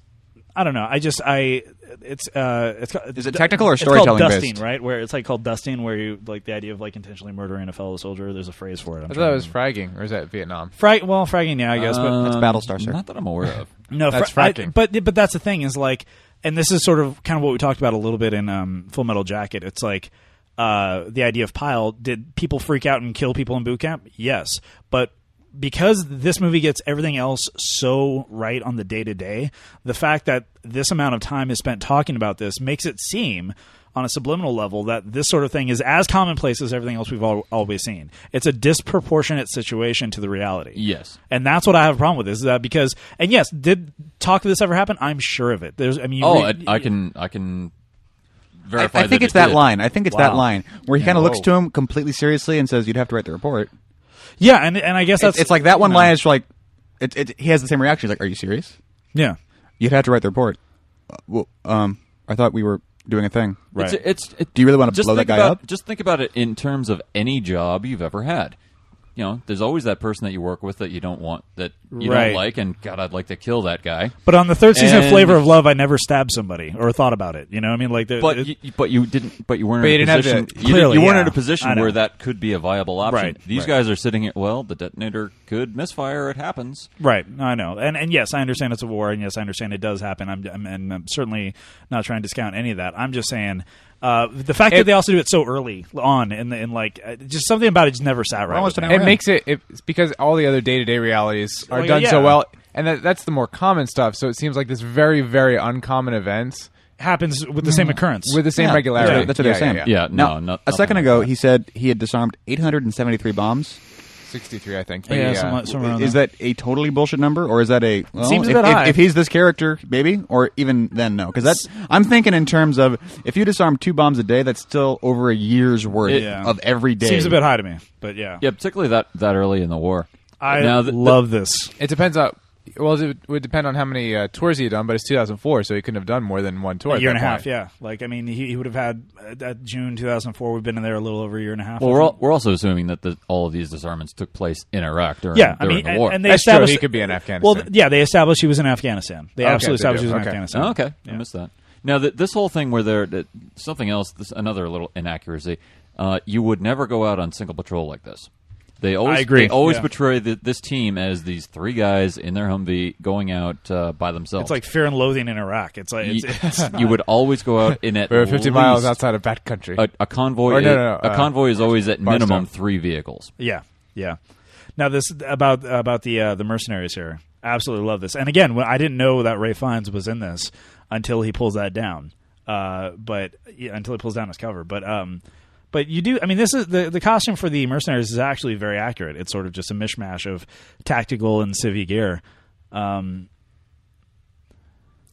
I don't know. I just I it's uh it's ca-
Is it technical or
it's called
storytelling
dusting,
based?
right? Where it's like called dusting, where you like the idea of like intentionally murdering a fellow soldier. There's a phrase for it. I'm
I
trying
thought
to
it was
remember.
fragging, or is that Vietnam?
frag. Well, fragging, yeah, I guess, but
That's Battlestar, sir.
Uh, Not that I'm aware of.
no,
That's
fra- I-
fracking.
but but that's the thing is like, and this is sort of kind of what we talked about a little bit in um, Full Metal Jacket. It's like uh, the idea of pile. Did people freak out and kill people in boot camp? Yes, but because this movie gets everything else so right on the day to day, the fact that this amount of time is spent talking about this makes it seem. On a subliminal level, that this sort of thing is as commonplace as everything else we've al- always seen. It's a disproportionate situation to the reality.
Yes.
And that's what I have a problem with this, is that because and yes, did talk of this ever happen? I'm sure of it. There's I mean you
Oh, I,
read-
I can I can
I,
verify.
I think
that
it's that
did.
line. I think it's that
Wow.
line where he kind of looks
Whoa.
to him completely seriously and says, "You'd have to write the report."
Yeah, and and I guess that's
It's, it's like that one
you know,
line is like, it, it, he has the same reaction. He's like, "Are you serious?
Yeah.
You'd have to write the report." Uh, well, um, I thought we were doing a thing.
Right.
It's, it's it,
Do you really want to
just
blow that
think
guy
about,
up?
Just think about it in terms of any job you've ever had. you know, there's always that person that you work with that you don't want that you
Right.
don't like, and God, I'd like to kill that guy.
But on the third season of
And-
Flavor of Love, I never stabbed somebody or thought about it. You know, what I mean, like, the,
But
it-
you, you- but you didn't. But you weren't
But you
in a
didn't have
position.
to-
you didn't-
Clearly,
you weren't in
yeah.
a
I
position
know.
where that could be a viable option.
Right,
These guys are sitting at well, the detonator could misfire. It happens.
right? I know, and and yes, I understand it's a war, and yes, I understand it does happen. I'm, I'm and I'm certainly not trying to discount any of that. I'm just saying. Uh, the fact that
It-
they also do it so early on, and and like uh, just something about it just never sat right.
Almost
with
an
me.
hour
it
in.
makes it, it it's because all the other day-to-day realities are
Well,
done so
yeah.
well and that, that's the more common stuff so it seems like this very very uncommon event
happens with the same occurrence.
with the same
Yeah,
regularity
That's what, that's what they're saying.
Yeah, no,
Now,
no-
a second
nothing like
ago,
that.
he said he had disarmed 873 bombs.
63 i think but
yeah,
yeah,
somewhat- somewhere around
Is
there.
that a totally bullshit number, or is that a well,
Seems a
if,
bit
if-
high.
if he's this character, maybe, or even then, no, because that's I'm thinking in terms of if you disarm two bombs a day, that's still over a year's worth
It- Yeah.
of every day.
seems a bit high to me? But yeah,
Yeah, particularly that that early in the war.
I
Now, the- the-
love this.
it depends on well it would depend on how many uh, tours he had done but it's 2004 so he couldn't have done more than one tour
a
at
year
that
and a half.
point.
Yeah, like I mean, he, he would have had uh, at June 2004. We've been in there a little over a year and a half.
Well,
I
we're,
think.
all, we're also assuming that the, all of these disarmaments took place in Iraq during,
yeah, I
during
mean,
the
and,
war.
and they
That's true,
established
he could be in Afghanistan.
Well, th- yeah, they established he was in Afghanistan. They
Okay,
absolutely
they do.
established he was in
Okay.
Afghanistan.
Oh, okay, I
Yeah.
missed that. Now, th- this whole thing where they're that- something else, this, another little inaccuracy. Uh, you would never go out on single patrol like this. They always
I agree,
They always
yeah.
portray the, this team as these three guys in their Humvee going out uh, by themselves.
It's like fear and loathing in Iraq. It's like it's,
you,
it's
you would always go out in at
we were 50 miles
least-
outside of that country
Uh,
A, a convoy.
Or no,
is-
no, no,
a
uh,
convoy is always at
Barstow.
minimum three vehicles.
yeah, yeah. Now this about about the uh, the mercenaries here. Absolutely love this. And again, when I didn't know that Ray Fiennes was in this until he pulls that down. Uh, but yeah, until he pulls down his cover, but um, but you do. I mean, this is the the costume for the mercenaries is actually very accurate. It's sort of just a mishmash of tactical and civvy gear. Um,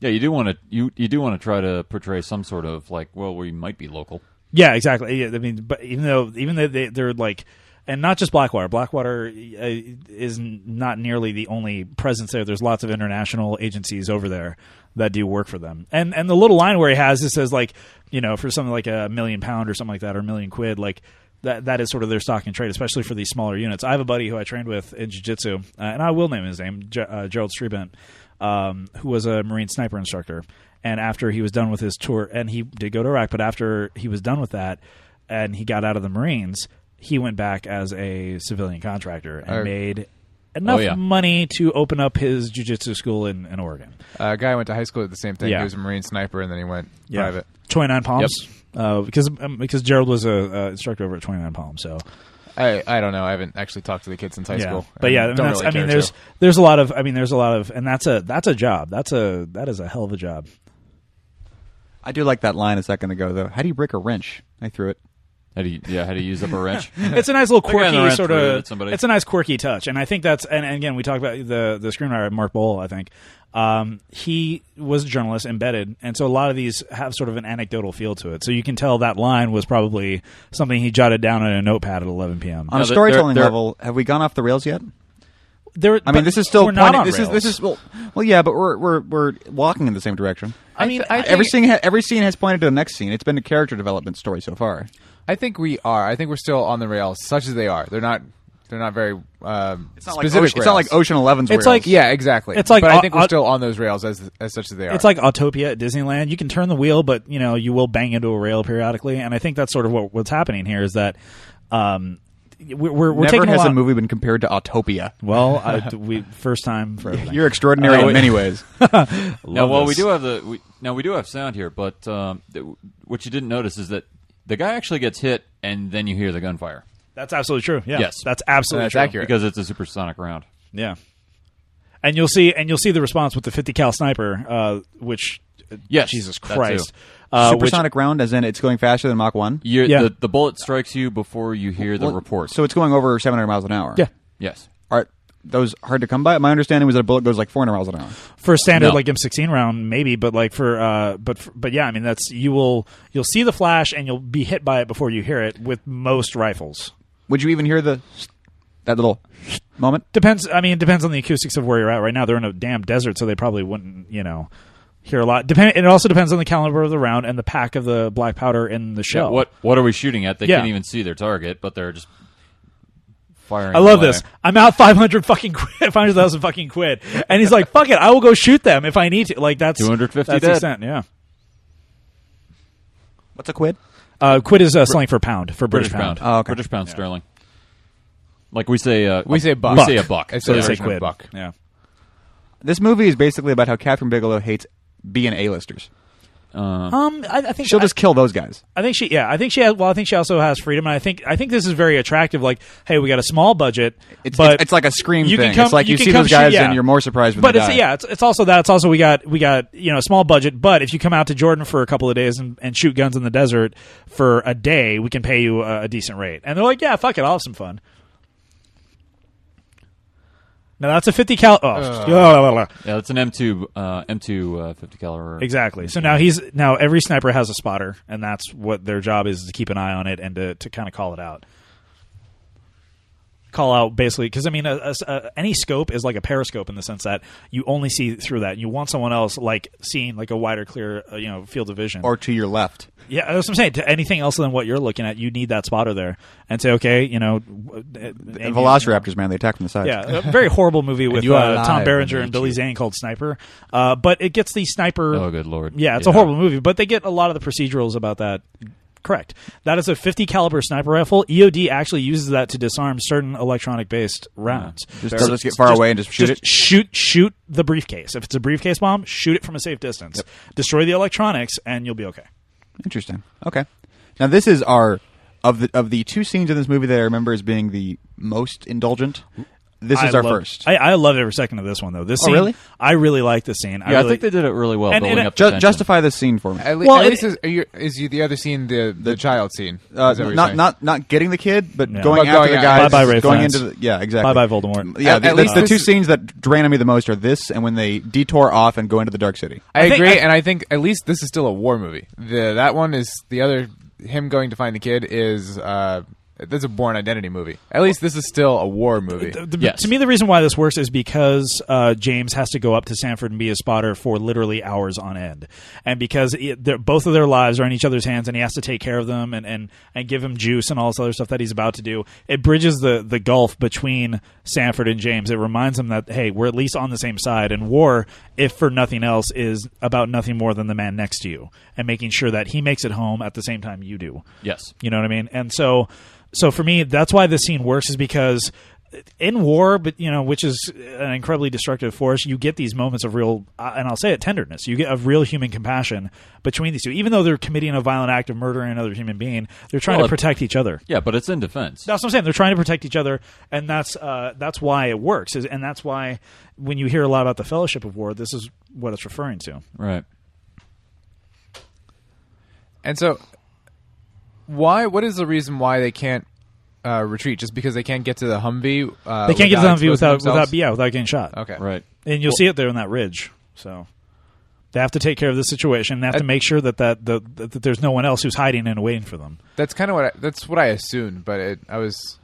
Yeah, you do want to you you do want to try to portray some sort of like well we might be local.
Yeah, exactly. Yeah, I mean, but even though even though they, they're like, and not just Blackwater. Blackwater uh, is n- not nearly the only presence there. There's lots of international agencies over there that do work for them. And and the little line where he has this says like, you know, for something like a million pound or something like that, or a million quid, like. That, that is sort of their stock and trade, especially for these smaller units. I have a buddy who I trained with in jiu-jitsu, uh, and I will name his name, Ge- uh, Gerald Strebent, um, who was a Marine sniper instructor. And after he was done with his tour, and he did go to Iraq, but after he was done with that, and he got out of the Marines, he went back as a civilian contractor and
Uh,
made enough
Oh, yeah.
money to open up his jujitsu school in, in Oregon.
a guy went to high school at the same thing
Yeah.
he was a marine sniper and then he went private
Twenty Nine Palms, uh, because um, because Gerald was a uh, instructor over at Twenty Nine Palms, so
I, I don't know i haven't actually talked to the kids since high
yeah.
school
But yeah, I mean,
don't
that's,
really
I mean
care
there's
to.
there's a lot of I mean there's a lot of and that's a that's a job that's a that is a hell of a job.
I do like that line a second ago though. How do you break a wrench? I threw it.
How do you yeah how do you use up a wrench?
it's a nice little
Like on the
quirky
rant
sort
thread
of.
with somebody.
It's a nice quirky touch, and I think that's and, and again we talked about the the screenwriter Mark Bowl. I think um, he was a journalist embedded, and so a lot of these have sort of an anecdotal feel to it. So you can tell that line was probably something he jotted down on a notepad at 11 p.m.
On
No,
a
they're-
storytelling
they're-
level, have we gone off the rails yet?
There,
I mean,
but
this is still
we're not
pointing-
on
this
rails.
is this is well, well, yeah, but we're we're we're walking in the same direction.
I mean, I,
every scene, ha- every scene has pointed to the next scene. It's been a character development story so far.
I think we are. I think we're still on the rails, such as they are. They're not. They're not very. Um,
It's not like
specific
Ocean, it's not like
rails.
Ocean Eleven's.
It's
rails.
like-
Yeah, exactly.
It's like
but
au-
I think we're
au-
still on those rails as as such as they are.
It's like Autopia at Disneyland. You can turn the wheel, but you know you will bang into a rail periodically, and I think that's sort of what, what's happening here is that um, we're we're, we're
never
taking
has
a,
a,
lot-
movie been compared to Autopia.
Well, I, we first time for everything.
You're extraordinary
Uh,
in
we-
many ways.
now well we
this.
do have the we, now we do have sound here, but um, th- what you didn't notice is that the guy actually gets hit and then you hear the gunfire
That's absolutely true. Yeah.
Yes.
that's absolutely
That's
true.
accurate.
because it's a supersonic round.
Yeah, and you'll see, and you'll see the response with the 50 cal sniper, uh, which
Yes,
Jesus
that too.
Christ, uh, which-
Supersonic round, as in it's going faster than Mach One.
You're,
Yeah.
the, the bullet strikes you before you hear the
Well,
report.
So it's going over 700 miles an hour.
yeah,
yes,
Are those hard to come by? My understanding was that a bullet goes like 400 miles an hour.
for a standard
No.
like M16 round, maybe, but like for, uh, but for, but yeah, I mean that's you will you'll see the flash and you'll be hit by it before you hear it with most rifles.
Would you even hear the that little moment?
Depends. I mean, it depends on the acoustics of where you're at right now. They're in a damn desert, so they probably wouldn't, you know, hear a lot. Depend. It also depends on the caliber of the round and the pack of the black powder in the shell.
Yeah, what what are we shooting at? They
Yeah.
can't even see their target, but they're just firing.
I love
away.
this. I'm out 500 fucking quid, 500,000 fucking quid. And he's like, fuck it, I will go shoot them if I need to. Like, that's
250
that's
dead.
extent, yeah.
What's a quid?
Uh, quid is uh, slang for pound, for British,
British pound.
Oh, okay.
British pound sterling. Like we say, uh,
We say buck.
We say a buck.
It's
So
Yeah,
they say
original
quid.
buck.
Yeah.
This movie is basically about how Catherine Bigelow hates being A-listers.
Um, I, I think
She'll
I-
just kill those guys.
I think she, yeah, I think she has. Well, I think she also has freedom, and I think I think this is very attractive. Like, hey, we got a small budget,
It's,
but
it's, it's like a scream
you
thing.
Can come,
it's like you,
can
see
come
those guys
shoot- yeah.
and you're more surprised when
But
they
it's
die.
yeah, it's, it's also that. It's also we got we got you know a small budget, but if you come out to Jordan for a couple of days and, and shoot guns in the desert for a day, we can pay you a, a decent rate. And they're like, yeah, fuck it, I'll have some fun. Now that's a fifty cal. Oh,
yeah, it's an M2, uh, M2 uh, 50 caliber.
Exactly. So now he's now every sniper has a spotter, and that's what their job is to keep an eye on it and to, to kind of call it out. Call out basically because I mean, a, a s- a- any scope is like a periscope in the sense that you only see through that. You want someone else like seeing like a wider, clear, uh, you know, field of vision.
Or to your left.
yeah, that's what I'm saying. To anything else than what you're looking at, you need that spotter there and say, okay, you know, w- uh,
And
aim-
Velociraptors, man, they attack from the sides.
yeah, a very horrible movie with
you are
uh, Tom
alive
Berenger
when
and
they
Billy
eat
Zane called Sniper. Uh, but it gets the sniper.
Oh, good lord.
Yeah, it's a horrible movie, but they get a lot of the procedurals about that. Correct. That is a 50 caliber sniper rifle. EOD actually uses that to disarm certain electronic based rounds.
Just- they'll just get far away and just shoot it?
Shoot, shoot the briefcase. If it's a briefcase bomb, shoot it from a safe distance. Destroy the electronics, and you'll be okay.
Interesting. Okay. Now this is our of the of the two scenes in this movie that I remember as being the most indulgent. This is
I
our
love-
first.
I, I love every second of this one though. This
Oh,
scene,
really?
I really like this scene.
Yeah, I,
really-
think they did it really well.
And-
building
and
up the
Ju-
tension.
justify this scene for me.
At, le-
Well,
at
it-
least is, are you, is you the other scene the the, child scene?
Uh,
Is that what you're
not
saying?
not not getting the kid, but
Yeah.
going
But
after
going
the
at-
guys.
Bye-bye, Ray
going
Fields.
into the, yeah, exactly.
Bye-bye, Voldemort.
Yeah,
At-
the,
at
the-
least
the
this
two
is-
scenes that drain on me the most are this and when they detour off and go into the dark city.
I,
I think-
agree,
I-
and I think at least this is still a war movie. The that one is the other him going to find the kid is uh that's a born identity movie. At least this is still a war movie.
The- the-
Yes.
To me, the reason why this works is because uh, James has to go up to Sanford and be a spotter for literally hours on end, and because it, they're- both of their lives are in each other's hands, and he has to take care of them and, and, and give him juice and all this other stuff that he's about to do. It bridges the the gulf between Sanford and James. It reminds him that hey, we're at least on the same side, and war, if for nothing else, is about nothing more than the man next to you and making sure that he makes it home at the same time you do.
Yes.
You know what I mean? And so, so for me, that's why this scene works is because in war, but you know, which is an incredibly destructive force, you get these moments of real, uh, and I'll say it, tenderness. You get of real human compassion between these two, even though they're committing a violent act of murdering another human being. They're trying
Well,
to protect each other.
Yeah, but it's in defense.
That's what I'm saying. They're trying to protect each other, and that's uh, that's why it works. Is, and that's why when you hear a lot about the Fellowship of War, this is what it's referring to.
Right.
and so why what is the reason why they can't uh, retreat just because they can't get to the Humvee? Uh,
They can't get to the Humvee
exposing
without
themselves?
without yeah without getting shot.
Okay.
Right.
and you'll see it there in that ridge. So they have to take care of the situation. They have to make sure that that, the, that that there's no one else who's hiding and waiting for them.
That's kind of what I, that's what I assumed, but it, I was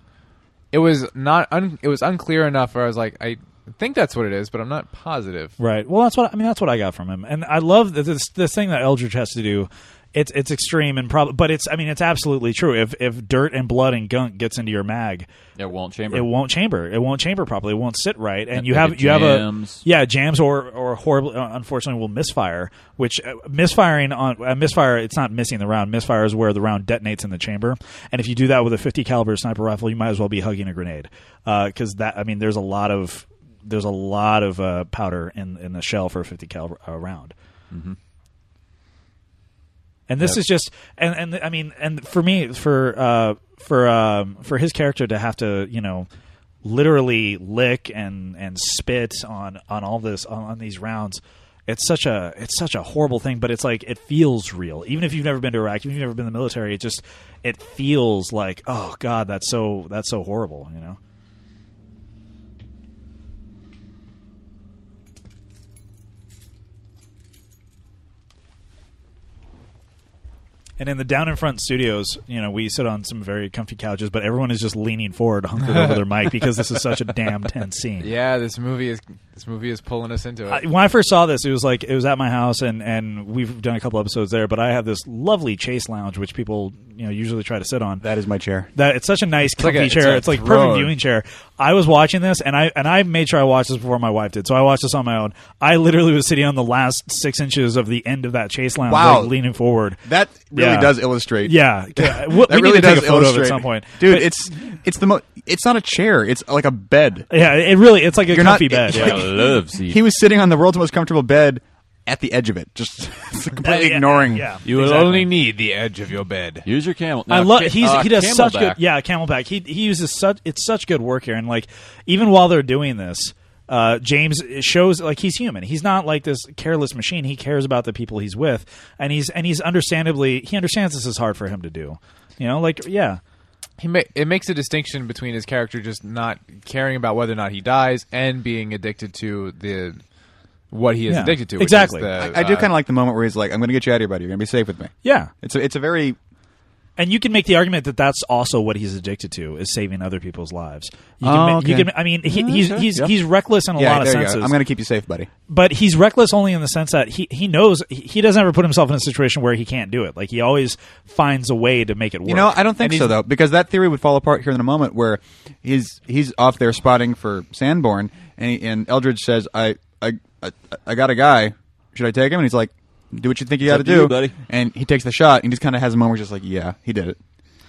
it was not un, it was unclear enough where I was like I think that's what it is, but I'm not positive.
Right. Well, that's what I mean. That's what I got from him, and I love that this this thing that Eldridge has to do. It's it's extreme and probably, but it's I mean it's absolutely true. If if dirt and blood and gunk gets into your mag,
It won't chamber.
it won't chamber. It won't chamber properly. It won't sit right, and
Yeah,
you
like
have
it
you have a
jams.
yeah jams or or horribly uh, unfortunately will misfire. Which uh, misfiring on a misfire, it's not missing the round. Misfire is where the round detonates in the chamber, and if you do that with a 50 caliber sniper rifle, you might as well be hugging a grenade because that I mean there's a lot of there's a lot of uh, powder in in the shell for a 50 caliber uh, round. And this is just and and I mean and for me for uh for um for his character to have to, you know, literally lick and and spit on on all this on, on these rounds. It's such a it's such a horrible thing, but it's like it feels real. Even if you've never been to Iraq, even if you've never been in the military, it just it feels like, oh god, that's so that's so horrible, you know. And in the down in front studios, you know, we sit on some very comfy couches, but everyone is just leaning forward, hunkered over their mic because this is such a damn tense scene.
Yeah, this movie is This movie is pulling us into
I,
it.
when I first saw this, it was like it was at my house, and and we've done a couple episodes there. But I have this lovely chase lounge, which people you know usually try to sit on.
That is my chair.
That it's such a nice
like
comfy
a- it's
chair.
a
It's, like
throne.
perfect viewing chair. I was watching this, and I and I made sure I watched this before my wife did. So I watched this on my own. I literally was sitting on the last six inches of the end of that chase lounge,
Wow.
like leaning forward.
That really
Yeah.
does illustrate.
yeah, that we
That
need
really
to take
does
a photo of it
illustrate
at some point,
dude.
But-
it's it's the mo- It's not a chair. It's like a bed.
yeah, it really it's like a
You're not-
comfy bed.
Yeah,
yeah.
I love seeing-
He was sitting on the world's most comfortable bed at the edge of it, just completely
Yeah,
ignoring.
yeah.
You will
Exactly.
only need the edge of your bed.
Use your camel.
I
no,
love
ca-
he's
uh,
he does such good
camelback.
yeah camelback he he uses such it's such good work here and like even while they're doing this uh, James shows like he's human he's not like this careless machine he cares about the people he's with and he's and he's understandably he understands this is hard for him to do you know like yeah
He ma- it makes a distinction between his character just not caring about whether or not he dies and being addicted to the what he is
Yeah.
addicted to. which is
Exactly.
the,
I, I do
uh,
kind of like the moment where he's like, "I'm going to get you out of here, buddy. You're going to be safe with me."
yeah
It's a, it's a very
and you can make the argument that that's also what he's addicted to is saving other people's lives you can,
Oh,
ma- you
okay.
can I mean he, he's
sure.
he's
Yeah.
he's reckless in a
yeah.
lot of
There you
senses
go. I'm going to keep you safe, buddy.
but he's reckless only in the sense that he, he knows he- he doesn't ever put himself in a situation where he can't do it. Like he always finds a way to make it work.
You know, I don't think
And
so
he's-
though, because that theory would fall apart here in a moment. Where he's he's off there spotting for Sanborn, and he, and Eldridge says, I, "I I I got a guy. Should I take him?" And he's like, "Do what you think you got
It's
to
up to
do,
you, buddy."
And he takes the shot, and he just kind of has a moment, where he's just like, "Yeah, he did it."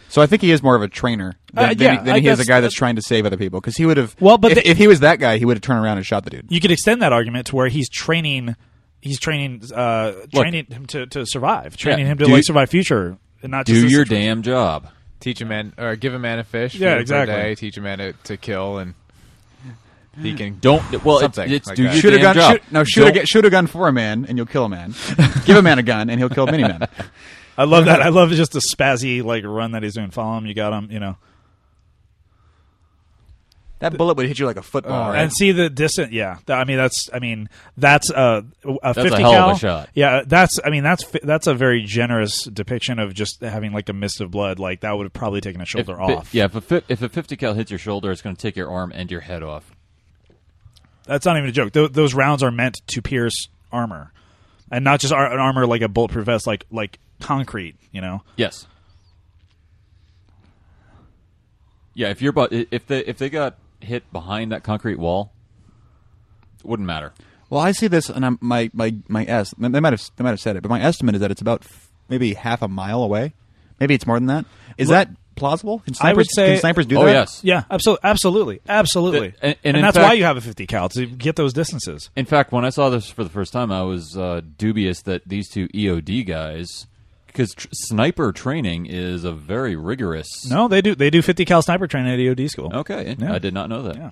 So I think he is more of a trainer than,
Uh,
than
yeah,
he, than
I
he is a
guess
guy that's
that-
trying to save other people. Because he would have
Well, but
if,
the-
if he was that guy, he would have turned around and shot the dude.
you could extend that argument to where he's training, he's training, uh, training him to, to survive, training
Yeah.
him to
Do-
like survive future, and not just
Do
this
your
situation.
damn job.
teach a man or give a man a fish.
Yeah,
feed him for a
exactly.
day, teach a man to, to kill, and he can
Don't. Well, it,
Something
it's
like
do
that.
your
Shoot a
damn
gun.
job.
Shoot, no, shoot a,
Don't-
gu- shoot a gun for a man, and you'll kill a man. Give a man a gun, and he'll kill many men.
I love that. I love just the spazzy like run that he's doing. Follow him, you got him, you know.
That bullet would hit you like a football. right?
And see the distance. Yeah, Th- I mean that's. I mean that's uh, a
a
fifty
hell of a
cal.
shot.
Yeah, uh, that's. I mean that's fi- that's a very generous depiction of just having like a mist of blood. Like that would have probably taken a
If,
shoulder
fi-
off.
Yeah, if a, fi- if a 50 cal hits your shoulder, it's going to take your arm and your head off.
that's not even a joke. Tho- those rounds are meant to pierce armor, and not just ar- an armor like a bulletproof vest, like like concrete. You know.
Yes. Yeah, if your butt, i- if they if they got hit behind that concrete wall, it wouldn't matter.
Well, I see this, and I'm, my my my s. They might have they might have said it, but my estimate is that it's about f- maybe half a mile away. Maybe it's more than that. Is that plausible? Can snipers,
I would say-
can snipers do
oh
that?
yes.
Yeah, absolutely, absolutely, absolutely.
Th- and- and
and,
in
that's
fact-
why you have a fifty cal to get those distances.
In fact, when I saw this for the first time, I was uh, dubious that these two EOD guys, because tr- sniper training is a very rigorous.
No, they do. They do fifty cal sniper training at EOD school.
Okay,
Yeah.
I did not know that.
Yeah.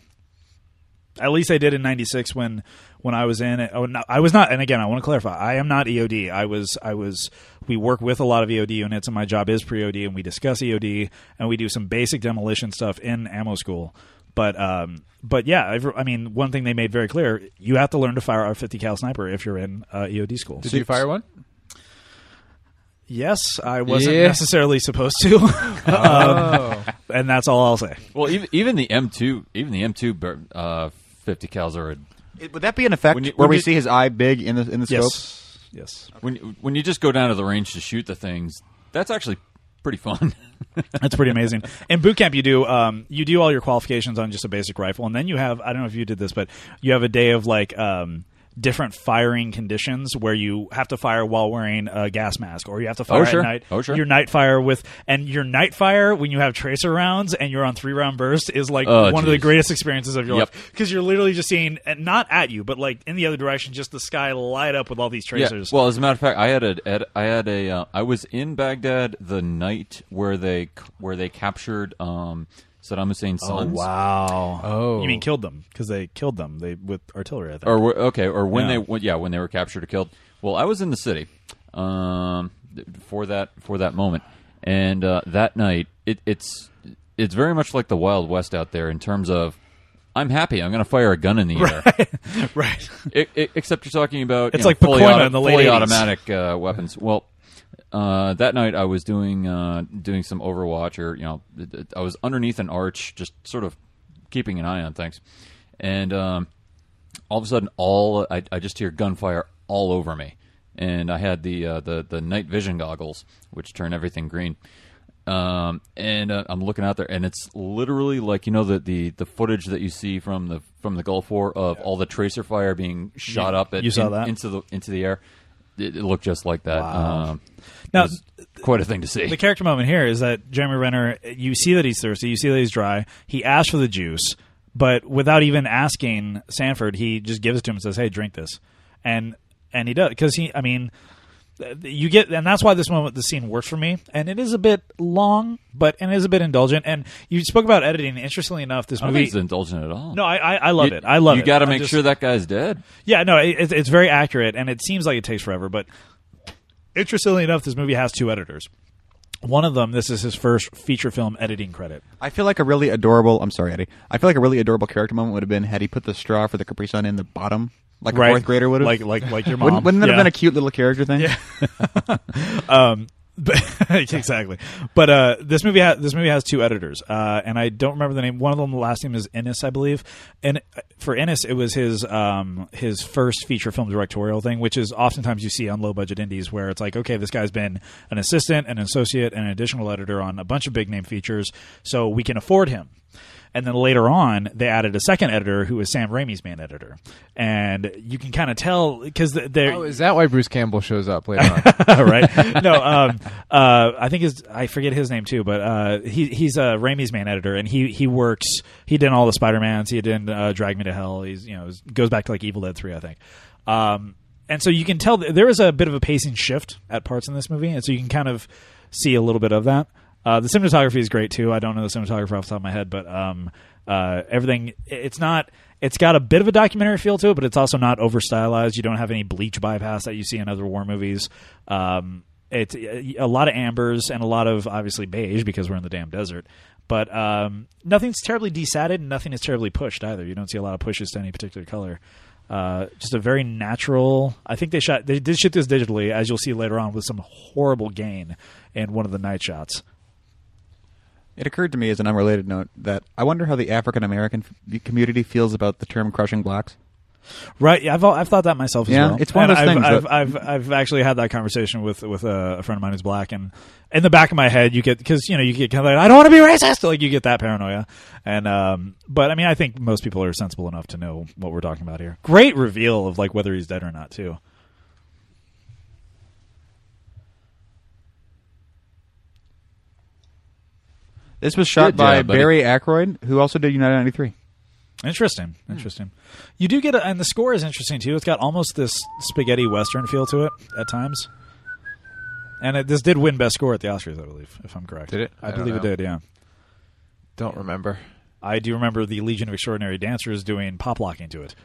At least I did in '96 when when I was in. it. Oh, no, I was not. And again, I want to clarify. I am not EOD. I was. I was. We work with a lot of EOD units, and my job is pre-OD, and we discuss EOD, and we do some basic demolition stuff in ammo school. But um, but yeah, I've, I mean, one thing they made very clear: you have to learn to fire a 50 cal sniper if you're in uh, EOD school.
Did you fire one?
Yes, I wasn't
Yeah.
necessarily supposed to, um, and that's all I'll say.
Well, even, even the M two, even the M two uh, fifty cals are.
It- would that be an effect
When you-
where
when
we
you-
see his eye big in the in the scope?
Yes, yes.
When you- when you just go down to the range to shoot the things, that's actually pretty fun.
That's pretty amazing. In boot camp, you do um, you do all your qualifications on just a basic rifle, and then you have I don't know if you did this, but you have a day of like um, different firing conditions where you have to fire while wearing a gas mask, or you have to fire
sure.
at night.
Oh, sure.
Your night fire with and your night fire when you have tracer rounds and you're on three round burst is like
Oh,
one of the
geez.
greatest experiences of your
Yep.
life because you're literally just seeing and not at you, but like in the other direction, just the sky light up with all these tracers.
Well, as a matter of fact, I had a ed- I had a uh, I was in Baghdad the night where they where they captured um, Saddam Hussein's
Oh,
sons.
wow!
Oh.
you mean killed them because they killed them they with artillery? I think.
Or wh- okay, or when
Yeah.
they when, yeah when they were captured or killed. Well, I was in the city um, th- for that for that moment, and uh, that night it, it's it's very much like the Wild West out there in terms of. I'm happy. I'm going to fire a gun in the air.
right.
I- I- except you're talking about you
It's
know,
like
fully,
Pacoima
auto-
in the late
fully
80s.
automatic uh, weapons. Well, uh, that night I was doing uh, doing some Overwatch, or you know, th- th- I was underneath an arch, just sort of keeping an eye on things, and um, all of a sudden, all I, I just hear gunfire all over me, and I had the uh, the the night vision goggles, which turn everything green. Um, and uh, I'm looking out there, and it's literally like you know the, the the footage that you see from the from the Gulf War of all the tracer fire being shot up at,
You saw
in-
that?
into the into the air. It, it looked just like that.
Wow.
Um,
Now,
it was quite a thing to see.
The character moment here is that Jeremy Renner, you see that he's thirsty, you see that he's dry. He asks for the juice, but without even asking Sanford, he just gives it to him and says, "Hey, drink this," and and he does because he, I mean, th- you get, and that's why this moment, the scene works for me, and it is a bit long, but and it is a bit indulgent. And you spoke about editing. Interestingly enough, this
I don't think
movie.
it's indulgent at all.
No, I, I, I love
You-
it. I love
you
it.
got to
I'm
make
just-
sure that guy's dead.
Yeah, no, it, it's- it's very accurate, and it seems like it takes forever. But interestingly enough, this movie has two editors. One of them, this is his first feature film editing credit.
I feel like a really adorable. I'm sorry, Eddie. I feel like a really adorable character moment would have been had he put the straw for the Capri Sun in the bottom, like a fourth grader would have.
like, like, like your mom.
wouldn't, wouldn't that
Yeah.
have been a cute little character thing? Yeah.
But- exactly. But uh, this movie ha- this movie has two editors, uh, and I don't remember the name. One of them, the last name is Ennis, I believe. And uh, for Ennis, it was his um, his first feature film directorial thing, which is oftentimes you see on low budget indies where it's like, okay, this guy's been an assistant, an associate, and an additional editor on a bunch of big name features, so we can afford him. And then later on, they added a second editor who was Sam Raimi's main editor, and you can kind of tell because they're
Oh, is that why Bruce Campbell shows up later on?
right? No, um, uh, I think his I forget his name too, but uh, he he's uh, Raimi's main editor, and he he works. He did all the Spider Mans. He did uh, Drag Me to Hell. He's you know goes back to like Evil Dead Three, I think. Um, and so you can tell th- there is a bit of a pacing shift at parts in this movie, and so you can kind of see a little bit of that. Uh, the cinematography is great too. I don't know the cinematographer off the top of my head, but um, uh, everything it's not. It's got a bit of a documentary feel to it, but it's also not over stylized. You don't have any bleach bypass that you see in other war movies. Um, it's a lot of ambers and a lot of obviously beige because we're in the damn desert. But um, nothing's terribly desatted and nothing is terribly pushed either. You don't see a lot of pushes to any particular color. Uh, just a very natural. I think they shot. They did shoot this digitally, as you'll see later on, with some horrible gain in one of the night shots.
It occurred to me as an unrelated note that I wonder how the African American f- community feels about the term "crushing blacks."
Right. Yeah, I've, al- I've thought that myself as
Yeah,
well.
it's one of
And
those
I've,
things
I've,
that-
I've, I've, actually had that conversation with, with a, a friend of mine who's black, and in the back of my head, you get because you know you get kind of like I don't want to be racist, like you get that paranoia. And um, but I mean, I think most people are sensible enough to know what we're talking about here. Great reveal of like whether he's dead or not too.
This was shot
Good
by
job, buddy.
Barry Ackroyd, who also did United '93.
Interesting,
Hmm.
interesting. You do get, a, and the score is interesting too. It's got almost this spaghetti western feel to it at times. And it, this did win best score at the Oscars, I believe, if I'm correct.
Did it?
I,
I don't
believe it
know.
did. Yeah.
Don't remember.
I do remember the Legion of Extraordinary Dancers doing pop locking to it.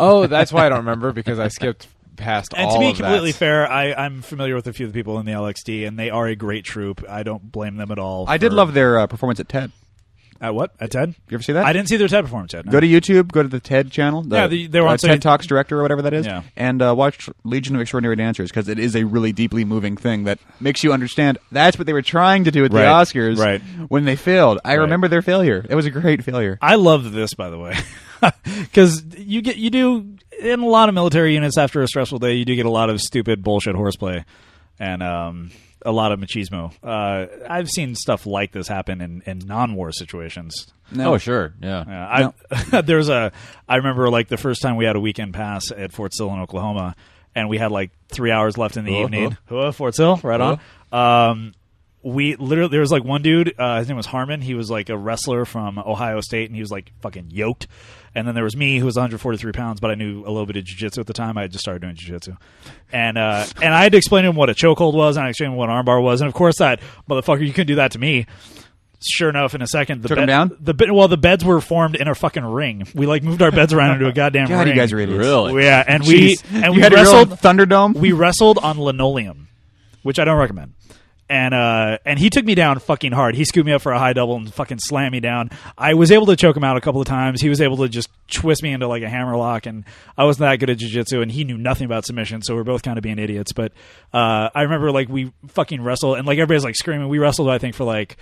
Oh, that's why I don't remember because I skipped past
And
all
to be
of that.
completely fair, I, I'm familiar with a few of the people in the LXD, and they are a great troupe. I don't blame them at all.
I did
for-
love their uh, performance at TED.
at what at TED.
You ever see that?
I didn't see their TED performance yet. no.
Go to YouTube. Go to the TED channel. The,
Yeah, they- they were on
uh,
saying-
TED Talks director or whatever that is,
Yeah.
and uh, watch Legion of Extraordinary Dancers because it is a really deeply moving thing that makes you understand that's what they were trying to do at
Right,
the Oscars
right.
when they failed. I remember their failure. It was a great failure.
I love this, by the way, because you get you do in a lot of military units after a stressful day, you do get a lot of stupid bullshit horseplay, and um, a lot of machismo. Uh, I've seen stuff like this happen in, in non-war situations.
Oh, sure. Yeah.
Yeah, I there's a I remember like the first time we had a weekend pass at Fort Sill in Oklahoma, and we had like three hours left in the
Uh-huh.
evening. Huh, Fort Sill, right on. Um, we literally there was like one dude. Uh, his name was Harmon. He was like a wrestler from Ohio State, and he was like fucking yoked. And then there was me, who was 143 pounds, but I knew a little bit of jujitsu at the time. I had just started doing jujitsu, and uh, and I had to explain to him what a chokehold was, and I explained to him what an armbar was, and of course that motherfucker, you couldn't do that to me. Sure enough, in a second, the
Took him
bed-
down?
The bed, well, the beds were formed in a fucking ring. We like moved our beds around into a goddamn
God,
ring.
you guys are idiots.
Really?
Yeah, and
Jeez.
we and
you
we
had
wrestled
a real Thunderdome.
we wrestled on linoleum, which I don't recommend. And uh, and he took me down fucking hard. He scooped me up for a high double and fucking slammed me down. I was able to choke him out a couple of times. He was able to just twist me into like a hammer lock, and I wasn't that good at jujitsu, and he knew nothing about submission, so we are both kind of being idiots. But uh, I remember like we fucking wrestled, and like everybody's like screaming. We wrestled, I think, for like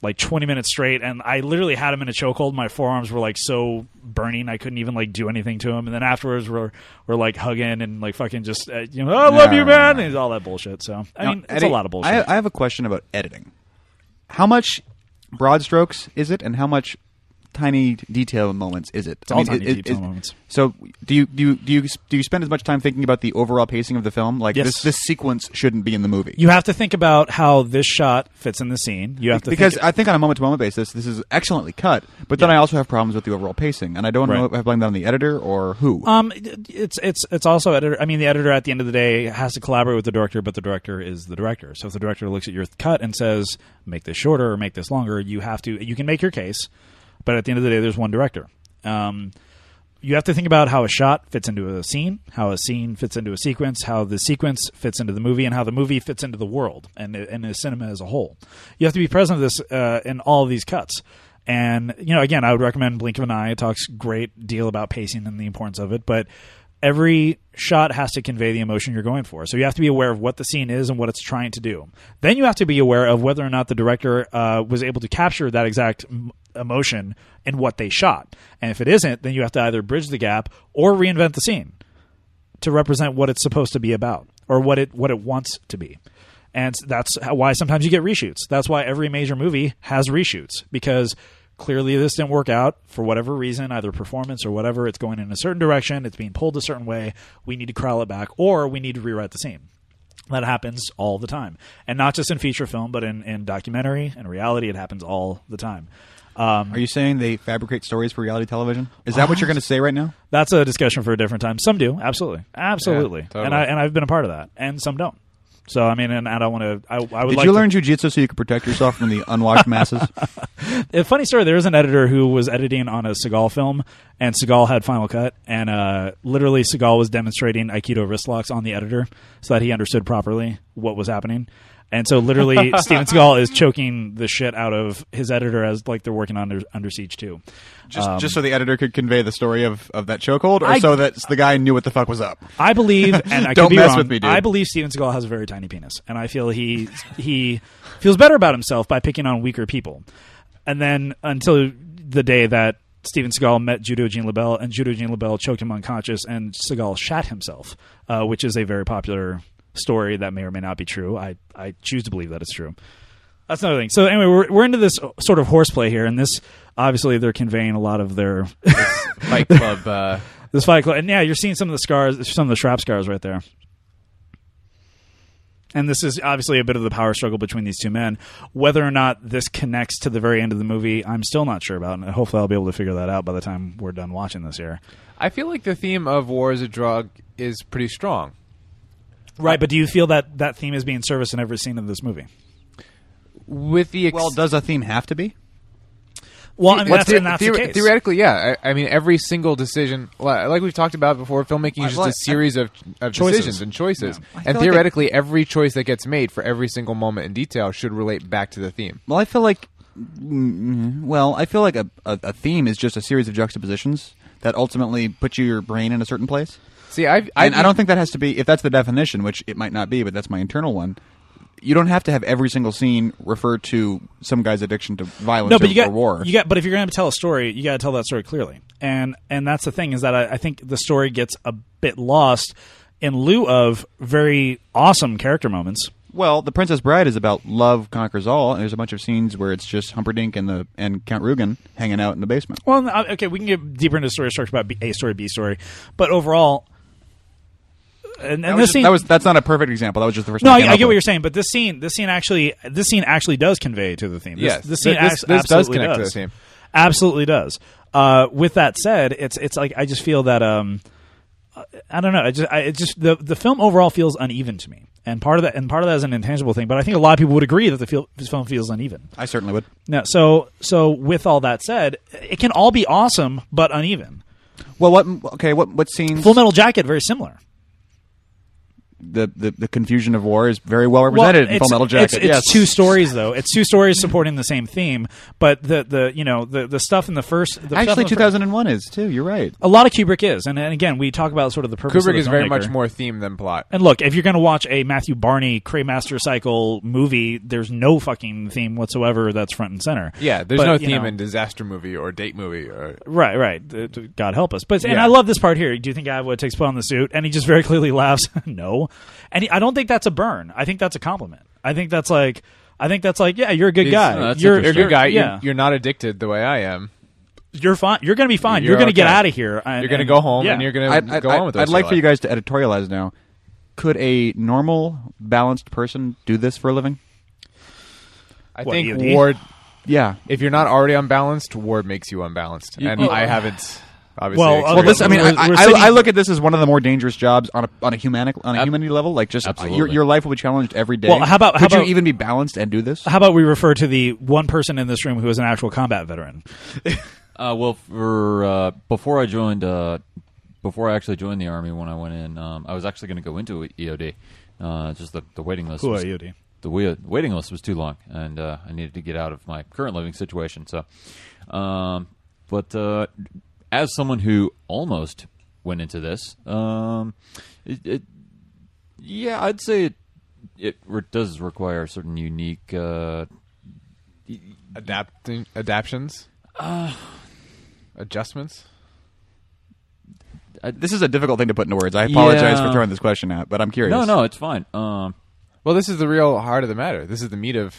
like 20 minutes straight and I literally had him in a chokehold. My forearms were like so burning I couldn't even like do anything to him. And then afterwards we're we're like hugging and like fucking just uh, you know I love you man and all that bullshit. So I
Now,
mean it's
Eddie,
a lot of bullshit.
I, I have a question about editing. How much broad strokes is it, and how much tiny detail moments is it? It's
all tiny detail moments.
So do you do you, do you do you spend as much time thinking about the overall pacing of the film? Like
Yes.
this this sequence shouldn't be in the movie.
you have to think about how this shot fits in the scene. You have to
because
think,
I think on a moment to moment basis, this is excellently cut. But then I also have problems with the overall pacing, and I don't know
Right.
if I blame that on the editor or who.
Um, it- it's it's it's also editor. I mean, the editor at the end of the day has to collaborate with the director, but the director is the director. So if the director looks at your cut and says, "Make this shorter or make this longer," you have to. You can make your case, but at the end of the day, there's one director. Um, you have to think about how a shot fits into a scene, how a scene fits into a sequence, how the sequence fits into the movie, and how the movie fits into the world and the, and the cinema as a whole. You have to be present with this uh, in all of these cuts. And you know, again, I would recommend Blink of an Eye. It talks great deal about pacing and the importance of it, but every shot has to convey the emotion you're going for. So you have to be aware of what the scene is and what it's trying to do. Then you have to be aware of whether or not the director uh, was able to capture that exact m- emotion in what they shot. And if it isn't, then you have to either bridge the gap or reinvent the scene to represent what it's supposed to be about or what it what it wants to be. And that's how, why sometimes you get reshoots. That's why every major movie has reshoots because clearly this didn't work out for whatever reason, either performance or whatever. It's going in a certain direction. It's being pulled a certain way. We need to corral it back, or we need to rewrite the scene. That happens all the time, and not just in feature film, but in, in documentary and reality. It happens all the time. Um,
Are you saying they fabricate stories for reality television? Is that what you're going to say right now?
that's a discussion for a different time. Some do, absolutely, absolutely,
totally.
and I and I've been a part of that, and some don't. So I mean, and I don't want to. I, I would
Did
like
you
to-
learn jujitsu so you could protect yourself from the unwashed masses?
a funny story. There was an editor who was editing on a Seagal film, and Seagal had Final Cut, and uh, literally Seagal was demonstrating Aikido wrist locks on the editor so that he understood properly what was happening. And so, literally, Steven Seagal is choking the shit out of his editor as like they're working on Under, Under Siege too. Um,
Just, just so the editor could convey the story of, of that chokehold, or
I-
so that the guy knew what the fuck was up.
I believe, and I
Don't
could be
mess
wrong,
with me, dude.
I believe Steven Seagal has a very tiny penis, and I feel he he feels better about himself by picking on weaker people. And then until the day that Steven Seagal met Judo Jean LaBelle, and Judo Jean LaBelle choked him unconscious, and Seagal shot himself, uh, which is a very popular story that may or may not be true. I I choose to believe that it's true. That's another thing. So anyway, we're, we're into this sort of horseplay here, and this obviously they're conveying a lot of their
Fight Club. Uh,
this fight club. And yeah, you're seeing some of the scars, some of the strap scars right there. And this is obviously a bit of the power struggle between these two men. Whether or not this connects to the very end of the movie, I'm still not sure about, and hopefully I'll be able to figure that out by the time we're done watching this here.
I feel like the theme of war as a drug is pretty strong.
Right, but do you feel that that theme is being serviced in every scene of this movie?
With the ex-
Well, does a theme have to be?
Well, I mean,
Well,
that's,
the-
and that's the
theor-
case.
Theoretically, yeah. I, I mean, every single decision, li- like we've talked about before, filmmaking is just
like-
a series of, of
Choices.
decisions and choices.
I feel
And
like
theoretically, every choice that gets made for every single moment in detail should relate back to the theme.
Well, I feel like, mm, well, I feel like a, a, a theme is just a series of juxtapositions that ultimately put you, your brain in a certain place.
See, I've,
And I
I've-
don't think that has to be, if that's the definition, which it might not be, but that's my internal one. You don't have to have every single scene refer to some guy's addiction to violence
no,
or,
but you got
or war.
You got, but if you're going to tell a story, you got to tell that story clearly. And and that's the thing is that I, I think the story gets a bit lost in lieu of very awesome character moments.
Well, The Princess Bride is about love conquers all, and there's a bunch of scenes where it's just Humperdinck and the and Count Rugen hanging out in the basement.
Well, no, okay, we can get deeper into story structure about B- A story, B story, but overall, and,
That was,
and this
just-
scene.
that was that's not a perfect example. That was just the first.
no,
one came
I, I
up
get what
with.
you're saying, but this scene, this scene actually, this scene actually does convey to the theme. This,
Yes.
this scene
Th- this-
ac-
this does
absolutely
connect to
does.
the theme.
Absolutely does. Uh, with that said, it's it's like I just feel that um, I don't know. I just, I, it just the the film overall feels uneven to me, and part of that and part of that is an intangible thing. But I think a lot of people would agree that the feel, this film feels uneven.
I certainly would.
No, so so with all that said, it can all be awesome but uneven.
Well, what? Okay, what? What scenes?
Full Metal Jacket very similar.
the, the, the confusion of war is very well represented in Full Metal Jacket.
It's, it's
yes.
two stories though. It's two stories supporting the same theme, but the the you know the the stuff in the first the stuff in
Actually,
the fir-
2001 is too. You're right.
a lot of Kubrick is, and, and again we talk about sort of the purpose. of
Kubrick
the
is very
filmmaker.
much more theme than plot.
And look, if you're going to watch a Matthew Barney Craymaster Cycle movie, there's no fucking theme whatsoever that's front and center.
Yeah, there's
But,
no
you
theme
know-
in disaster movie or date movie or
Right, right. Th- th- God help us. But and
Yeah.
I love this part here. Do you think Avoid takes put on the suit? And he just very clearly laughs. no, and he, I don't think that's a burn. I think that's a compliment. I think that's like, I think that's like, yeah, you're a good
He's-
guy.
no, that's
you're,
you're a
interesting.
good guy. You're,
Yeah, you're,
you're not addicted the way I am.
fine. You're gonna be fine. You're,
You're
gonna get
okay.
out of here. And,
You're going to
and-
go home
yeah.
and you're going
I'd,
to go on with. the
I'd
rest of
like
your
for you guys
life.
to editorialize now. Could a normal, balanced person do this for a living?
I
What, E
think
EOD?
war.
Yeah.
If you're not already unbalanced, war makes you unbalanced, and
well,
I haven't. Obviously,
Oh. well,
Well, this,
experienced
I mean, I,
We're- we're
I,
sitting-
I look at this as one of the more dangerous jobs on a on a humanic on a
Ab-
humanity level. Like, just
Absolutely.
your your life will be challenged every day.
Well, how about- how
could
about-
you even be balanced and do this?
How about we refer to the one person in this room who is an actual combat veteran?
Uh, well, for uh, before I joined, uh, before I actually joined the army, when I went in, um, I was actually going to go into EOD. Uh, just the, the waiting list.
Who
was-
are you, D?
The wai- waiting list was too long, and uh, I needed to get out of my current living situation. So, um, but uh, as someone who almost went into this, um, it, it yeah, I'd say it it re- does require certain unique. Uh,
adapting adaptions,
Uh.
adjustments.
This is a difficult thing to put into words. I apologize
Yeah.
for throwing this question out, but I'm curious.
no, no, it's fine. Um,
Well, this is the real heart of the matter. This is the meat of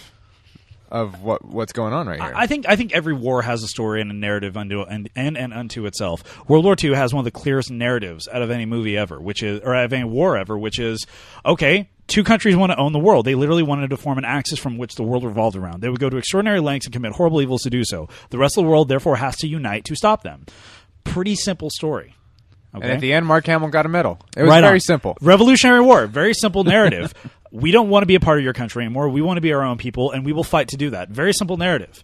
of what what's going on right here.
I think I think every war has a story and a narrative unto and and, and unto itself. World War II has one of the clearest narratives out of any movie ever, which is or out of any war ever, which is okay. Two countries want to own the world. They literally wanted to form an axis from which the world revolved around. They would go to extraordinary lengths and commit horrible evils to do so. The rest of the world therefore has to unite to stop them. Pretty simple story. Okay?
and at the end, Mark Hamill got a medal. It was
Right
very
on.
simple.
Revolutionary War, very simple narrative. we don't want to be a part of your country anymore. We want to be our own people, and we will fight to do that. Very simple narrative.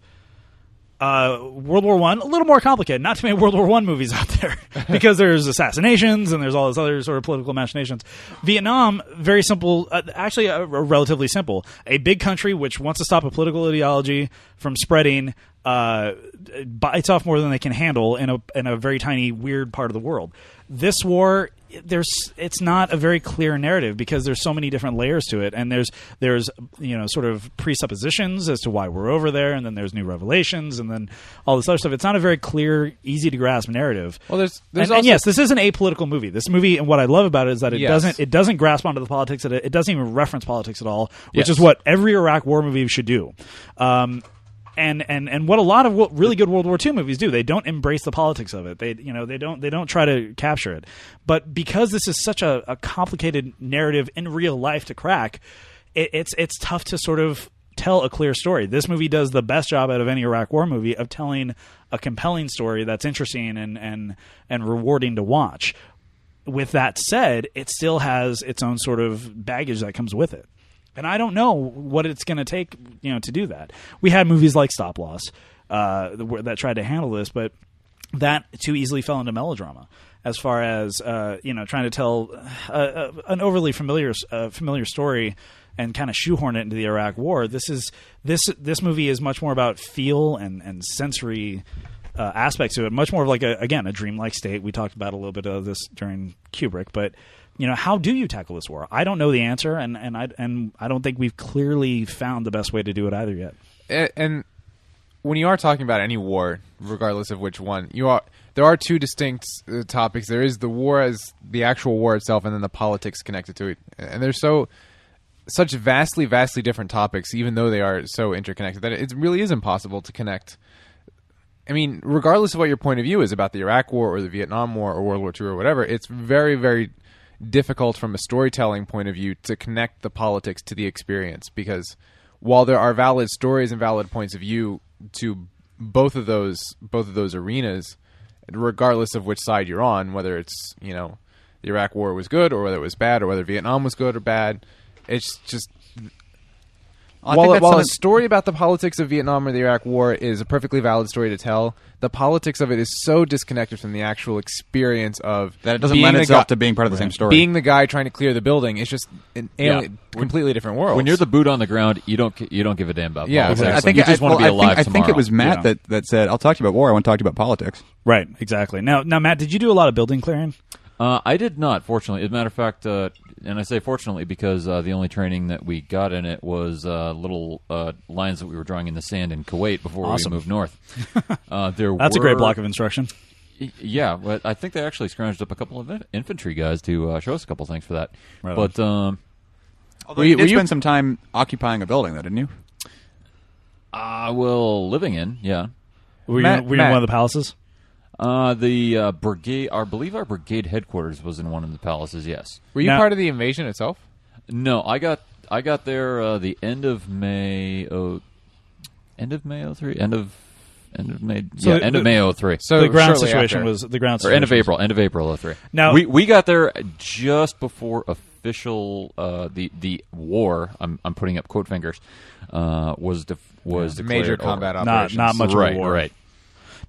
Uh, World War One, a little more complicated. Not too many World War One movies out there because there's assassinations and there's all this other sort of political machinations. Vietnam, very simple. Uh, actually, uh, relatively simple. A big country which wants to stop a political ideology from spreading uh, bites off more than they can handle in a in a very tiny weird part of the world. This war there's it's not a very clear narrative because there's so many different layers to it and there's there's you know sort of presuppositions as to why we're over there and then there's new revelations and then all this other stuff it's not a very clear easy to grasp narrative
Well, there's- there's
and, and
also-
yes this is an apolitical movie this movie and what i love about it is that it
Yes.
doesn't it doesn't grasp onto the politics at it, it doesn't even reference politics at all which
Yes.
is what every iraq war movie should do um and and and what a lot of wo- really good World War II movies do. They don't embrace the politics of it. They you know they don't they don't try to capture it. But because this is such a, a complicated narrative in real life to crack, it, it's it's tough to sort of tell a clear story. This movie does the best job out of any Iraq War movie of telling a compelling story that's interesting and and and rewarding to watch. With that said, it still has its own sort of baggage that comes with it. And I don't know what it's going to take, you know, to do that. We had movies like Stop Loss uh, th- that tried to handle this, but that too easily fell into melodrama. As far as uh, you know, trying to tell uh, uh, an overly familiar uh, familiar story and kind of shoehorn it into the Iraq War. This is this this movie is much more about feel and and sensory uh, aspects to it. Much more of like a, again a dreamlike state. We talked about a little bit of this during Kubrick, but you know how do you tackle this war? I don't know the answer, and and I and I don't think we've clearly found the best way to do it either yet.
A- and when you are talking about any war, regardless of which one, you are there are two distinct uh, topics. There is the war as the actual war itself, and then the politics connected to it. And they're so such vastly, vastly different topics, even though they are so interconnected that it really is impossible to connect. I mean, regardless of what your point of view is about the Iraq War or the Vietnam War or World War II or whatever, it's very, very difficult from a storytelling point of view to connect the politics to the experience because while there are valid stories and valid points of view to both of those both of those arenas, regardless of which side you're on, whether it's you know the Iraq War was good or whether it was bad or whether Vietnam was good or bad, it's just
I think
while,
that's
while a
something-
story about the politics of Vietnam or the Iraq War is a perfectly valid story to tell, the politics of it is so disconnected from the actual experience of
that it doesn't
being
lend
the
itself
guy-
to being part of the same story.
being the guy trying to clear the building. It's just an
Yeah.
alien, completely different world.
When you're the boot on the ground, you don't ca- you don't give a damn about
Yeah,
politics.
exactly.
I think
you
I,
just want to
well,
be
I think-
alive
I think,
tomorrow.
it was Matt
Yeah.
that, that said, "I'll talk to you about war. I want to talk to you about politics."
Right, exactly. Now, now, Matt, did you do a lot of building clearing?
Uh, I did not, fortunately. As a matter of fact, uh, and I say fortunately because uh, the only training that we got in it was uh, little uh, lines that we were drawing in the sand in Kuwait before
Awesome.
we moved north. Uh, there
That's a great
were-
block of instruction.
Y- Yeah, but I think they actually scrounged up a couple of in- infantry guys to uh, show us a couple things for that.
Right
but um,
Although
Were
you,
you- were
did
you-
spend some time occupying a building, though, didn't you?
I will uh, living in yeah.
Were you,
Matt-
were you in
Matt.
one of the palaces?
Uh, the uh, brigade, I believe our brigade headquarters was in one of the palaces. Yes.
Were you
Now-
part of the invasion itself?
No, I got I got there uh, the end of May. Oh, end of May 03? End of end of May.
So
yeah, end
the-
of May 03.
So
the ground
shortly
situation
after.
was the ground
or
situation.
end of April. End of April 03.
Now-
we we got there just before official uh, the the war. I'm I'm putting up quote fingers. Uh, was def- was declared
major
over.
combat
Not-
operations.
not much of a
Right,
war.
right.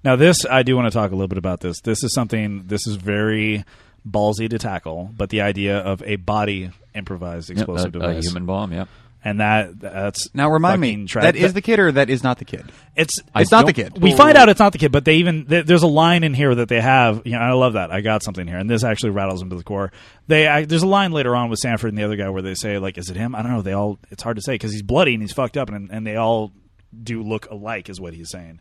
Now, this I do want to talk a little bit about this. This is something. This is very ballsy to tackle, but the idea of a body improvised
Yep,
explosive
a, a
device,
human bomb. Yeah.
and that that's
Now remind me,
fucking tra-
that is the kid or that is not the kid?
it's
I
It's not the
don't-
kid.
we find out it's not the kid, but they even th- there's a line in here that they have. You know, I love that. I got something here, and this actually rattles them to the core. They I, there's a line later on with Sanford and the other guy where they say like, "Is it him?" I don't know. They all it's hard to say because he's bloody and he's fucked up, and and they all do look alike, is what he's saying.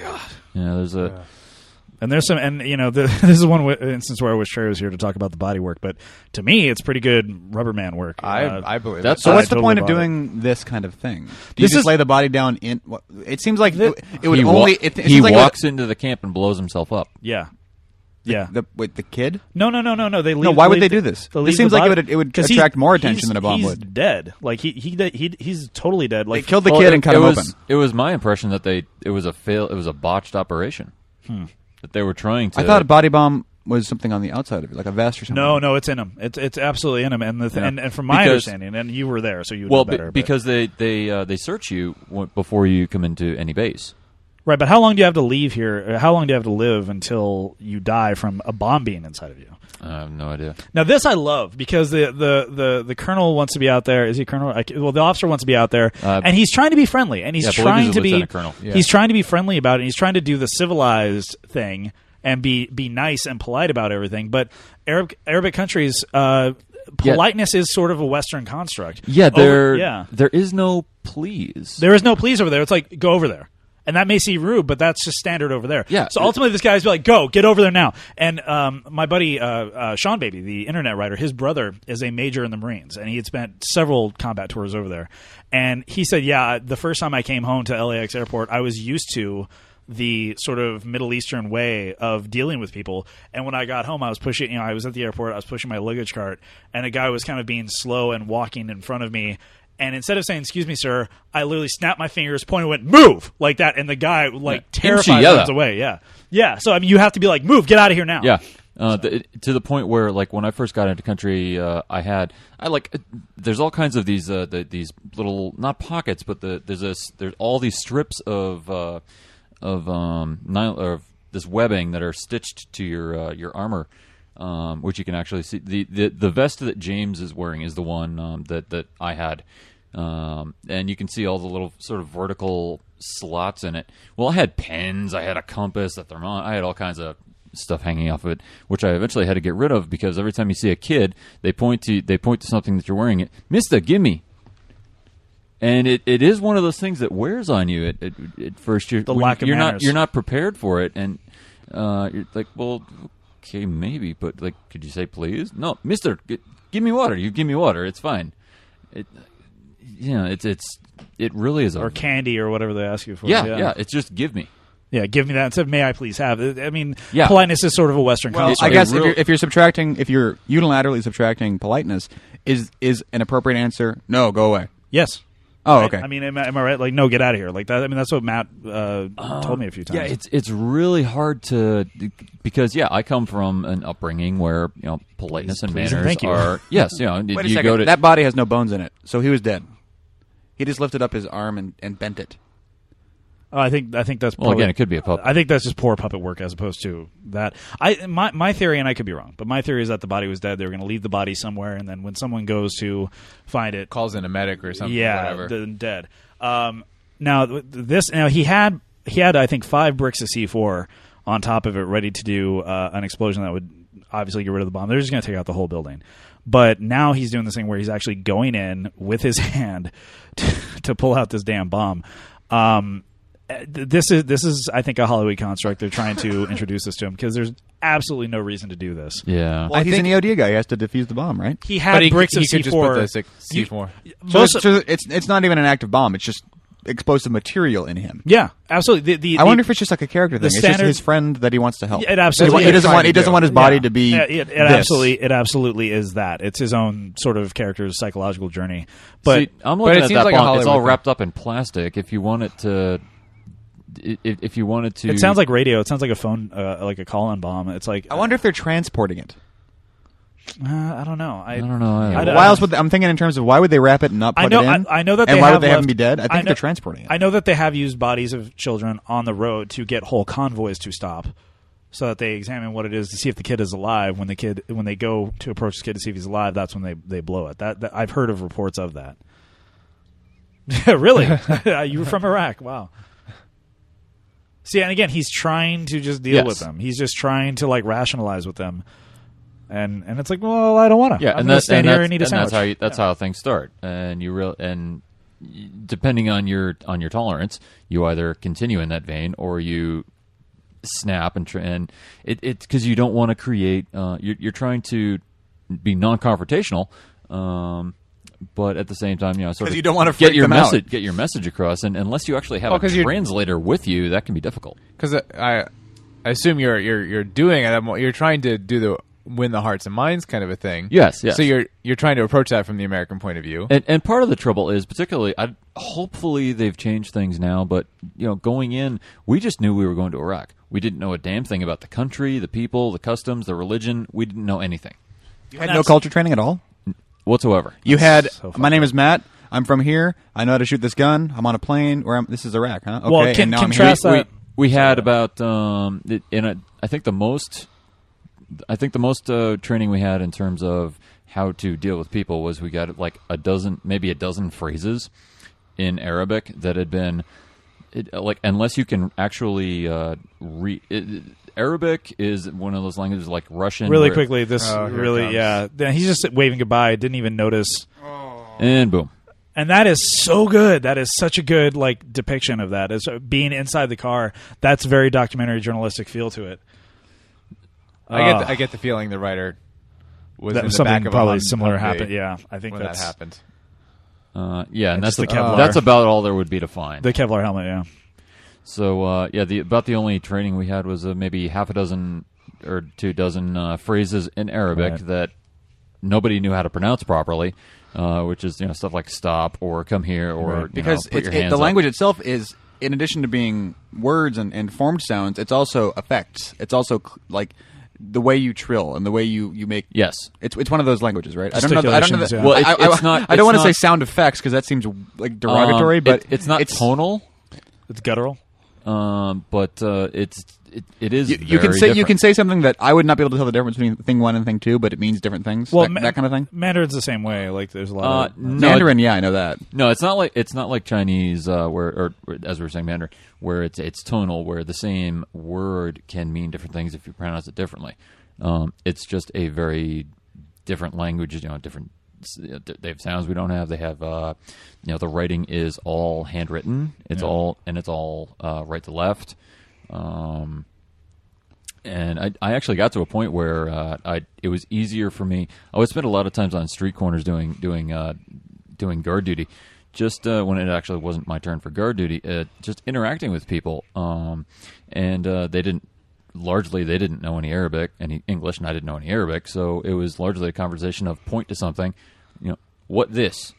Yeah. There's a.
And there's some, and you know, the, this is one w- instance where I wish Trey was here to talk about the body work, but to me, it's pretty good rubber man work.
I,
Uh,
I believe
that's
that's
So
I
what's the
totally
point of
bought it.
doing this kind of thing? Do you
This
just
is-
lay the body down in? What, it seems like it, it would
he wa-
only. it, it
he
seems like it would-
walks into the camp and blows himself up.
yeah, yeah.
the, with the kid.
no, no, no, no, no. They leave,
why would
leave
they
the-
do this? It
leave
seems
the
like it
body-
would- it would
'Cause
attract
he's-
more attention
he's-
than a bomb
he's
would.
Dead. Like he, he, he, he's totally dead.
They
Like
killed the
Well,
kid
it-
and cut
it
him
was,
open.
It was my impression that they it was a fail. It was a botched operation. That they were trying to.
I thought a body bomb was something on the outside of it, like a vest or something.
No, no, it's in him. It's it's absolutely in him. And the th-
Yeah.
and, and from my
Because-
understanding, and you were there, so you would
well,
know
be-
better. but-
because they they uh, they search you w- before you come into any base.
right, but how long do you have to leave here? Or How long do you have to live until you die from a bomb being inside of you?
I have no idea.
Now this I love because the the the, the colonel wants to be out there. Is he colonel? I, ca- well, the officer wants to be out there,
Uh,
and he's trying to be friendly, and he's
yeah, I believe
trying
he's a
to be
lieutenant colonel. Yeah.
he's trying to be friendly about it. And he's trying to do the civilized thing and be be nice and polite about everything. But Arab Arabic countries, uh,
Yeah.
politeness is sort of a Western construct.
Oh, Yeah,
Over-
there
yeah,
there is no please.
there is no please over there. It's like go over there. And that may seem rude, but that's just standard over there.
Yeah.
So ultimately, this guy's like, "Go, get over there now." And um, my buddy uh, uh, Sean Baby, the internet writer, his brother is a major in the Marines, and he had spent several combat tours over there. And he said, "Yeah, the first time I came home to LAX airport, I was used to the sort of Middle Eastern way of dealing with people. And when I got home, I was pushing, you know, I was at the airport, I was pushing my luggage cart, and a guy was kind of being slow and walking in front of me. And instead of saying, excuse me, sir, I literally snapped my fingers, pointed, went, move, like that. And the guy, like,
Yeah.
terrified
Inchiyada.
runs away. Yeah. Yeah. So, I mean, you have to be like, move, get out of here now.
Yeah. Uh, th- it- to the point where, like, when I first got into country, uh, I had I like uh, there's all kinds of these uh, the, these little not pockets, but the, there's this there's all these strips of uh, of um nylon or of this webbing that are stitched to your uh, your armor, um, which you can actually see. the the The vest that James is wearing is the one um, that that I had, um, and you can see all the little sort of vertical slots in it. Well, I had pens, I had a compass, a thermometer, I had all kinds of stuff hanging off of it, which I eventually had to get rid of because every time you see a kid, they point to they point to something that you're wearing. It, Mister, gimme. And it, it is one of those things that wears on you at, at, at first. You're,
The
when
lack of
you're not
manners.
you're not prepared for it, and uh, you're like, well, okay, maybe, but like, could you say please? No, Mister, g- give me water. You give me water. It's fine. It, you know, it's it's it really is a
Or candy or whatever they ask you for.
yeah, yeah
Yeah.
It's just give me.
Yeah, give me that. Instead of, may I please have? I mean,
Yeah.
politeness is sort of a Western
Well,
construct.
I
It
guess
real-
if, you're, if you're subtracting, if you're unilaterally subtracting politeness, is is an appropriate answer? No, go away.
yes.
Oh,
Right?
okay.
I mean, am, I- am I right? Like, no, get out of here. Like that. I mean, that's what Matt uh, told me a few times.
Yeah, it's it's really hard to because yeah, I come from an upbringing where you know politeness and manners
Please and thank you.
are yes, you know you
Wait a
go
second.
to
that body has no bones in it, so he was dead. He just lifted up his arm and, and bent it.
Oh, I think I think that's
Well, again, it could be a puppet.
I think that's just poor puppet work as opposed to that. I my my theory, and I could be wrong, but my theory is that the body was dead. They were going to leave the body somewhere, and then when someone goes to find it,
Calls in a medic or something.
yeah,
whatever.
the- dead. Um, now th- this now he had he had I think five bricks of C four on top of it, ready to do uh, an explosion that would obviously get rid of the bomb. They're just going to take out the whole building. But now he's doing this thing where he's actually going in with his hand to, to pull out this damn bomb. Um, th- this is this is I think a Hollywood construct. They're trying to introduce this to him because there's absolutely no reason to do this.
yeah.
Well,
I
he's
think-
an EOD guy. He has to defuse the bomb, right?
He
But
had
he,
bricks
he
of
could
C
just put
four.
the six- C4.
So, it's, so it's it's not even an active bomb. It's just explosive material in him.
yeah, absolutely. The, the,
I wonder
the-
if it's just like a character thing. it's just
standard-
his friend that he wants to help.
Yeah, it absolutely
He doesn't
is.
want. He doesn't want his body to be.
Yeah, it, it
this.
absolutely it absolutely is that it's his own sort of character's psychological journey but
See, I'm
but
looking
it
at
seems
that
like
bomb.
a
It's all
Hollywood thing.
wrapped up in plastic. If you want it to, i- i- if you wanted to,
it sounds like radio it sounds like a phone uh, like a call-in bomb it's like
I wonder if they're transporting it.
uh, i don't know i,
I don't know.
I don't-
Why else would they- I'm thinking in terms of why would they wrap it and not
I
put
know.
it in?
I, I know that.
And
they
why
have
would they
left,
have him be dead? I think
know-
they're transporting it.
I know that they have used bodies of children on the road to get whole convoys to stop, so that they examine what it is to see if the kid is alive. When the kid, when they go to approach the kid to see if he's alive, that's when they they blow it. That, that I've heard of reports of that. really, you were from Iraq? Wow. See, and again, he's trying to just deal
Yes.
with them. He's just trying to like rationalize with them, and and it's like, well, I don't want to.
yeah,
I'm
and
gonna
that's
stand
and
here
that's,
and eat a
and
sandwich.
that's how you, that's how things start. And you real and y- depending on your on your tolerance, you either continue in that vein or you snap and tr- and it it's because you don't want to create. Uh, you're, you're trying to be non-confrontational. Um, but at the same time, you know, sort
'Cause
of
you don't wanna
get
freak
your
them out.
message, get your message across, and unless you actually have
Oh,
a
'cause you're-
translator with you, that can be difficult.
because I, I assume you're you're you're doing it. I'm- You're trying to do the win the hearts and minds kind of a thing.
Yes, yes.
So you're you're trying to approach that from the American point of view.
And, and part of the trouble is, particularly, I hopefully they've changed things now. But you know, going in, we just knew we were going to Iraq. We didn't know a damn thing about the country, the people, the customs, the religion. We didn't know anything
you had no culture training at all.
whatsoever.
You had.
so fucked
my name is Matt. I'm from here. I know how to shoot this gun. I'm on a plane. Where I'm, this is Iraq, huh? Okay.
Well, can-
and now I'm here.
contrast-
we,
that-
we, we had about, um, it- and I, I think the most, I think the most uh, training we had in terms of how to deal with people was we got like a dozen, maybe a dozen phrases in Arabic that had been, it, like, unless you can actually uh, read. Arabic is one of those languages like Russian.
really
where-
quickly this
Oh, here it
really
comes.
yeah Then he's just waving goodbye didn't even notice
and boom.
and that is so good that is such a good like depiction of that as uh, being inside the car that's very documentary journalistic feel to it
I get
Ah.
the, I get the feeling the writer was
that
in
was
the
something
back of a
probably
Hum-
similar
Humvee
happened yeah i think
when that
that's
happened.
Uh, yeah, and that's
Just the
ab-
Kevlar.
that's about all there would be to find.
the kevlar helmet yeah
So uh, yeah, the about the only training we had was uh, maybe half a dozen or two dozen uh, phrases in Arabic
Right.
that nobody knew how to pronounce properly, uh, which is you know stuff like stop or come here or you know,
because
put
it's,
your
it,
hands
the
up.
language itself is in addition to being words and, and formed sounds it's also effects it's also cl- like the way you trill and the way you, you make
Yes.
it's, it's one of those languages right i don't know i don't know
Gesticulations,
that,
yeah.
Well, it's-
I, I-
it's not-
I
it's
don't want to say
not-
sound effects because that seems like
Um,
derogatory
it-
but
it's not tonal,
it's guttural
um, but uh, it's it, it is.
you, you can
very
say you can
different.
say something that i would not be able to tell the difference between thing one and thing two but it means different things
well
that,
Ma-
that kind of thing
mandarin's the same way like there's a
Uh,
lot of
no, it-
mandarin yeah i know that
No, it's not like it's not like Chinese, uh, where or, or as we were saying Mandarin, where it's it's tonal, where the same word can mean different things if you pronounce it differently. Um, it's just a very different language. You know, different. They have sounds we don't have. They have, uh, you know, the writing is all handwritten. It's all and it's all uh, right to left. Um, and I, I actually got to a point where uh, I it was easier for me. I would spend a lot of times on street corners doing doing uh, doing guard duty, just uh, when it actually wasn't my turn for guard duty. Uh, just interacting with people, um, and uh, they didn't largely they didn't know any Arabic, any English, and I didn't know any Arabic, so it was largely a conversation of point to something, you know, what this.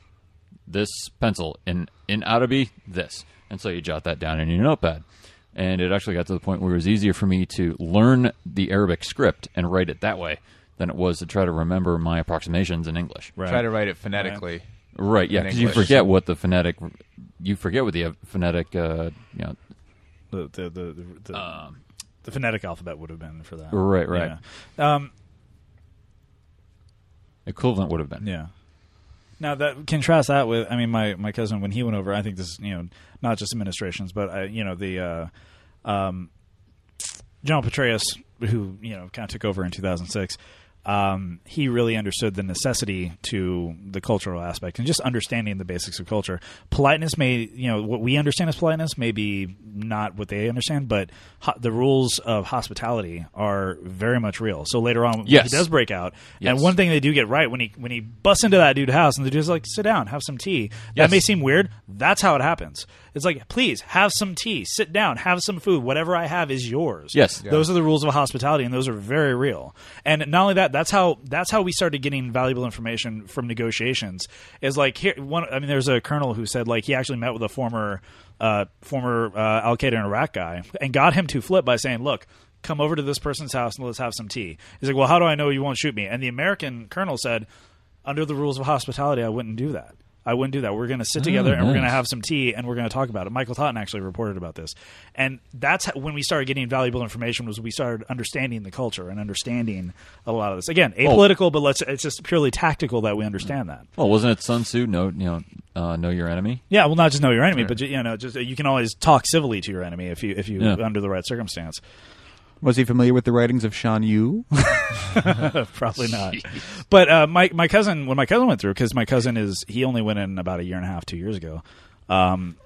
this pencil in in Adobe this, and so you jot that down in your notepad. And it actually got to the point where it was easier for me to learn the Arabic script and write it that way than it was to try to remember my approximations in English.
Right.
Try to write it phonetically.
Right, yeah,
in
because you
English.
forget what the phonetic, you forget what the uh, phonetic, uh, you know,
the the the, the,
Um.
the phonetic alphabet would have been for that.
Right, right.
Yeah. Um,
equivalent would have been.
yeah. Now that contrast that with, I mean, my my cousin when he went over, I think this is you know not just administrations, but I, you know the uh, um, John Petraeus, who you know kind of took over in 2006. Um, he really understood the necessity to the cultural aspect and just understanding the basics of culture. Politeness may, you know, what we understand as politeness may be not what they understand, but ho- the rules of hospitality are very much real. So later on, when
Yes.
he does break out, and
Yes.
one thing they do get right when he when he busts into that dude's house and the dude's like, "Sit down, have some tea." That
Yes.
may seem weird. That's how it happens. It's like, please have some tea, sit down, have some food. Whatever I have is yours.
Yes. Yeah.
Those are the rules of hospitality, and those are very real. And not only that, that's how that's how we started getting valuable information from negotiations. Is like here, one. I mean, there's a colonel who said like he actually met with a former uh, former uh, Al Qaeda in Iraq guy and got him to flip by saying, "Look." Come over to this person's house and let's have some tea. He's like, "Well, how do I know you won't shoot me?" And the American colonel said, "Under the rules of hospitality, I wouldn't do that. I wouldn't do that. We're going to sit together and we're
Mm, nice.
going to have." have some tea and we're going to talk about it. Michael Totten actually reported about this, and that's how, when we started getting valuable information. Was we started understanding the culture and understanding a lot of this.
Oh.
Again, apolitical, but let's it's just purely tactical that we understand that.
Well, wasn't it Sun Tzu? Know you know, uh, know your enemy.
Yeah, well, not just know your enemy, but you know, just you can always talk civilly to your enemy if you if you
Yeah.
under the right circumstance.
Was he familiar with the writings of Sean Yu?
Probably not. But uh, my my cousin when my cousin went through because my cousin is he only went in about a year and a half, two years ago. Um,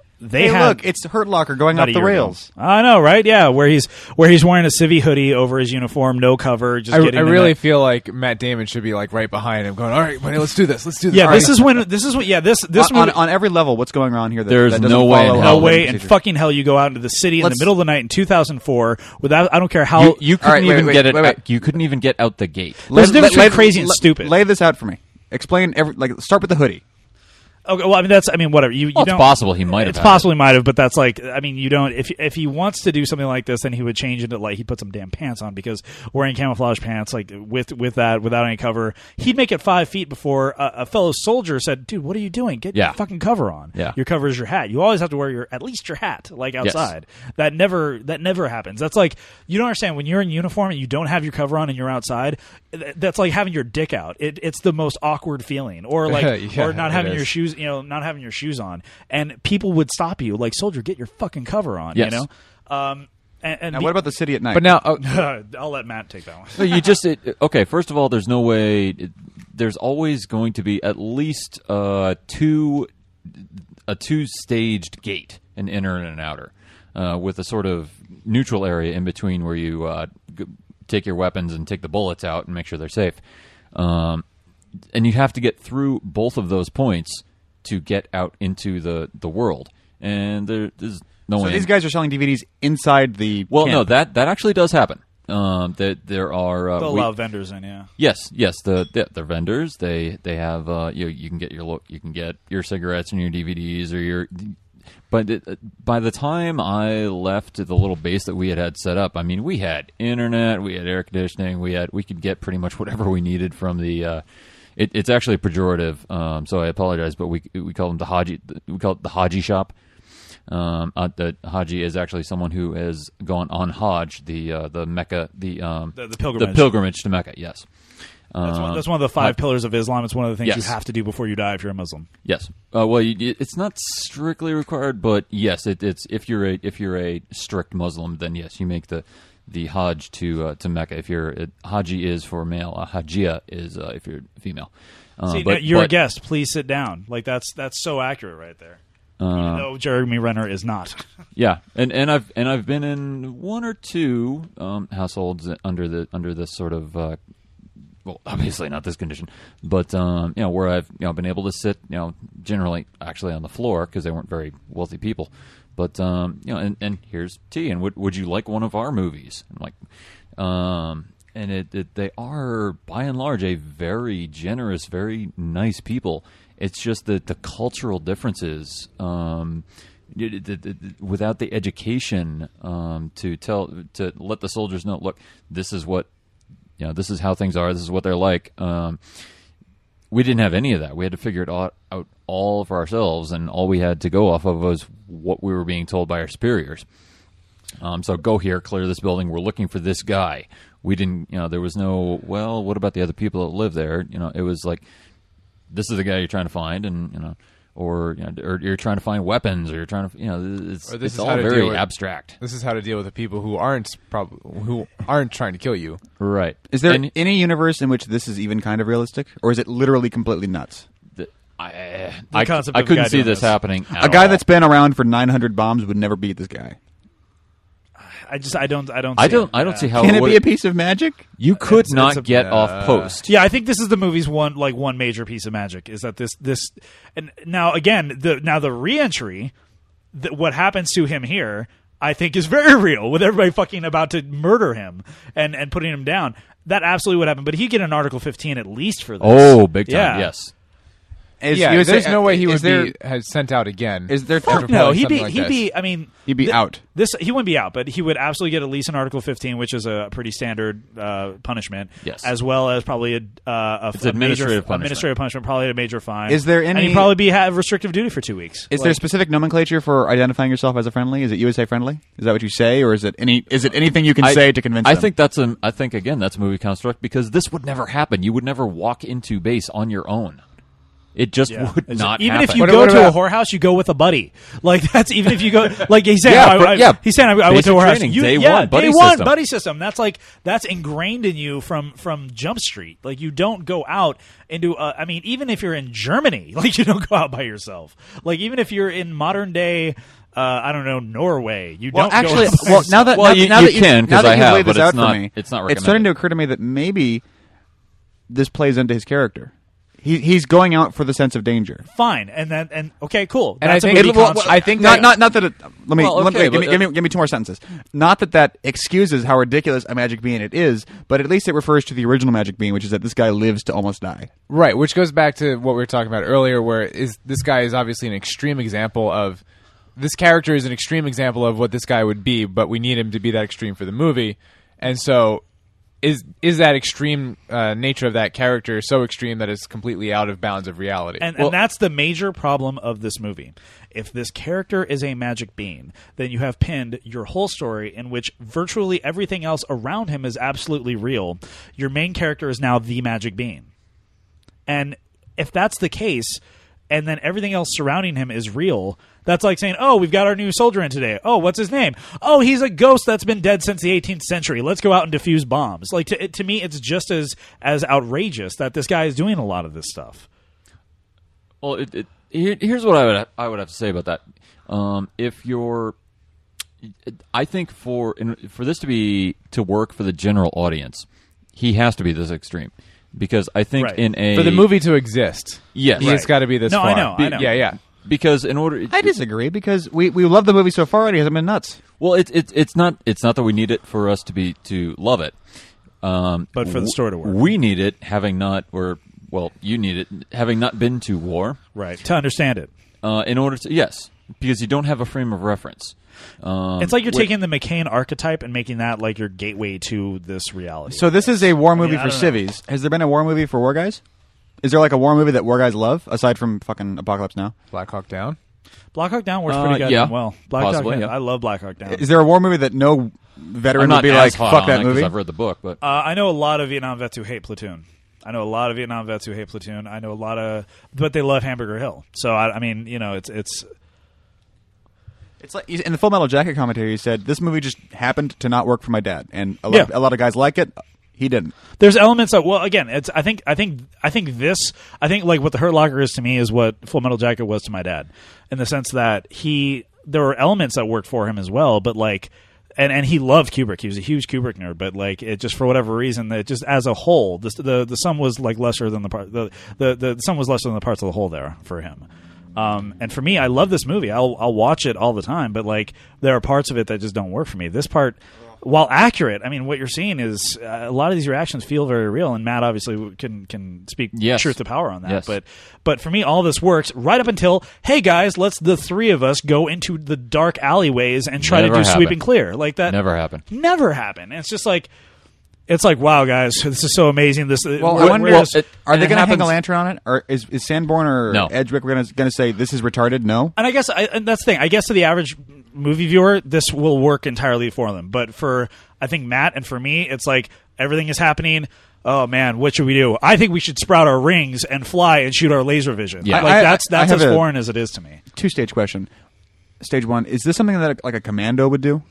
hey,
they had,
look, it's Hurt Locker going
About
off
a
the
year ago.
rails.
I know, right? Yeah, where he's where he's wearing a civvy hoodie over his uniform, no cover, just
I,
getting
I
in
really
that-
feel like Matt Damon should be like right behind him, going, "All right, buddy, let's do this. Let's do this."
Yeah,
All
this
right."
is when this is what yeah, this this
on,
one
on, on every level, what's going on here? That,
There's
that doesn't
no way in
follow
hell.
our
no
Oh,
way
procedure?
and fucking hell you go out into the city in the
Let's-
middle of the night in 2004 without I don't care how
You, you couldn't
Oh, right, wait,
even
wait,
get it.
wait, wait.
out- you couldn't even get out the gate.
There's a difference
Lay-
between crazy and
lay-
stupid.
Lay this out for me. Explain every like start with the hoodie.
Okay, well, I mean that's I mean whatever you. you
Well, it's
don't-
possible he might have
It's
had it.
possible he might have, but that's like I mean you don't if if he wants to do something like this, then he would change into like he would put some damn pants on because wearing camouflage pants like with with that without any cover, he'd make it five feet before a, a fellow soldier said, "Dude, what are you doing? Get
Yeah.
your fucking cover on.
Yeah.
Your cover is your hat. You always have to wear your at least your hat like outside. That never that never happens. That's like you don't understand when you're in uniform and you don't have your cover on and you're outside. th- That's like having your dick out. It, it's the most awkward feeling, or like
Yeah,
or not
it
having
is.
your shoes, you know, not having your shoes on, and people would stop you, like soldier, get your fucking cover on,
Yes.
you know. Um, and, and
Now,
be-
what about the city at night?
But now, oh,
I'll let Matt take that one.
No, you just it, okay. First of all, there's no way. It, there's always going to be at least uh, two a two staged gate, an inner and an outer, uh, with a sort of neutral area in between where you uh, g- take your weapons and take the bullets out and make sure they're safe. Um, and you have to get through both of those points to get out into the the world. And there, there's no
so
way.
these guys are selling DVDs inside the.
well, no,
camp.
that that actually does happen. Um, that there are uh,
They'll
we-
allow vendors in, yeah.
Yes, yes. The the, the vendors they they have uh, you you can get your lo- you can get your cigarettes and your DVDs or your. But it, by the time I left the little base that we had had set up, I mean, we had internet, we had air conditioning, we had we could get pretty much whatever we needed from the. Uh, it, it's actually a pejorative, um, so I apologize, but we we call them the haji we call it the haji shop. Um, uh, the haji is actually someone who has gone on Hajj, the uh, the Mecca, the um,
The- the pilgrimage.
the pilgrimage to Mecca. Yes,
That's one, that's one of the five pillars of Islam. It's one of the things
Uh, yes.
you have to do before you die if you're a Muslim.
Yes. Uh, well, you, you- it's not strictly required, but yes, it, it's if you're a if you're a strict Muslim, then yes, you make the the Hajj to uh, to Mecca. If you're a Haji is for male, a Hajia is uh, if you're female. Uh,
See,
but-
you're a
but-
guest. Please sit down. Like that's that's so accurate right there.
Uh,
no, Jeremy Renner is not.
Yeah, and and I've and I've been in one or two um, households under the under this sort of. Uh, well, obviously not this condition, but um, you know where I've you know been able to sit, you know, generally actually on the floor because they weren't very wealthy people, but um, you know, and, and here's tea, and would would you like one of our movies? I'm like, um, and it, it they are by and large a very generous, very nice people, It's just that the cultural differences, um, y- y- th- th- th- without the education um, to tell to let the soldiers know, look, this is what you know, this is how things are, this is what they're like. Um, we didn't have any of that. We had to figure it all, out all for ourselves, and all we had to go off of was what we were being told by our superiors. Um, so go here, clear this building. We're looking for this guy. We didn't, you know, there was no. Well, what about the other people that live there? You know, it was like this is the guy you're trying to find, and you know, or you know, or you're trying to find weapons, or you're trying to, you know, it's,
Or this
it's
is how
all
to
very
deal with-
abstract,
This is how to deal with the people who aren't prob- who aren't trying to kill you.
right?
Is there
And-
any universe in which this is even kind of realistic, or is it literally completely nuts?
the, I, uh,
The
I,
concept
I
of a
couldn't
guy
see
doing
this
this.
happening. at
a guy
all.
that's been around for 900 bombs would never beat this guy.
I just I don't I don't
I
see
don't.
it.
I don't
Uh,
see how
Can it
would-
be a piece of magic?
You could
It's-
not
it's a-
get
uh,
off post.
Yeah, I think this is the movie's one like one major piece of magic is that this this and now again the now the reentry that what happens to him here I think is very real with everybody fucking about to murder him and and putting him down. That absolutely would happen, but he get an Article 15 at least for this.
Oh, big time.
Yeah.
Yes.
Is,
yeah,
you would
there's
say- uh,
no way he
is
would
there,
be had sent out again.
Is there
after
Fuck no,
pulling
he'd be
something like
he'd
this.
be. I mean,
He'd be out.
This he wouldn't be out, but he would absolutely get at least an Article 15, which is a pretty standard uh, punishment.
Yes.
as well as probably a, uh, a, a
administrative
major,
punishment.
administrative punishment, probably a major fine.
Is there
And
any-
he'd probably be have restrictive duty for two weeks.
Is there specific nomenclature for identifying yourself as a friendly? Is it USA friendly? Is that what you say, or is it any? Is it anything you can say to convince?
I
them?
think that's a. I think again that's a movie construct because this would never happen. You would never walk into base on your own. It just
Yeah.
would
It's-
not.
even if
happen.
you
What-
go
what
to a
about-
whorehouse, you go with a buddy. Like that's even if you go like he's saying.
Yeah,
I,
but-
I-
yeah.
he's saying I, I went
Basic
to a whorehouse.
training,
You,
day
yeah,
one, buddy
day one
system.
buddy system. That's like that's ingrained in you from from Jump Street. Like you don't go out into. Uh, I mean, even if you're in Germany, like you don't go out by yourself. Like even if you're in modern day. Uh, I don't know Norway. You
Well,
don't
actually,
Go out by
well,
yourself.
now that
Well,
now,
you-
now
you
that
can, 'cause
now that
I
you've
have,
laid
but
this
it's
out
not-
for me,
it's not
It's starting
recommended.
to occur to me that maybe this plays into his character. He, he's going out for the sense of danger.
fine, and then and okay, cool.
And I
That's
think
a movie
it will-
construct.
I think
not
that-
not not that. It, let me
Well,
let me-
okay,
give, me,
but,
give
uh,
me give me two more sentences. Not that that excuses how ridiculous a magic bean it is, but at least it refers to the original magic bean, which is that this guy lives to almost die.
Right, which goes back to what we were talking about earlier, where is this guy is obviously an extreme example of this character is an extreme example of what this guy would be, but we need him to be that extreme for the movie, and so is is that extreme uh, nature of that character so extreme that it's completely out of bounds of reality?
And,
Well-
and that's the major problem of this movie. If this character is a magic bean, then you have pinned your whole story in which virtually everything else around him is absolutely real. Your main character is now the magic bean. And if that's the case, and then everything else surrounding him is real, that's like saying, "Oh, we've got our new soldier in today. Oh, what's his name? Oh, he's a ghost that's been dead since the 18th century. Let's go out and defuse bombs." Like to, to me, it's just as as outrageous that this guy is doing a lot of this stuff.
Well, it, it, here, here's what I would I would have to say about that. Um, if you're, I think for in, for this to be to work for the general audience, he has to be this extreme because I think
Right.
in a
for the movie to exist,
Yes.
it's
Right.
got to be this.
No, I
far.
know, I know.
Yeah, yeah.
because in order
I disagree because we, we love the movie so far and he hasn't been nuts.
Well, it's it's it's not it's not that we need it for us to be to love it, um,
But for the
w-
story to work.
we need it having not or well, you need it having not been to war
right to understand it
uh, in order to yes, because you don't have a frame of reference. Um,
it's like you're
wait-
taking the mccain archetype and making that like your gateway to this reality
So this is a war movie
I
for
don't know.
civvies. Has there been a war movie for war guys? Is there like a war movie that war guys love aside from fucking Apocalypse Now?
Black Hawk Down.
black hawk down works
Uh,
pretty good
yeah,
well black
possibly,
hawk down,
yeah.
i love black hawk down
Is there a war movie that no
I'm
veteran
not
would be
as
like
hot
fuck
on
that
it 'cause
movie?
I've read the book, but
uh, i know a lot of vietnam vets who hate platoon i know a lot of vietnam vets who hate platoon i know a lot of but they love hamburger hill so i, I mean you know it's it's
It's like in the Full Metal Jacket commentary, he said this movie just happened to not work for my dad, and a lot, of,
Yeah.
a lot of guys like it. He didn't.
there's elements of well again it's i think i think i think this i think like what the hurt locker is to me is what full metal jacket was to my dad in the sense that he there were elements that worked for him as well but like and and he loved kubrick he was a huge kubrick nerd but like it just for whatever reason that just as a whole the the, the sum was like lesser than the part the, the the sum was lesser than the parts of the whole there for him um, and for me, I love this movie. I'll, I'll watch it all the time, but like there are parts of it that just don't work for me. This part, while accurate, I mean, what you're seeing is uh, a lot of these reactions feel very real, and Matt obviously w- can can speak
Yes.
truth to power on that.
Yes.
But but for me, all this works right up until hey guys, let's the three of us go into the dark alleyways and try
Never
to do sweep
happened.
and clear like that.
Never happened.
never happened. It's just like. It's like wow, guys! This is so amazing. This
Well,
we're-
I wonder.
we're just-
if- are
and
they
it
going to hang a
happens-
lantern on it, or is, is Sanborn or
No.
Edgewick going to going to say this is retarded? No.
and I guess I, and that's the thing. I guess to the average movie viewer, this will work entirely for them. But for I think Matt and for me, it's like everything is happening. Oh man, what should we do? I think we should sprout our rings and fly and shoot our laser vision.
Yeah.
like
I- I-
that's
I
that's
have
as
a-
foreign as it is to me.
Two stage question. Stage one is this something that like a commando would do?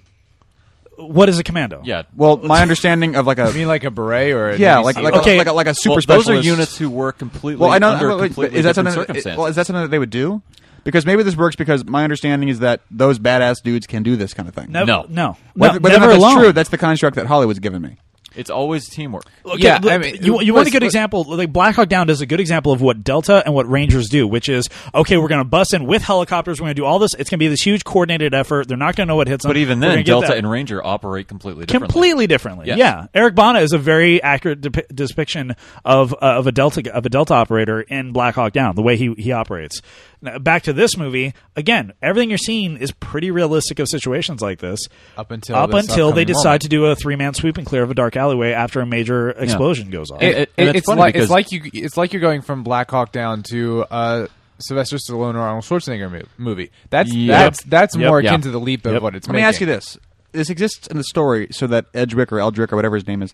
What is a commando?
Yeah.
Well, my understanding of like a
I mean, like a beret or a
Uh, yeah,
Navy
like
SEAL?
like,
Okay.
a, like a like a super
Well,
specialist.
those are units who work completely
Well, I know.
under
wait, wait,
completely
is that
different
something?
circumstances.
Well, is that something that they would do? Because maybe this works because my understanding is that those badass dudes can do this kind of thing.
Nev-
No.
no,
Whether-
no,
whether or
never
not that's
alone.
true. That's the construct that Hollywood's given me.
it's always teamwork.
Okay,
Yeah,
look,
I mean,
you, you want a
let's-
good
let's-
example? Like Black Hawk Down does a good example of what Delta and what Rangers do, which is okay. We're going to bust in with helicopters. We're going to do all this. It's going to be this huge coordinated effort. They're not going to know what hits them.
But even
We're
then,
gonna get
Delta
that.
and Ranger operate completely differently.
completely differently.
Yes.
Yeah, Eric Bana is a very accurate dep depiction of uh, of a Delta of a Delta operator in Black Hawk Down. The way he he operates. Now, back to this movie again. Everything you're seeing is pretty realistic of situations like this.
Up until
up
this
until they
upcoming
decide
moment.
to do a three man sweep and clear of a dark alleyway after a major explosion goes off.
It-
It-
and
it-
it's
it's,
funny
like
because-
it's like you it's like you're going from Black Hawk Down to uh, Sylvester Stallone or Arnold Schwarzenegger mo- movie. That's
Yep.
that's that's
Yep.
more
Yeah.
akin to the leap of
Yep.
what it's.
Let me
making.
ask you this: This exists in the story so that Edgewick or Eldrick or whatever his name is,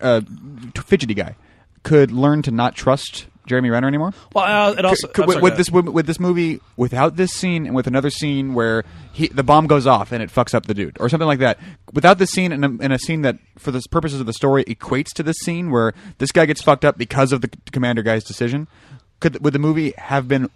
uh, fidgety guy, could learn to not trust Jeremy Renner anymore.
well, uh, it also
Could- could-
I'm
with,
sorry,
with
go
this with, with this movie, without this scene and with another scene where he, the bomb goes off and it fucks up the dude or something like that. Without this scene and a, and a scene that, for the purposes of the story, equates to this scene where this guy gets fucked up because of the c- commander guy's decision, could would the movie have been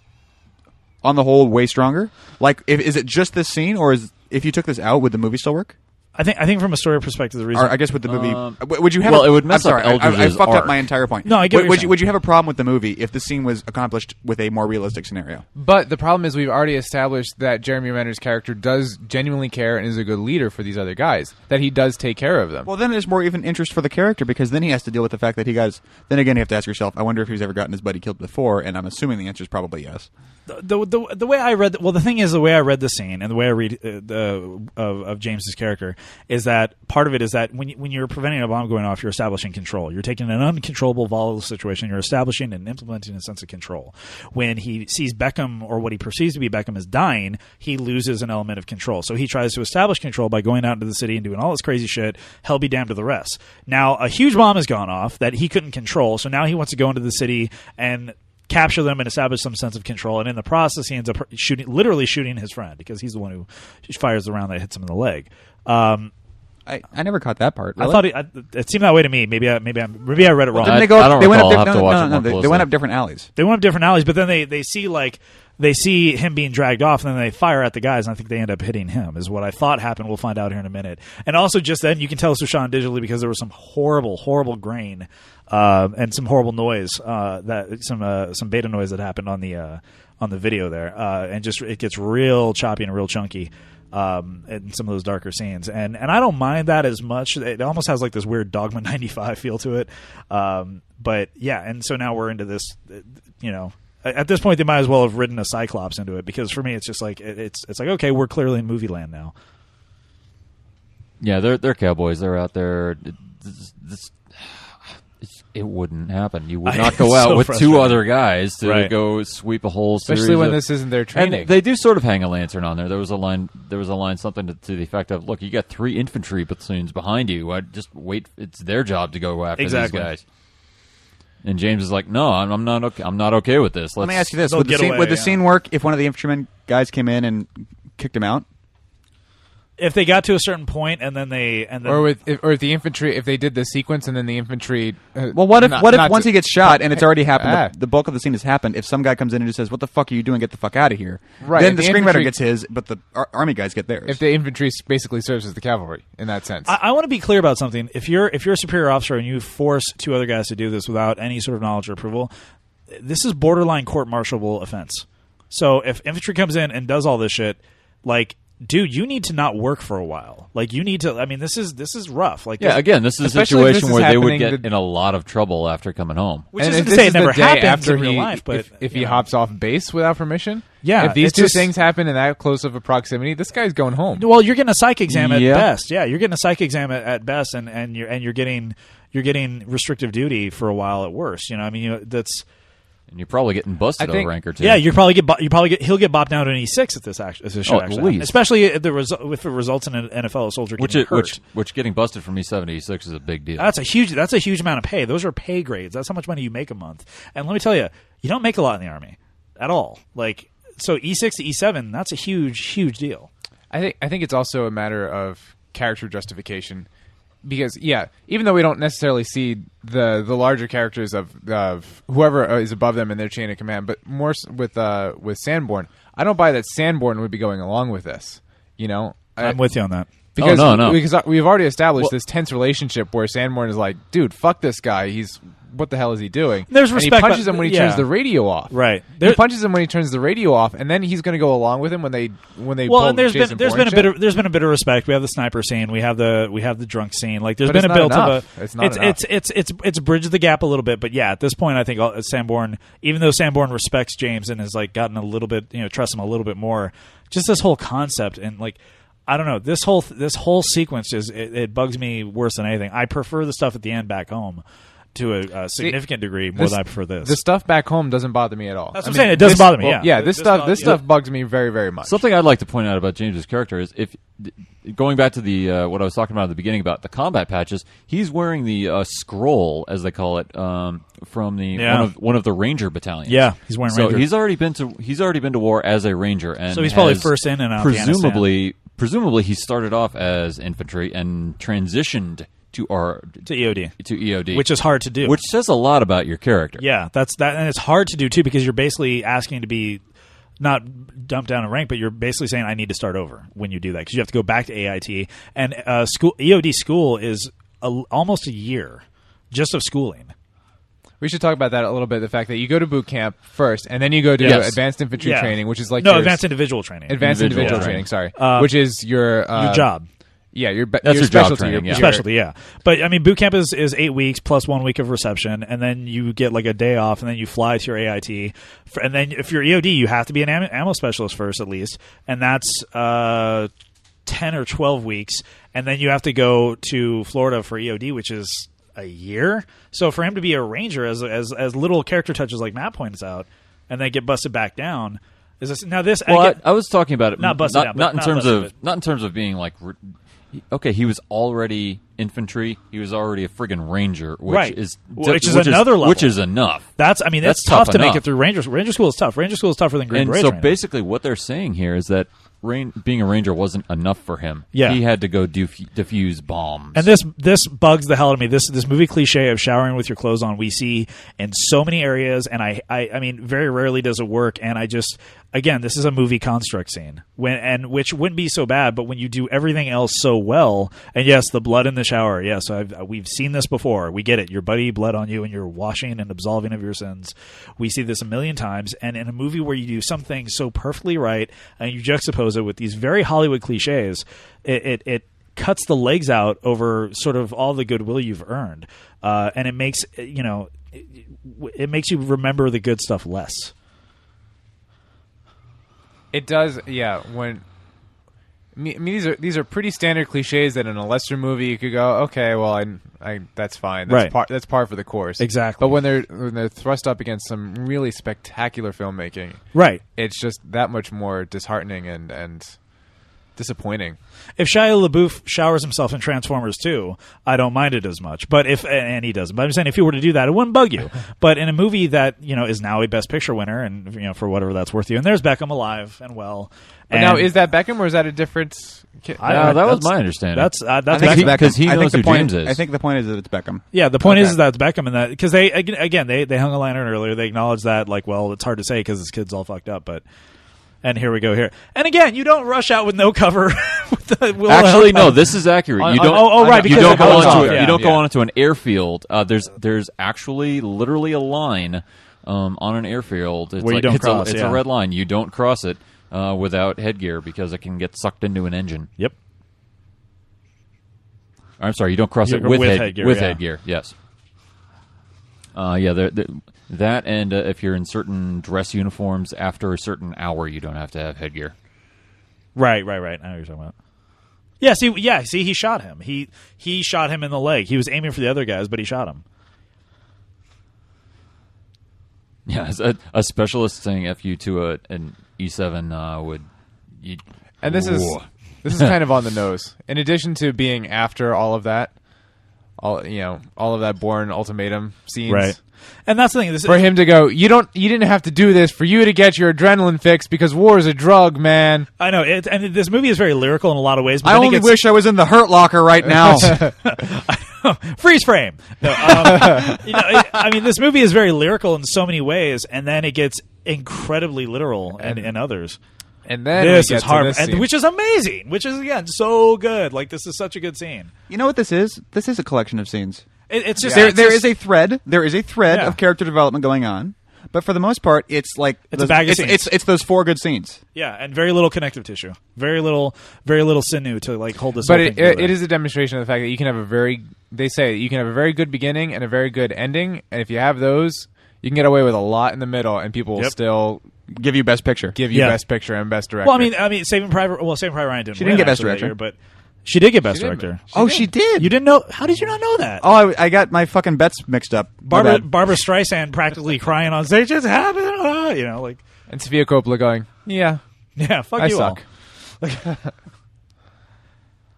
on the whole way stronger? Like, if, is it just this scene, or is if you took this out, would the movie still work?
I think I think from a story perspective, the reason
Or I guess would the movie?
uh,
w- would you have?
well,
a-
it would mess
I'm sorry,
up
I- I, I
Eldridge's
fucked
arc.
up my entire point.
No, I get
Would,
what you're
would you
saying.
would you have a problem with the movie if the scene was accomplished with a more realistic scenario?
But the problem is we've already established that Jeremy Renner's character does genuinely care and is a good leader for these other guys. That he does take care of them.
Well, then there's more even interest for the character because then he has to deal with the fact that he got. His, then again, you have to ask yourself, I wonder if he's ever gotten his buddy killed before, and I'm assuming the answer is probably yes.
the, the the way I read well the thing is the way I read the scene and the way I read uh, the of, of James's character is that part of it is that when you, when you're preventing a bomb going off you're establishing control you're taking an uncontrollable volatile situation you're establishing and implementing a sense of control when he sees Beckham or what he perceives to be Beckham is dying he loses an element of control so he tries to establish control by going out into the city and doing all this crazy shit hell be damned to the rest now a huge bomb has gone off that he couldn't control so now he wants to go into the city and capture them and establish some sense of control. And in the process, he ends up shooting, literally shooting his friend because he's the one who fires the round that hits him in the leg. Um,
I, I never caught that part.
I thought it, I, it seemed that way to me. Maybe I, maybe I, maybe I read it wrong.
Didn't
I-
they go?
I
up-
don't
they went
recall.
up.
I'll
di-
have to
no,
watch
no,
it
no,
more
they, they
closely.
went up different alleys.
they went up different alleys, but then they they see like they see him being dragged off, and then they fire at the guys, and I think they end up hitting him. Is what I thought happened. We'll find out here in a minute. And also, just then, you can tell this was shot digitally because there was some horrible, horrible grain uh, and some horrible noise uh, that some uh, some beta noise that happened on the uh, on the video there, uh, and just it gets real choppy and real chunky. Um, in some of those darker scenes, and and I don't mind that as much. It almost has like this weird Dogma '95 feel to it. Um, but yeah, and so now we're into this, uh, you know, at at this point they might as well have ridden a cyclops into it because for me it's just like it- it's it's like okay we're clearly in movie land now
Yeah, they're they're cowboys. They're out there. This, this, it's- it wouldn't happen. You would
I-
not go
it's
out
so
with two
frustrating.
other guys to
Right.
go sweep a whole.
Especially
series
when
of-
this isn't their
And
training.
they do sort of hang a lantern on there. There was a line. There was a line something to, to the effect of, "Look, you got three infantry platoons behind you. I just wait. It's their job to go after
Exactly.
these guys." And James is like, "No, I'm, I'm not. Okay, I'm not okay with this."
Let me
Let's-
ask you this:
They'll
Would the,
get
scene,
away,
would the
yeah.
scene work if one of the infantrymen guys came in and kicked him out?
if they got to a certain point and then they and then
or with if, or if the infantry if they did the sequence and then the infantry. Uh,
Well, what if
not-
what if
not
once
to-
he gets shot and it's already happened?
Ah.
The, the bulk of the scene has happened. If some guy comes in and just says, "What the fuck are you doing? Get the fuck out of here!"
Right,
Then
if
the,
the
screenwriter
infantry-
gets his, but the ar- army guys get theirs.
if the infantry basically serves as the cavalry in that sense?
I, I want to be clear about something if you're if you're a superior officer and you force two other guys to do this without any sort of knowledge or approval this is borderline court martialable offense so if infantry comes in and does all this shit like dude, you need to not work for a while. Like you need to. I mean, this is this is rough. Like
Yeah,
this-
again, this is a
Especially if
situation
this is
where they would
happening
get
to-
in a lot of trouble after coming home.
which
And
isn't
if
to
this
say
is
it
the
never
day
happened
after
in real
he-
life, but
if, if
you
he
know.
hops off base without permission,
Yeah,
If these
it's
two
just-
things happen in that close of a proximity, this guy's going home.
Well, you're getting a psych exam at
Yeah.
best. Yeah, you're getting a psych exam at, at best, and, and you're and you're getting you're getting restrictive duty for a while at worst. You know, I mean, you know, that's
And you're probably getting busted
I think-
over rank or two.
yeah. You probably get bo- you probably get he'll get bopped down to an E six at this action. This should
Oh, at
actually
least.
happen. especially if the resu- if it results in an NFL soldier
which
getting
it,
hurt.
which which getting busted from E seventy six is a big deal.
that's a huge that's a huge amount of pay. Those are pay grades. That's how much money you make a month. And let me tell you, you don't make a lot in the army at all. Like so, E six to E seven. That's a huge huge deal.
I think I think it's also a matter of character justification because yeah, even though we don't necessarily see the the larger characters of of whoever is above them in their chain of command, but more s- with uh with Sanborn, I don't buy that Sanborn would be going along with this. You know, I-
I'm with you on that.
because,
Oh, no, no.
because uh, we've already established
Well-
this tense relationship where Sanborn is like, dude, fuck this guy. He's what the hell is he doing?
There's
and
respect,
He punches
but-
him when he
yeah.
turns the radio off.
Right.
he
There-
punches him when he turns the radio off, and then he's going to go along with him when they when they.
well,
pull
and there's
Jason
been there's
Bourne
been a
shit.
bit of there's been a bit of respect. We have the sniper scene. We have the we have the drunk scene. Like there's
But
been
it's
a
not
built
enough.
of a
It's not
it's,
enough.
it's it's it's it's bridged the gap a little bit. But yeah, at this point, I think all- Sanborn, even though Sanborn respects James and has like gotten a little bit you know trusts him a little bit more, just this whole concept and like. I don't know. This whole this whole sequence is it, it bugs me worse than anything. I prefer the stuff at the end back home to a, a significant degree more
This-
than I prefer this.
The stuff back home doesn't bother me at all.
That's what I'm saying, it doesn't
this-
bother me,
well,
yeah.
yeah, this,
This
stuff
not-
this
yeah.
stuff bugs me very very much.
Something I'd like to point out about James's character is if going back to the uh, what I was talking about at the beginning about the combat patches, he's wearing the uh, scroll as they call it um, from the
Yeah.
one of one of the ranger battalions.
Yeah, he's wearing
so
ranger.
he's already been to he's already been to war as a ranger, and
So he's probably
has
first in and out of Afghanistan.
presumably presumably he started off as infantry and transitioned to our
to
E
EOD,
to EOD,
which is hard to do.
which says a lot about your character.
Yeah, that's that, and it's hard to do too because you're basically asking to be not dumped down in rank, but you're basically saying I need to start over when you do that because you have to go back to AIT and uh, school EOD school is a, almost a year just of schooling.
we should talk about that a little bit. The fact that you go to boot camp first, and then you go to
Yes.
advanced infantry
Yeah.
training, which is like
no
your
advanced individual training,
advanced
Individual
individual
training.
training. Sorry, which is your uh,
your job.
Yeah, your be-
That's your
your
job
specialty.
training,
your,
yeah.
your-
Especially, yeah. But I mean, boot camp is, is eight weeks plus one week of reception, and then you get like a day off, and then you fly to your AIT, for, and then if you're EOD, you have to be an ammo, ammo specialist first at least, and that's uh, ten or twelve weeks, and then you have to go to Florida for EOD, which is a year. So for him to be a ranger, as as as little character touches like Matt points out, and then get busted back down. Is this, now this
Well,
I
I,
get,
I was talking about it.
Not
m-
busted
not,
out, but
not in
not
terms
busted,
of not in terms of being like. re- he- Okay, he was already infantry. He was already a friggin' ranger, which
Right.
is
Which is another level.
which is enough.
that's I mean
That's
that's, tough,
tough
to
enough.
make it through ranger ranger school is tough ranger school is tougher than green
and
Beret
so
training.
basically, what they're saying here is that rain, being a ranger wasn't enough for him.
Yeah.
he had to go def- defuse bombs.
And this this bugs the hell out of me. This this movie cliche of showering with your clothes on we see in so many areas, and I I, I mean very rarely does it work. And I just again this is a movie construct scene when and which wouldn't be so bad, but when you do everything else so well, and yes, the blood in the shower, yes, I've, we've seen this before. We get it. Your buddy bled on you, and you're washing and absolving of your sins. We see this a million times. And in a movie where you do something so perfectly right, and you juxtapose it with these very Hollywood cliches, it it, it cuts the legs out over sort of all the goodwill you've earned, uh, and it makes you know it, it makes you remember the good stuff less.
It does, yeah. When I mean, I mean, these are these are pretty standard cliches that in a lesser movie you could go, okay, well, I, I that's fine, that's
Right.
Par, that's par for the course,
Exactly.
But when they're when they're thrust up against some really spectacular filmmaking,
Right.
it's just that much more disheartening and and disappointing.
If Shia LaBeouf showers himself in Transformers 2, I don't mind it as much. But if and he doesn't, but I'm saying if he were to do that, it wouldn't bug you. but in a movie that you know is now a Best Picture winner, and you know for whatever that's worth to you, and there's Beckham alive and well.
But
and
now, is that Beckham or is that a different? ki-
I-
No, Uh, that was
that's-
my understanding.
That's uh, that's
I think
Beckham.
it's Beckham.
because he
I
knows
think the
who
point,
James is.
I think the point is that it's Beckham.
Yeah, the point is
Okay.
is that's Beckham and that because they ag- again they they hung a lantern earlier. They acknowledged that like, well, it's hard to say because this kid's all fucked up, but. And here we go here. And again, you don't rush out with no cover. with the Will
Actually,
Held
no.
up.
This is accurate.
On-
you
on-
don't.
oh, oh, right,
You
because
don't
it
go
goes
onto
off,
a-
yeah.
You don't go
Yeah.
onto an airfield. Uh, there's there's actually literally a line um, on an airfield. It's
Where you
like-
don't
it's a-
cross,
it's
yeah.
a red line. You don't cross it. uh, without headgear because it can get sucked into an engine.
Yep.
I'm sorry, you don't cross
Yeah,
it with,
with
head,
headgear,
With
yeah.
headgear, yes. Uh, yeah, there there- that and uh, if you're in certain dress uniforms after a certain hour, you don't have to have headgear.
Right, right, right. I know what you're talking about. Yeah, see yeah, see he shot him. He he shot him in the leg. He was aiming for the other guys, but he shot him.
Yeah, it's a, a specialist saying "fu" to a, an E7 uh, would. You,
And this is
Ooh.
this is kind of on the nose. In addition to being after all of that, all you know, all of that born ultimatum scenes.
Right. And that's the thing. This
For him to go, you don't, you didn't have to do this for you to get your adrenaline fix because war is a drug, man.
I know, it, and this movie is very lyrical in a lot of ways. But
I
then it
only
gets-
wish I was in the Hurt Locker right now.
freeze frame. No, um, you know, it- I mean, this movie is very lyrical in so many ways, and then it gets incredibly literal in, in others.
And then
this
we get
is
to
hard,
this
and,
scene.
which is amazing. Which is again so good. Like this is such a good scene.
you know what this is? This is a collection of scenes.
It, it's just
There,
it's
there
just-
is a thread. There is a thread
Yeah.
of character development going on, but for the most part, it's like
It's a
those-
bag of
it's,
scenes.
It's, it's those four good scenes.
yeah, and very little connective tissue, very little, very little sinew to like hold this.
but
whole
it,
thing
it,
together.
it is a demonstration of the fact that you can have a very they say you can have a very good beginning and a very good ending and if you have those you can get away with a lot in the middle and people will
Yep.
still
Give you best picture.
give you
Yeah.
best picture and best director
Well, I mean, I mean, Saving Private. Well, Saving Private Ryan didn't.
She didn't
win
get Best
actually that
Director.
year, but she did get Best
did,
Director.
oh, she did.
You didn't know? How did you not know that?
Oh, I, I got my fucking bets mixed up. My
Barbara
bad.
Barbara Streisand practically crying on stage. It's happening, ah," you know, like
and Sofia Coppola going yeah
yeah, fuck
I
you
suck
all.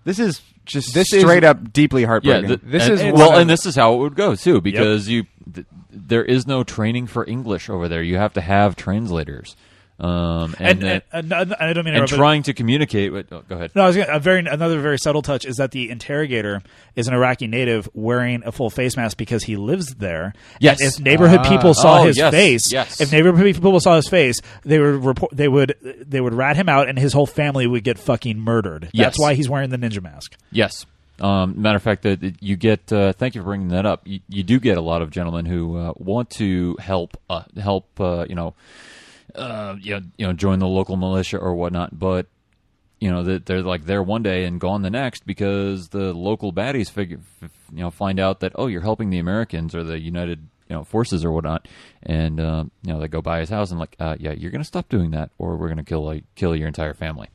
This is just
This is-
straight up deeply
yeah,
heartbreaking.
th-
This
and-
is one
well,
of-
and this is how it would go too, because you th- there is no training for English over there. You have to have translators, um, and
And,
that-
and, and, I don't mean
and
to interrupt, but-
trying to communicate. With, oh, go ahead.
No, I was gonna, a very another very subtle touch is that the interrogator is an Iraqi native wearing a full face mask because he lives there.
Yes.
and if neighborhood people saw
Oh,
his
yes,
face,
yes.
if neighborhood people saw his face, they would report, they would they would rat him out, and his whole family would get fucking murdered. That's
Yes.
why he's wearing the ninja mask.
Yes. Um, matter of fact, that you get. Uh, thank you for bringing that up. You, you do get a lot of gentlemen who uh, want to help, uh, help. Uh, you know, uh, you know, you know, join the local militia or whatnot, but. You know that they're like there one day and gone the next because the local baddies figure, f- you know, find out that oh you're helping the Americans or the United you know forces or whatnot, and uh, you know they go by his house and like uh, yeah you're gonna stop doing that or we're gonna kill like kill your entire family.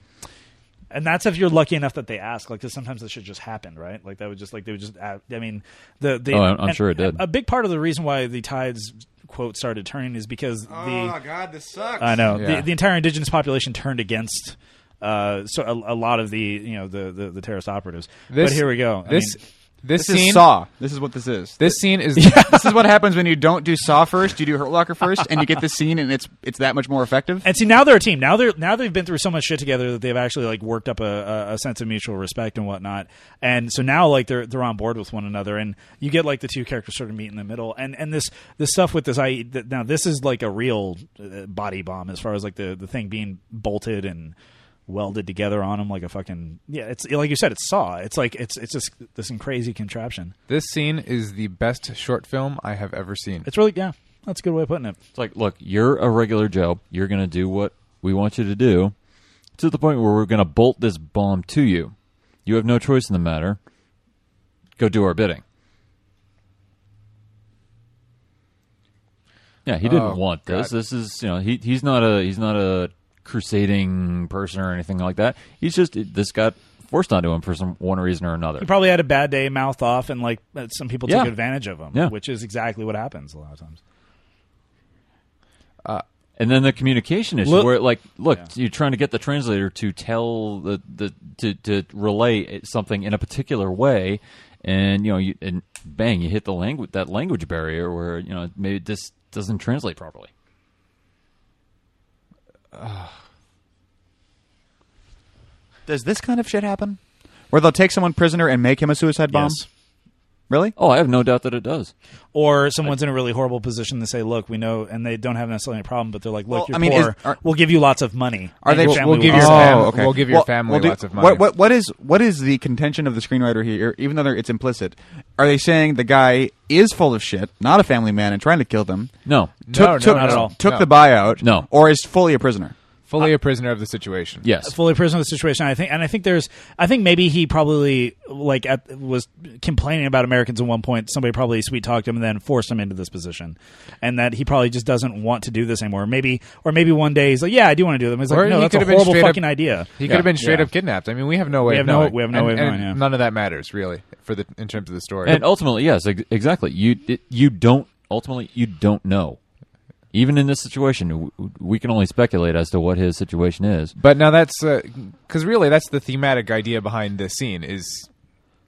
And that's if you're lucky enough that they ask. Like, 'cause sometimes this shit just happened, right? Like, that would just like they would just. a- I mean, the, the
Oh, I'm- I'm
and-
sure it did.
A big part of the reason why the tides quote started turning is because the
God, this sucks.
I know
Yeah.
the, the entire indigenous population turned against. Uh, so a, a lot of the you know the the, the terrorist operatives.
This-
but here we go. I
this
mean,
this,
This
scene
is Saw. This is what this is.
this scene is
this is what happens when you don't do Saw first. You do Hurt Locker first, and you get this scene, and it's it's that much more effective.
and see now they're a team. Now they're now they've been through so much shit together that they've actually like worked up a, a, a sense of mutual respect and whatnot. And so now like they're they're on board with one another. And you get like the two characters sort of meet in the middle. And and this this stuff with this I th- now this is like a real uh, body bomb as far as like the the thing being bolted and welded together on him like a fucking yeah. It's like you said, it's saw. It's like it's it's just this crazy contraption.
this scene is the best short film I have ever seen
It's really yeah. That's a good way of putting it.
It's like, look, you're a regular Joe. You're going to do what we want you to do to the point where we're going to bolt this bomb to you. You have no choice in the matter. Go do our bidding. Yeah, he didn't
Oh,
want this.
God.
This is, you know, he he's not a he's not a crusading person or anything like that. He's just this got forced onto him for some one reason or another.
He probably had a bad day, mouth off, and like uh, some people
Yeah.
took advantage of him,
Yeah.
which is exactly what happens a lot of times.
And then the communication issue,
Look-
where like, look,
Yeah.
you're trying to get the translator to tell the, the to to relay it- something in a particular way, and you know, you, and bang, you hit the language that language barrier where you know maybe this doesn't translate properly.
Does this kind of shit happen? Where they'll take someone prisoner and make him a suicide bomb?
Yes.
Really?
Oh, I have no doubt that it does.
Or someone's in a really horrible position to say, "Look, we know," and they don't have necessarily a problem, but they're like, "Look,
Well,
you're
I mean, is-
poor.
are-
we'll give you lots of money.
Are
and
they?
your family
we'll give
will
Oh,
your
be fine."
fam- we'll give your family
do-
lots of money.
What, what, what is what is the contention of the screenwriter here? Even though they're- it's implicit, are they saying the guy is full of shit, not a family man, and trying to kill them?
No,
No, no,
took
not
at all.
took
No.
the buyout.
No.
or is fully a prisoner.
fully a prisoner of the situation.
Yes.
fully prisoner of the situation. I think, and I think there's, I think maybe he probably like at, was complaining about Americans at one point. Somebody probably sweet talked him and then forced him into this position, and that he probably just doesn't want to do this anymore. Maybe, or maybe one day he's like, yeah, I do want to do them. He's
Or
like, no,
he
that's
could
a
have been
horrible
straight up-
fucking idea.
He could
Yeah.
have been straight
Yeah.
up kidnapped. I mean, we have no
We
way of
have no-
knowing.
we have no
And-
way of
and
knowing, yeah.
None of that matters really for the in terms of the story.
and oh. ultimately, yes, ex- exactly. You it, you don't ultimately you don't know. Even in this situation, w- w- we can only speculate as to what his situation is.
But now that's because really that's the thematic idea behind this scene is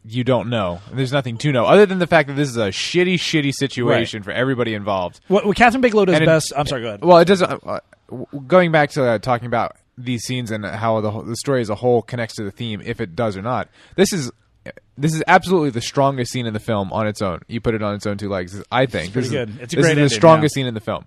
you don't know. There's nothing to know other than the fact that this is a shitty, shitty situation for everybody involved.
What, what Catherine Bigelow does
And it-
best. I'm sorry, go ahead.
Well, it doesn't. Uh, uh, going back to uh, talking about these scenes and how the whole, the story as a whole connects to the theme, if it does or not. This is. This is absolutely the strongest scene in the film on its own. You put it on its own two legs. I think
pretty
this is
good. It's a
this
great
is
ending,
the strongest
yeah.
scene in the film.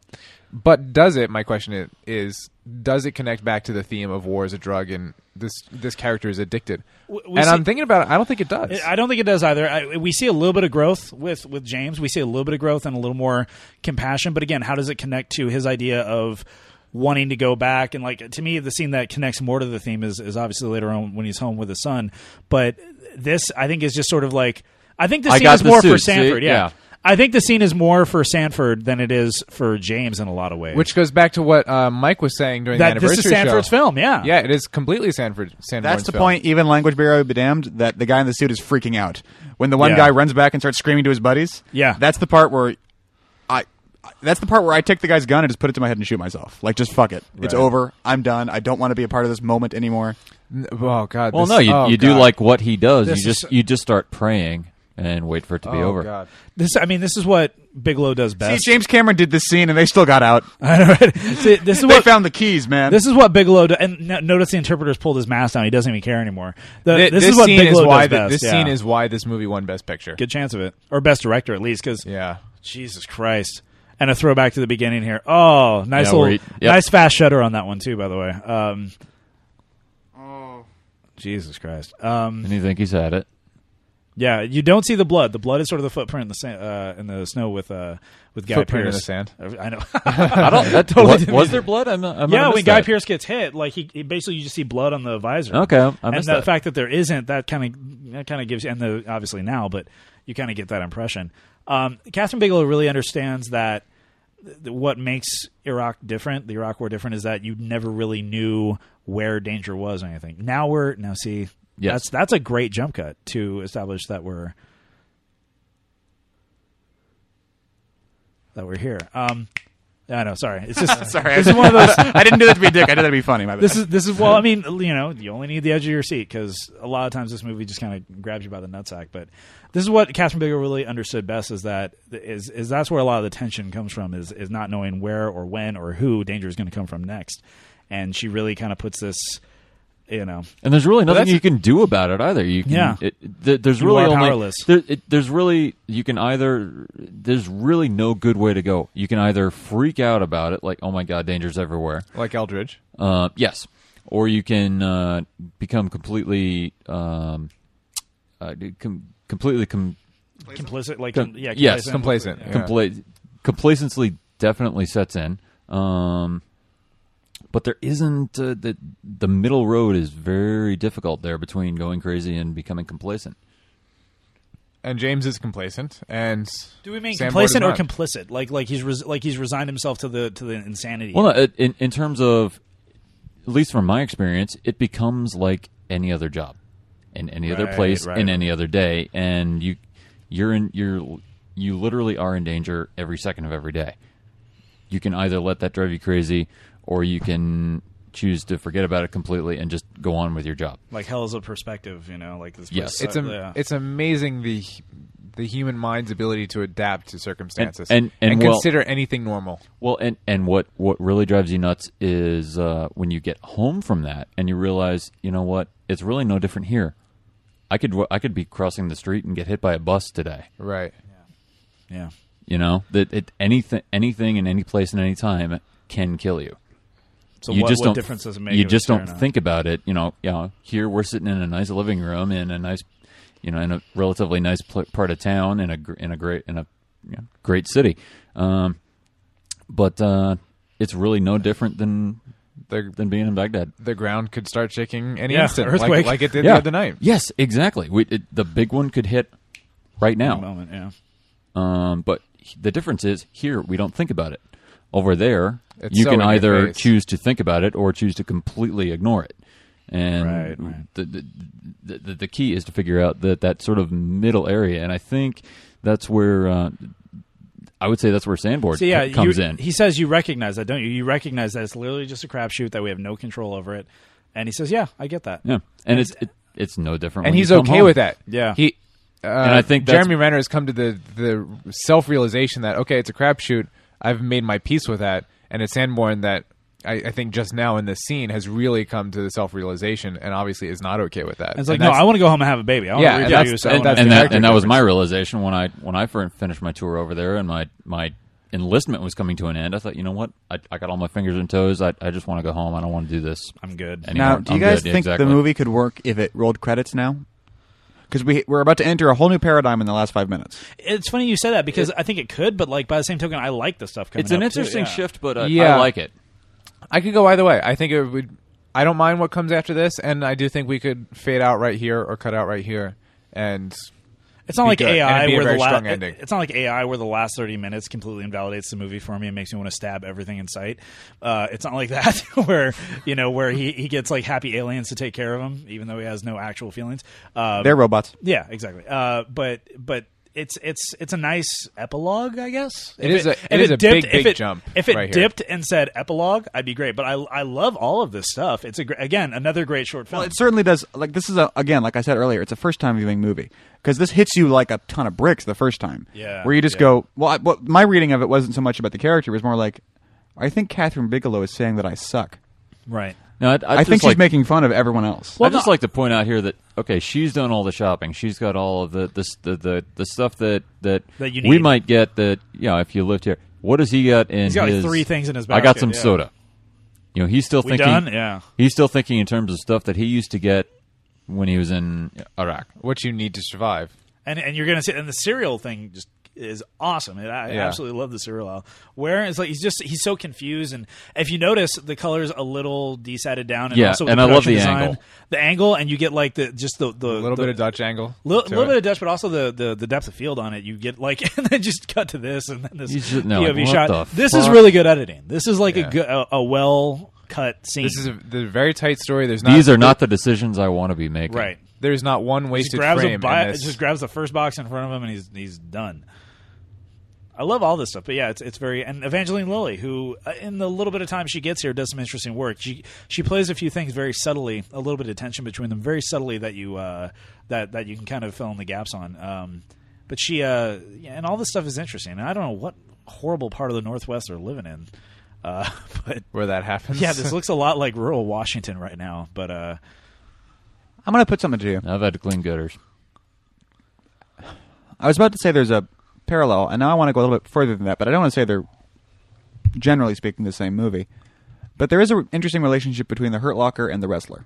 But does it? My question i- is: Does it connect back to the theme of war as a drug and this this character is addicted?
W- we
and
see-
I'm thinking about it. I don't think it does.
I don't think it does either. I, we see a little bit of growth with with James. We see a little bit of growth and a little more compassion. But again, how does it connect to his idea of wanting to go back? And like to me, the scene that connects more to the theme is is obviously later on when he's home with his son. But this, I think, is just sort of like I think the
I
scene
got
is
the
more for
suit, see?
Sanford. Yeah.
Yeah.
I think the scene is more for Sanford than it is for James in a lot of ways.
Which goes back to what uh, Mike was saying during
that
the
this
anniversary
is Sanford's
show.
film. Yeah.
Yeah, it is completely Sanford. Sanborn's
That's the
film.
point. Even language bureau be damned that the guy in the suit is freaking out when the one
Yeah.
guy runs back and starts screaming to his buddies.
Yeah.
that's the part where I. I- That's the part where I take the guy's gun and just put it to my head and shoot myself. Like, just fuck it. It's
Right.
over. I'm done. I don't want to be a part of this moment anymore.
N- Oh God!
Well,
this-
no, you,
oh,
you do
God.
like what he does.
This
you just
is-
you just start praying and wait for it to be
oh,
over.
God.
This, I mean, this is what Bigelow does
See,
best.
James Cameron did this scene and they still got out.
I know. right? See, this is
They
what
found the keys, man.
This is what Bigelow do- and no- notice the interpreter's pulled his mask down. He doesn't even care anymore. The-
Th-
this, is what
scene
Bigelow
why
does
the-
best.
This
yeah.
scene is why this movie won Best Picture.
good chance of it, or best director at least. Because
Yeah,
Jesus Christ, and a throwback to the beginning here. Oh, nice
Yeah,
little,
where he- yep.
nice fast shutter on that one too. By the way, um, Jesus Christ. Um,
And you think he's had it?
yeah, you don't see the blood. The blood is sort of the footprint in the sand, uh, in the snow with uh, with Guy
Footprint in
Pearce.
the sand.
I know.
I don't. That
totally
what-
didn't
was
mean-
there blood? I'm, not- I might
yeah,
have
when
missed
Guy
that.
Pierce gets hit, like he, he basically you just see blood on the visor.
Okay, I
and
missed
the
that.
fact that there isn't that kind of that kind of gives and the obviously now, but you kind of get that impression. Um, Catherine Bigelow really understands that th- what makes Iraq different, the Iraq War different, is that you never really knew where danger was or anything. Now we're now see
Yes.
that's that's a great jump cut to establish that we're that we're here. Um, I know. Sorry, it's just
Sorry, this is one of those. I didn't do that to be a dick. I did that to be funny. My bad.
this is this is well. I mean, you know, you only need the edge of your seat because a lot of times this movie just kind of grabs you by the nutsack. But this is what Catherine Bigelow really understood best is that is is that's where a lot of the tension comes from is is not knowing where or when or who danger is going to come from next, and she really kind of puts this, you know,
And there's really nothing
that's-
you can do about it either. You can,
Yeah.
It, th- there's
You
really
are
only
powerless.
There, it, there's really you can either there's really no good way to go. You can either freak out about it, like oh my god, danger's everywhere.
like Eldridge.
Uh, yes, or you can uh, become completely um, uh, com- completely com-
complicit, like
Com-
yeah,
yes,
complacent. Yeah.
compla- complacency definitely sets in. Um, but there isn't uh, the the middle road is very difficult there between going crazy and becoming complacent.
And James is complacent. And
Do we mean
Sanborn is
complacent or
not.
complicit? Like like he's res- like he's resigned himself to the to the insanity.
Well, no, it- in in terms of at least from my experience, it becomes like any other job, in any other
Right,
place,
right.
in any other day, and you you're in you're you literally are in danger every second of every day. You can either let that drive you crazy, or you can choose to forget about it completely and just go on with your job.
like hell is a perspective, you know, like this.
Yes.
place- uh,
it's am-
yeah.
it's amazing the the human mind's ability to adapt to circumstances
and- and well-
consider anything normal.
Well, and and what what really drives you nuts is uh, when you get home from that and you realize, you know what, it's really no different here. I could I could be crossing the street and get hit by a bus today.
Right.
yeah.
You know that it, anything anything in any place and any time can kill you.
So
you
what,
just
what
don't
difference does it make?
You
if
just
it's here or
don't
not?
think about it. You know, you know, here we're sitting in a nice living room in a nice, you know, in a relatively nice pl- part of town in a gr- in a great in a you know, great city. Um, but uh, it's really no different than
the
than being in Baghdad.
the ground could start shaking any
Yeah,
instant,
earthquake.
like, like it did the other night.
Yes, exactly. We, it, the big one could hit right
Oh.
now.
moment, yeah.
Um, but h- the difference is here we don't think about it. Over there,
It's
you
so
can
in your
either
face.
choose to think about it or choose to completely ignore it. And
Right, right.
The, the, the- the the key is to figure out that that sort of middle area, and I think that's where uh, I would say that's where Sandboard
So yeah,
c- comes
you-
in.
He says you recognize that, don't you? You recognize that it's literally just a crapshoot that we have no control over it. And he says, "Yeah, I get that."
yeah, and it's it, it's no different.
And
when
he's
you come
okay
home.
with that.
Yeah.
He uh, and
I think that's-
Jeremy Renner has come to the the self realization that okay, it's a crapshoot. I've made my peace with that, and it's Sanborn that I, I think just now in this scene has really come to the self realization, and obviously is not okay with that.
And it's like,
And
no,
that's-
I want to go home and have a baby. I want
Yeah,
to
and
reproduce.
that's-
I
and
wanna-
that's
Oh, and
the
that
character
and that was my
difference.
realization when I when I fir- finished my tour over there and my my enlistment was coming to an end. I thought, you know what, I, I got all my fingers and toes. I, I just want to go home. I don't want to do this.
I'm good.
anymore.
Now, do you
I'm
guys
good."
think
Exactly.
the movie could work if it rolled credits now? Because we we're about to enter a whole new paradigm in the last five minutes.
it's funny you say that because I think it could, but like by the same token, I like the stuff coming.
It's an
up, too,
interesting
yeah.
shift, but I,
Yeah.
I like it.
I could go either way. I think it would. I don't mind what comes after this, and I do think we could fade out right here or cut out right here, and
It's not
be
like
good, and
AI
it'd be a
where the
very
last.
strong ending.
It's not like AI where the last thirty minutes completely invalidates the movie for me and makes me want to stab everything in sight. Uh, it's not like that where you know where he, he gets like happy aliens to take care of him, even though he has no actual feelings. Um,
They're robots.
yeah, exactly. Uh, but but. It's it's it's a nice epilogue, I guess.
It
If
is a-
if
it is a big,
if
big
it-
jump
If it
right here.
dipped and said epilogue, I'd be great. But I I love all of this stuff. It's a gr- again another great short film.
Well, it certainly does. Like this is a again, like I said earlier, it's a first time viewing movie because this hits you like a ton of bricks the first time.
Yeah,
where you just
yeah.
go. Well, I, well, my reading of it wasn't so much about the character; it was more like, I think Catherine Bigelow is saying that I suck.
right.
No, I,
I, think she's
like,
making fun of everyone else.
I just like to point out here that okay, she's done all the shopping. She's got all of the the the, the, the stuff that that,
That you
we
need.
might get. That you know, if you lived here, what does he got in?
He's got, like,
his-
three things in his
I got
basket,
some
yeah.
soda. You know, he's still
We
thinking.
done? Yeah.
he's still thinking in terms of stuff that he used to get when he was in Iraq.
what you need to survive.
and and you're gonna see and the cereal thing just is awesome. And I
Yeah.
absolutely love the cereal aisle. Where it's like he's just he's so confused, and if you notice, the color's a little decided down. And
Yeah,
also with
and
the
I love
production
the
design,
angle.
the angle, and you get like the just the the
A little
the,
bit of Dutch angle.
Little,
to
little
it.
bit of Dutch, but also the, the, the depth of field on it. You get like, and then just cut to this, and then this
You just- no, like,
POV
what
shot.
the
This is
fuck?
really good editing. This is like
Yeah.
a, good, a a well cut scene.
This is a, the very tight story. There's not
These are not the decisions I want to be making.
right.
There's not one
Just
wasted
grabs a
frame.
bi-
in this.
just grabs the first box in front of him and he's he's done. I love all this stuff, but yeah, it's it's very and Evangeline Lilly, who uh, in the little bit of time she gets here, does some interesting work. She she plays a few things very subtly, a little bit of tension between them, very subtly that you uh, that that you can kind of fill in the gaps on. Um, but she uh, yeah, and all this stuff is interesting. And I don't know what horrible part of the Northwest they're living in, uh, but
where that happens.
yeah, this looks a lot like rural Washington right now. But uh,
I'm going to put something to you.
I've had to clean gutters.
I was about to say there's a parallel, and now I want to go a little bit further than that, but I don't want to say they're generally speaking the same movie. But there is an interesting relationship between the Hurt Locker and the Wrestler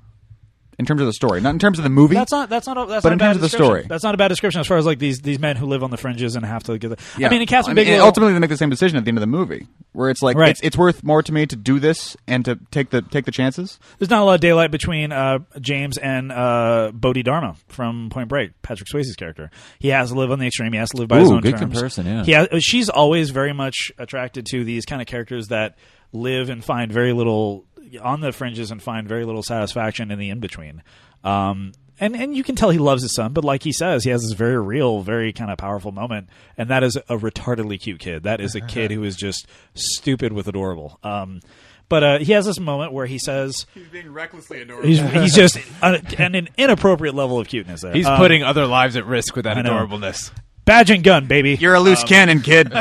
in terms of the story, not in terms of the movie.
That's not. That's not. A, that's
But
not
in
a bad
terms of the
description.
story.
that's not a bad description as far as like these these men who live on the fringes and have to get. The,
Yeah.
I mean, and Catherine
mean,
Bigelow.
Ultimately, they make the same decision at the end of the movie, where it's like
Right.
it's, it's worth more to me to do this and to take the take the chances.
there's not a lot of daylight between uh, James and uh, Bodhidharma from Point Break, Patrick Swayze's character. He has to live on the extreme. He has to live by his
Ooh,
own
good
terms.
comparison, yeah.
He has, she's always very much attracted to these kind of characters that live and find very little on the fringes and find very little satisfaction in the in between. Um, and and you can tell he loves his son, but like he says, he has this very real, very kind of powerful moment, and that is a retardedly cute kid. That is a kid who is just stupid with adorable. Um, but uh, he has this moment where he says,
Being recklessly adorable.
He's, he's just an, an, inappropriate level of cuteness there.
He's
Um,
putting other lives at risk with that
I know.
adorableness.
badge and gun, baby.
You're a loose cannon, kid.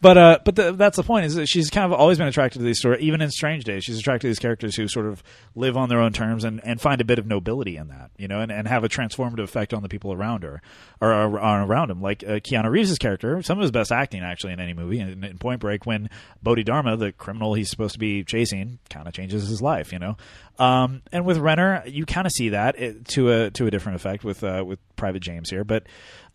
but uh, but the, that's the point is that she's kind of always been attracted to these sort of even in Strange Days she's attracted to these characters who sort of live on their own terms and, and find a bit of nobility in that you know and, and have a transformative effect on the people around her or, or, or around him like uh, Keanu Reeves' character some of his best acting actually in any movie in, in Point Break when Bodhidharma the criminal he's supposed to be chasing kind of changes his life you know um, and with Renner you kind of see that it, to a to a different effect with uh, with Private James here but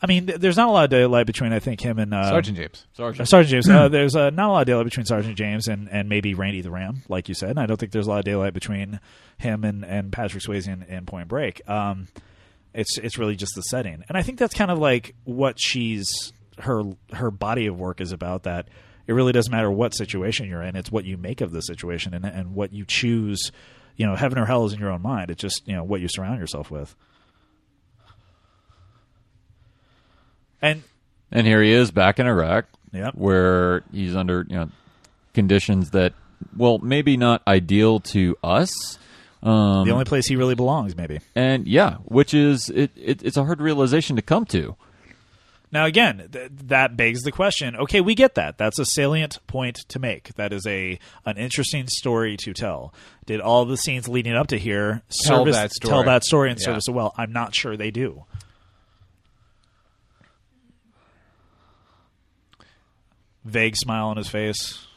I mean, th- there's not a lot of daylight between I think him and uh,
Sergeant James.
uh,
Sergeant.
Sergeant James. uh, there's uh, not a lot of daylight between Sergeant James and, and maybe Randy the Ram, like you said. And I don't think there's a lot of daylight between him and, and Patrick Swayze in, in Point Break. Um, it's it's really just the setting, and I think that's kind of like what she's her her body of work is about. That it really doesn't matter what situation you're in; it's what you make of the situation and and what you choose. You know, heaven or hell is in your own mind. It's just you know what you surround yourself with. And
And here he is back in Iraq,
Yep.
where he's under you know conditions that, well, maybe not ideal to us. Um,
the only place he really belongs, maybe.
and yeah, which is it, it. It's a hard realization to come to.
Now, again, th- that begs the question. Okay, we get that. That's a salient point to make. That is a an interesting story to tell. Did all the scenes leading up to here
Tell
service
that story.
tell that story and
Yeah.
service it well? I'm not sure they do. Vague smile on his face,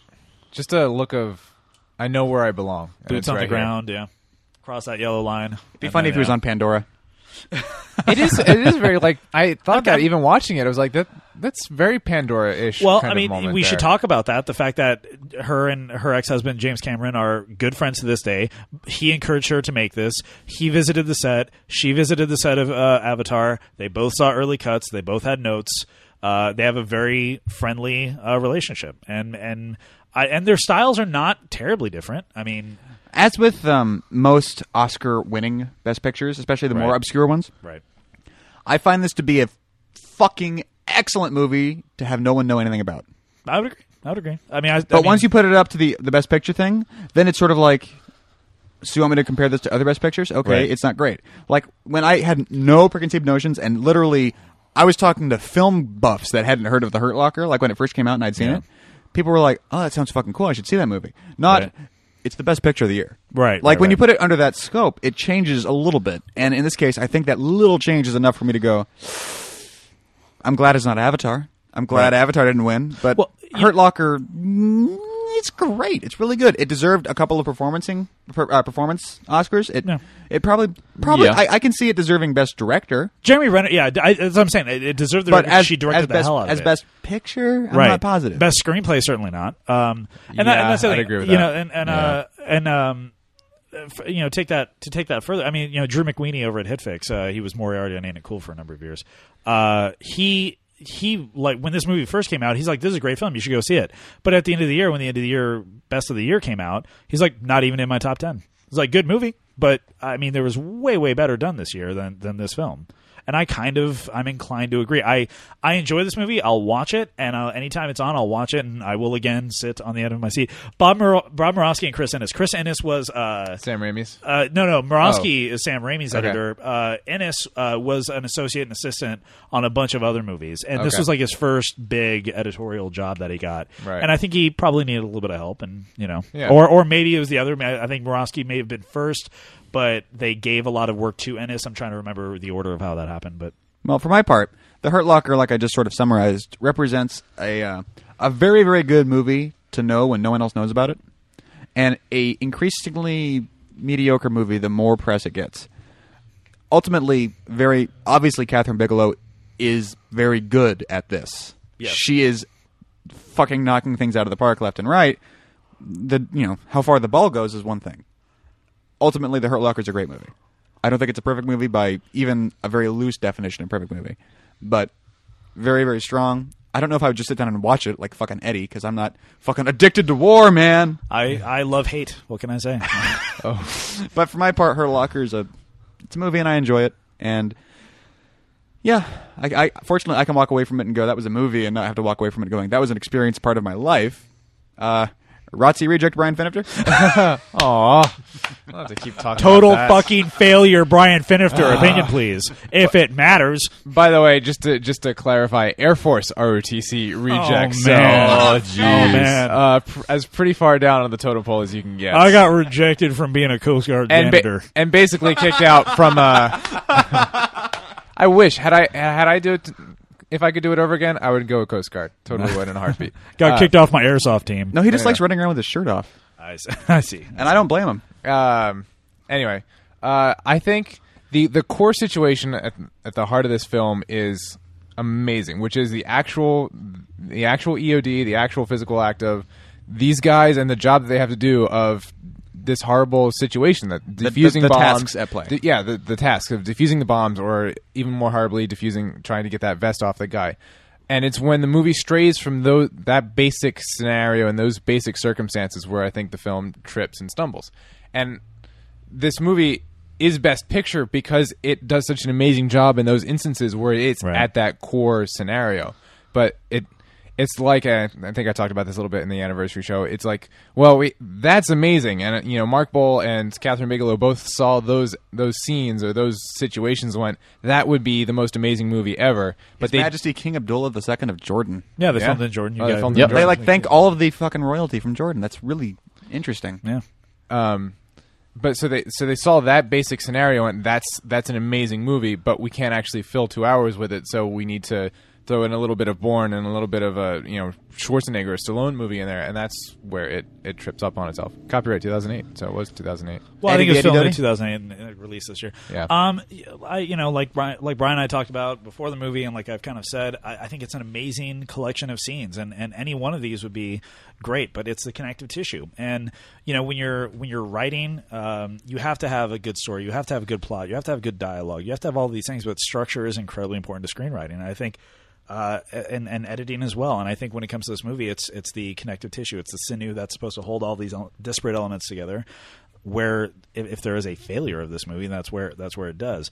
Just a look of, I know where I belong. and
boots
it's
on
right
the
here.
ground. Yeah, cross that yellow line. It'd
be funny if he was on Pandora.
it is. It is very like I thought that even watching it, I was like that. That's very Pandora-ish.
Well,
kind
I
of
mean,
moment
we
there.
should talk about that. The fact that her and her ex husband, James Cameron, are good friends to this day. He encouraged her to make this. He visited the set. She visited the set of uh, Avatar. They both saw early cuts. They both had notes. Uh, they have a very friendly uh, relationship, and and I, and their styles are not terribly different. I mean,
As with um, most Oscar-winning Best Pictures, especially the more
Right.
obscure ones,
right?
I find this to be a fucking excellent movie to have no one know anything about.
I would agree. I would agree. I mean, I,
But once you put it up to the the Best Picture thing, then it's sort of like, so you want me to compare this to other Best Pictures? Okay,
Right.
it's not great. Like when I had no preconceived notions and literally, I was talking to film buffs that hadn't heard of The Hurt Locker, like when it first came out and I'd seen
Yeah.
it. People were like, "Oh, that sounds fucking cool. I should see that movie." Not.
Right.
It's the best picture of the year,
Right,
Like
right,
when you
right.
put it under that scope, it changes a little bit, and in this case, I think that little change is enough for me to go. I'm glad it's not Avatar. I'm glad Avatar didn't win, but
Well, you-
Hurt Locker, mm, it's great. It's really good. It deserved a couple of performancing per, uh, performance Oscars. It
Yeah.
it probably probably
Yeah.
I, I can see it deserving Best Director,
Jeremy Renner, yeah, I, that's what I'm saying. It, it deserved the
but as
she directed
as
the
best
hell out of
as
it.
Best Picture, I'm
right.
not positive.
Best screenplay, certainly not. Um, and, that,
Yeah,
and that's the
I'd
thing,
agree with
you know,
that.
and and uh, and um, f- you know, take that to take that further. I mean, you know, Drew McWeeny over at HitFix, uh, he was Moriarty on Ain't It Cool for a number of years. Uh, he he like when this movie first came out, he's like, "This is a great film. You should go see it." But at the end of the year, when the end of the year best of the year came out, he's like, "Not even in my top ten. It's like good movie, but I mean, there was way way better done this year than than this film. And I kind of I'm inclined to agree. I I enjoy this movie. I'll watch it, and I'll, anytime it's on, I'll watch it, and I will again sit on the end of my seat. Bob Mor- Bob Morosky and Chris Ennis. Chris Ennis was uh,
Sam Raimi's.
uh, no, no. Morosky is Sam Raimi's
Oh. Okay.
editor. Uh, Ennis uh, was an associate and assistant on a bunch of other movies, and this
Okay.
was like his first big editorial job that he got.
Right.
And I think he probably needed a little bit of help, and you know,
Yeah.
or or maybe it was the other. I I think Morosky may have been first, but they gave a lot of work to Ennis. I'm trying to remember the order of how that happened, but
Well, for my part, The Hurt Locker, like I just sort of summarized, represents a uh, a very very good movie to know when no one else knows about it, and a increasingly mediocre movie the more press it gets. Ultimately, very obviously, Catherine Bigelow is very good at this.
Yes.
She is fucking knocking things out of the park left and right. The you know how far the ball goes is one thing. Ultimately, The Hurt Locker is a great movie. I don't think it's a perfect movie by even a very loose definition of perfect movie, but very very strong. I don't know if I would just sit down and watch it like fucking Eddie because I'm not fucking addicted to war, man.
I I love hate. What can I say?
But for my part, Hurt Locker is a it's a movie and I enjoy it. And yeah, I, I fortunately I can walk away from it and go that was a movie and not have to walk away from it going that was an experience part of my life. Uh, Rotzi reject Brian Fenifter.
Aw, I'll have to keep talking.
Total
about that. Uh,
fucking failure, Brian Finifter. opinion, please, if it matters.
By the way, just to just to clarify, Air Force ROTC rejects.
Oh, man.
so,
Oh, jeez. Oh, man.
Uh, pr- as pretty far down on the totem pole as you can get.
I got rejected from being a Coast Guard
and ba-
janitor.
and basically kicked out from. Uh, I wish had I had I do it. If I could do it over again, I would go with Coast Guard. Totally would in a heartbeat.
Got
Uh,
kicked off my airsoft team.
No, he just likes running around with his shirt off,
I s- I see.
and I don't blame him.
um, anyway, uh, I think the the core situation at, at the heart of this film is amazing, which is the actual the actual EOD, the actual physical act of these guys and the job that they have to do of this horrible situation that defusing
the
bombs
tasks at play.
the- yeah, the the task of defusing the bombs or even more horribly defusing trying to get that vest off the guy. And it's when the movie strays from those that basic scenario and those basic circumstances where I think the film trips and stumbles. And this movie is best picture because it does such an amazing job in those instances where it's
Right.
at that core scenario. But it it's like a, I think I talked about this a little bit in the anniversary show. It's like, well, we, that's amazing, and uh, you know, Mark Bowl and Catherine Bigelow both saw those those scenes or those situations. and Went that would be the most amazing movie ever,
His
but they
Majesty King Abdullah II of Jordan.
Yeah, they
Yeah.
filmed in Jordan. You
Oh, they
got it.
filmed in
Yep.
They
Jordan.
like thank all of the fucking royalty from Jordan. That's really interesting.
Yeah.
but so they so they saw that basic scenario and that's that's an amazing movie but we can't actually fill two hours with it so we need to throw in a little bit of Bourne and a little bit of a you know Schwarzenegger or Stallone movie in there and that's where it it trips up on itself copyright 2008 so it was 2008
Well, I
Eddie
think it was
the Eddie
filmed in
Duddy?
2008 and it released this year.
Yeah.
Um, I you know like Brian, like Brian and I talked about before the movie, and like I've kind of said, I, I think it's an amazing collection of scenes, and and any one of these would be great, but it's the connective tissue, and you know when you're when you're writing, um, you have to have a good story, you have to have a good plot, you have to have good dialogue, you have to have all these things, but structure is incredibly important to screenwriting. And I think uh, and and editing as well. And I think when it comes to this movie, it's it's the connective tissue, it's the sinew that's supposed to hold all these el- disparate elements together. Where if, if there is a failure of this movie, that's where that's where it does.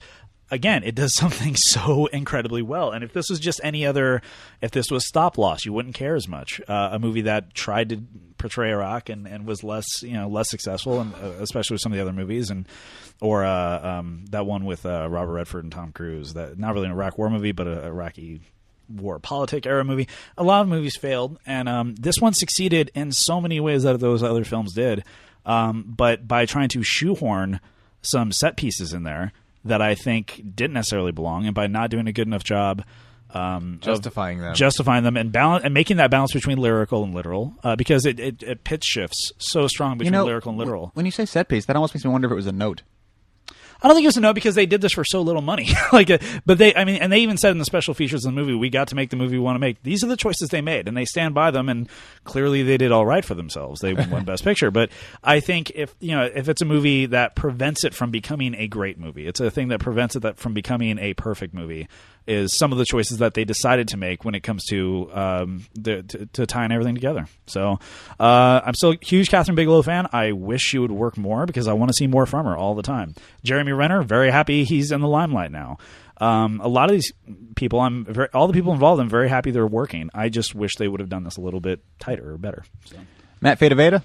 Again, it does something so incredibly well. And if this was just any other, if this was Stop Loss, you wouldn't care as much. Uh, a movie that tried to portray Iraq and, and was less you know less successful, and uh, especially with some of the other movies and or uh, um, that one with uh, Robert Redford and Tom Cruise. That not really an Iraq war movie, but a Iraqi war politic era movie. A lot of movies failed, and um, this one succeeded in so many ways that those other films did. Um, but by trying to shoehorn some set pieces in there that I think didn't necessarily belong, and by not doing a good enough job. Um, of
Justifying them.
justifying them, and balance, and making that balance between lyrical and literal, uh, because it, it, it pitch shifts so strong between lyrical and
wh-
literal.
When you say set piece, that almost makes me wonder if it was a note.
I don't think it was a no because they did this for so little money. like, uh, but they, I mean, and they even said in the special features of the movie, we got to make the movie we want to make. These are the choices they made, and they stand by them. And clearly, they did all right for themselves. They won Best Picture. But I think if you know, if it's a movie that prevents it from becoming a great movie, it's a thing that prevents it that from becoming a perfect movie. Is some of the choices that they decided to make when it comes to um, the, to, to tying everything together. So uh, I'm still a huge Catherine Bigelow fan. I wish she would work more because I want to see more from her all the time. Jeremy Renner, very happy he's in the limelight now. Um, a lot of these people, I'm very, all the people involved. I'm very happy they're working. I just wish they would have done this a little bit tighter or better. So.
Matt Fadaveda?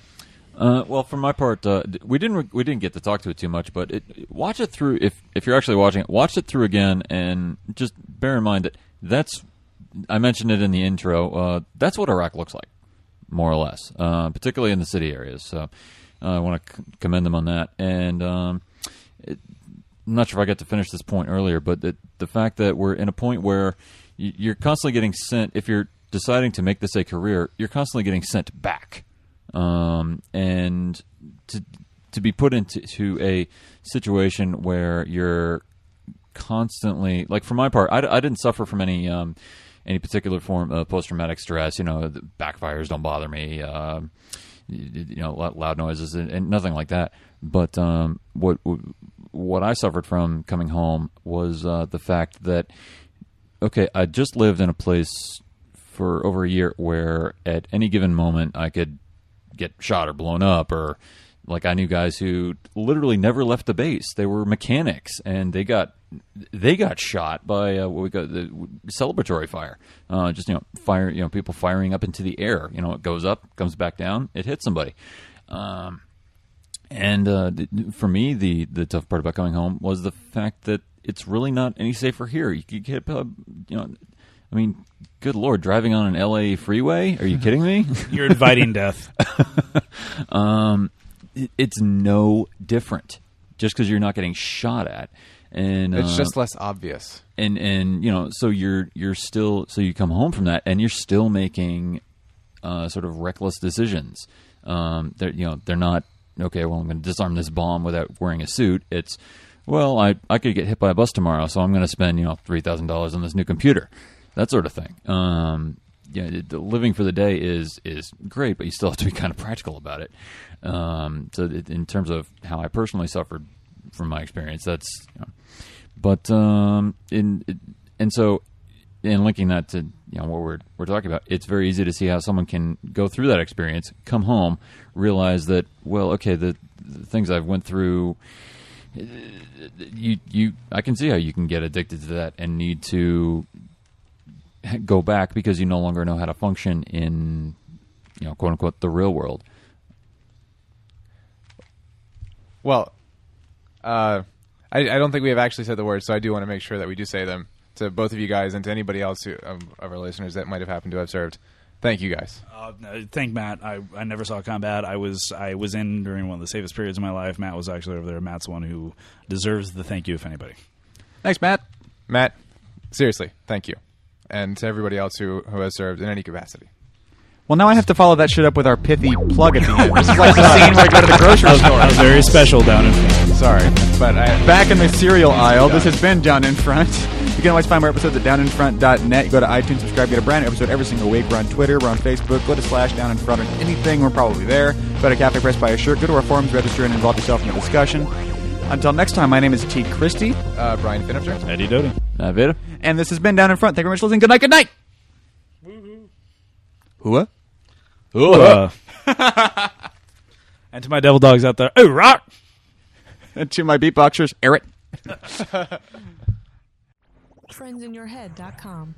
Uh, well, for my part, uh, d- we didn't re- we didn't get to talk to it too much, but it, it- watch it through if if you're actually watching it, watch it through again, and just bear in mind that that's I mentioned it in the intro. Uh, that's what Iraq looks like, more or less, uh, particularly in the city areas. So uh, I want to c- commend them on that, and um, it, I'm not sure if I got to finish this point earlier, but the, the fact that we're in a point where y- you're constantly getting sent, if you're deciding to make this a career, you're constantly getting sent back. Um, and to, to be put into to a situation where you're constantly like for my part I, I didn't suffer from any um any particular form of post-traumatic stress you know the backfires don't bother me um you, you know lou- loud noises and, and nothing like that but um what what i suffered from coming home was uh the fact that okay i just lived in a place for over a year where at any given moment i could get shot or blown up or like I knew guys who literally never left the base. They were mechanics and they got they got shot by uh, what we got the celebratory fire. Uh, just you know fire you know people firing up into the air. You know it goes up, comes back down, it hits somebody. Um, and uh, th- for me, the the tough part about coming home was the fact that it's really not any safer here. You could get uh, you know. I mean, good lord, driving on an LA freeway? Are you kidding me?
You're inviting death.
um, it, it's no different just because you're not getting shot at, and
it's
uh,
just less obvious
and and you know, so you're you're still so you come home from that and you're still making uh, sort of reckless decisions. Um, they're you know they're not okay. Well, I'm going to disarm this bomb without wearing a suit. It's well, I I could get hit by a bus tomorrow, so I'm going to spend you know three thousand dollars on this new computer. that sort of thing. Um, yeah, it- the living for the day is is great, but you still have to be kind of practical about it. Um, so, it, in terms of how I personally suffered from my experience, that's. You know, but um, in and so in linking that to you know what we're we're talking about, it's very easy to see how someone can go through that experience, come home, realize that well, okay, the, the things I've went through you you I can see how you can get addicted to that and need to go back because you no longer know how to function in you know quote unquote the real world.
Well, uh, I, I don't think we have actually said the words, so I do want to make sure that we do say them to both of you guys and to anybody else who, of, of our listeners that might have happened to have served. Thank you guys.
Uh, no, thank Matt. I, I never saw combat. I was I was in during one of the safest periods of my life. Matt was actually over there. Matt's the one who deserves the thank you, if anybody.
Thanks, Matt.
Matt, seriously, thank you. And to everybody else who, who has served in any capacity.
Well, now I have to follow that shit up with our pithy plug at the end. This is like the scene where I go to the grocery store.
I was very special down in
Sorry, but I,
Back in the cereal aisle, this has been Down in Front. You can always find more episodes at downinfront.net. You go to iTunes, subscribe, get a brand new episode every single week. We're on Twitter, we're on Facebook. Go to slash down in front on anything, we're probably there. Go to Cafe Press, buy a shirt, go to our forums, register, and involve yourself in the discussion. Until next time, my name is T. Christie,
uh, Brian Finifter.
Eddie Doty.
Uh, Veda?
and this has been Down in Front. Thank you very much for listening. Good night, good night! Hua?
Uh, and to my devil dogs out there, oh rock.
And to my beatboxers, Eric.
Friendsinyourhead.com.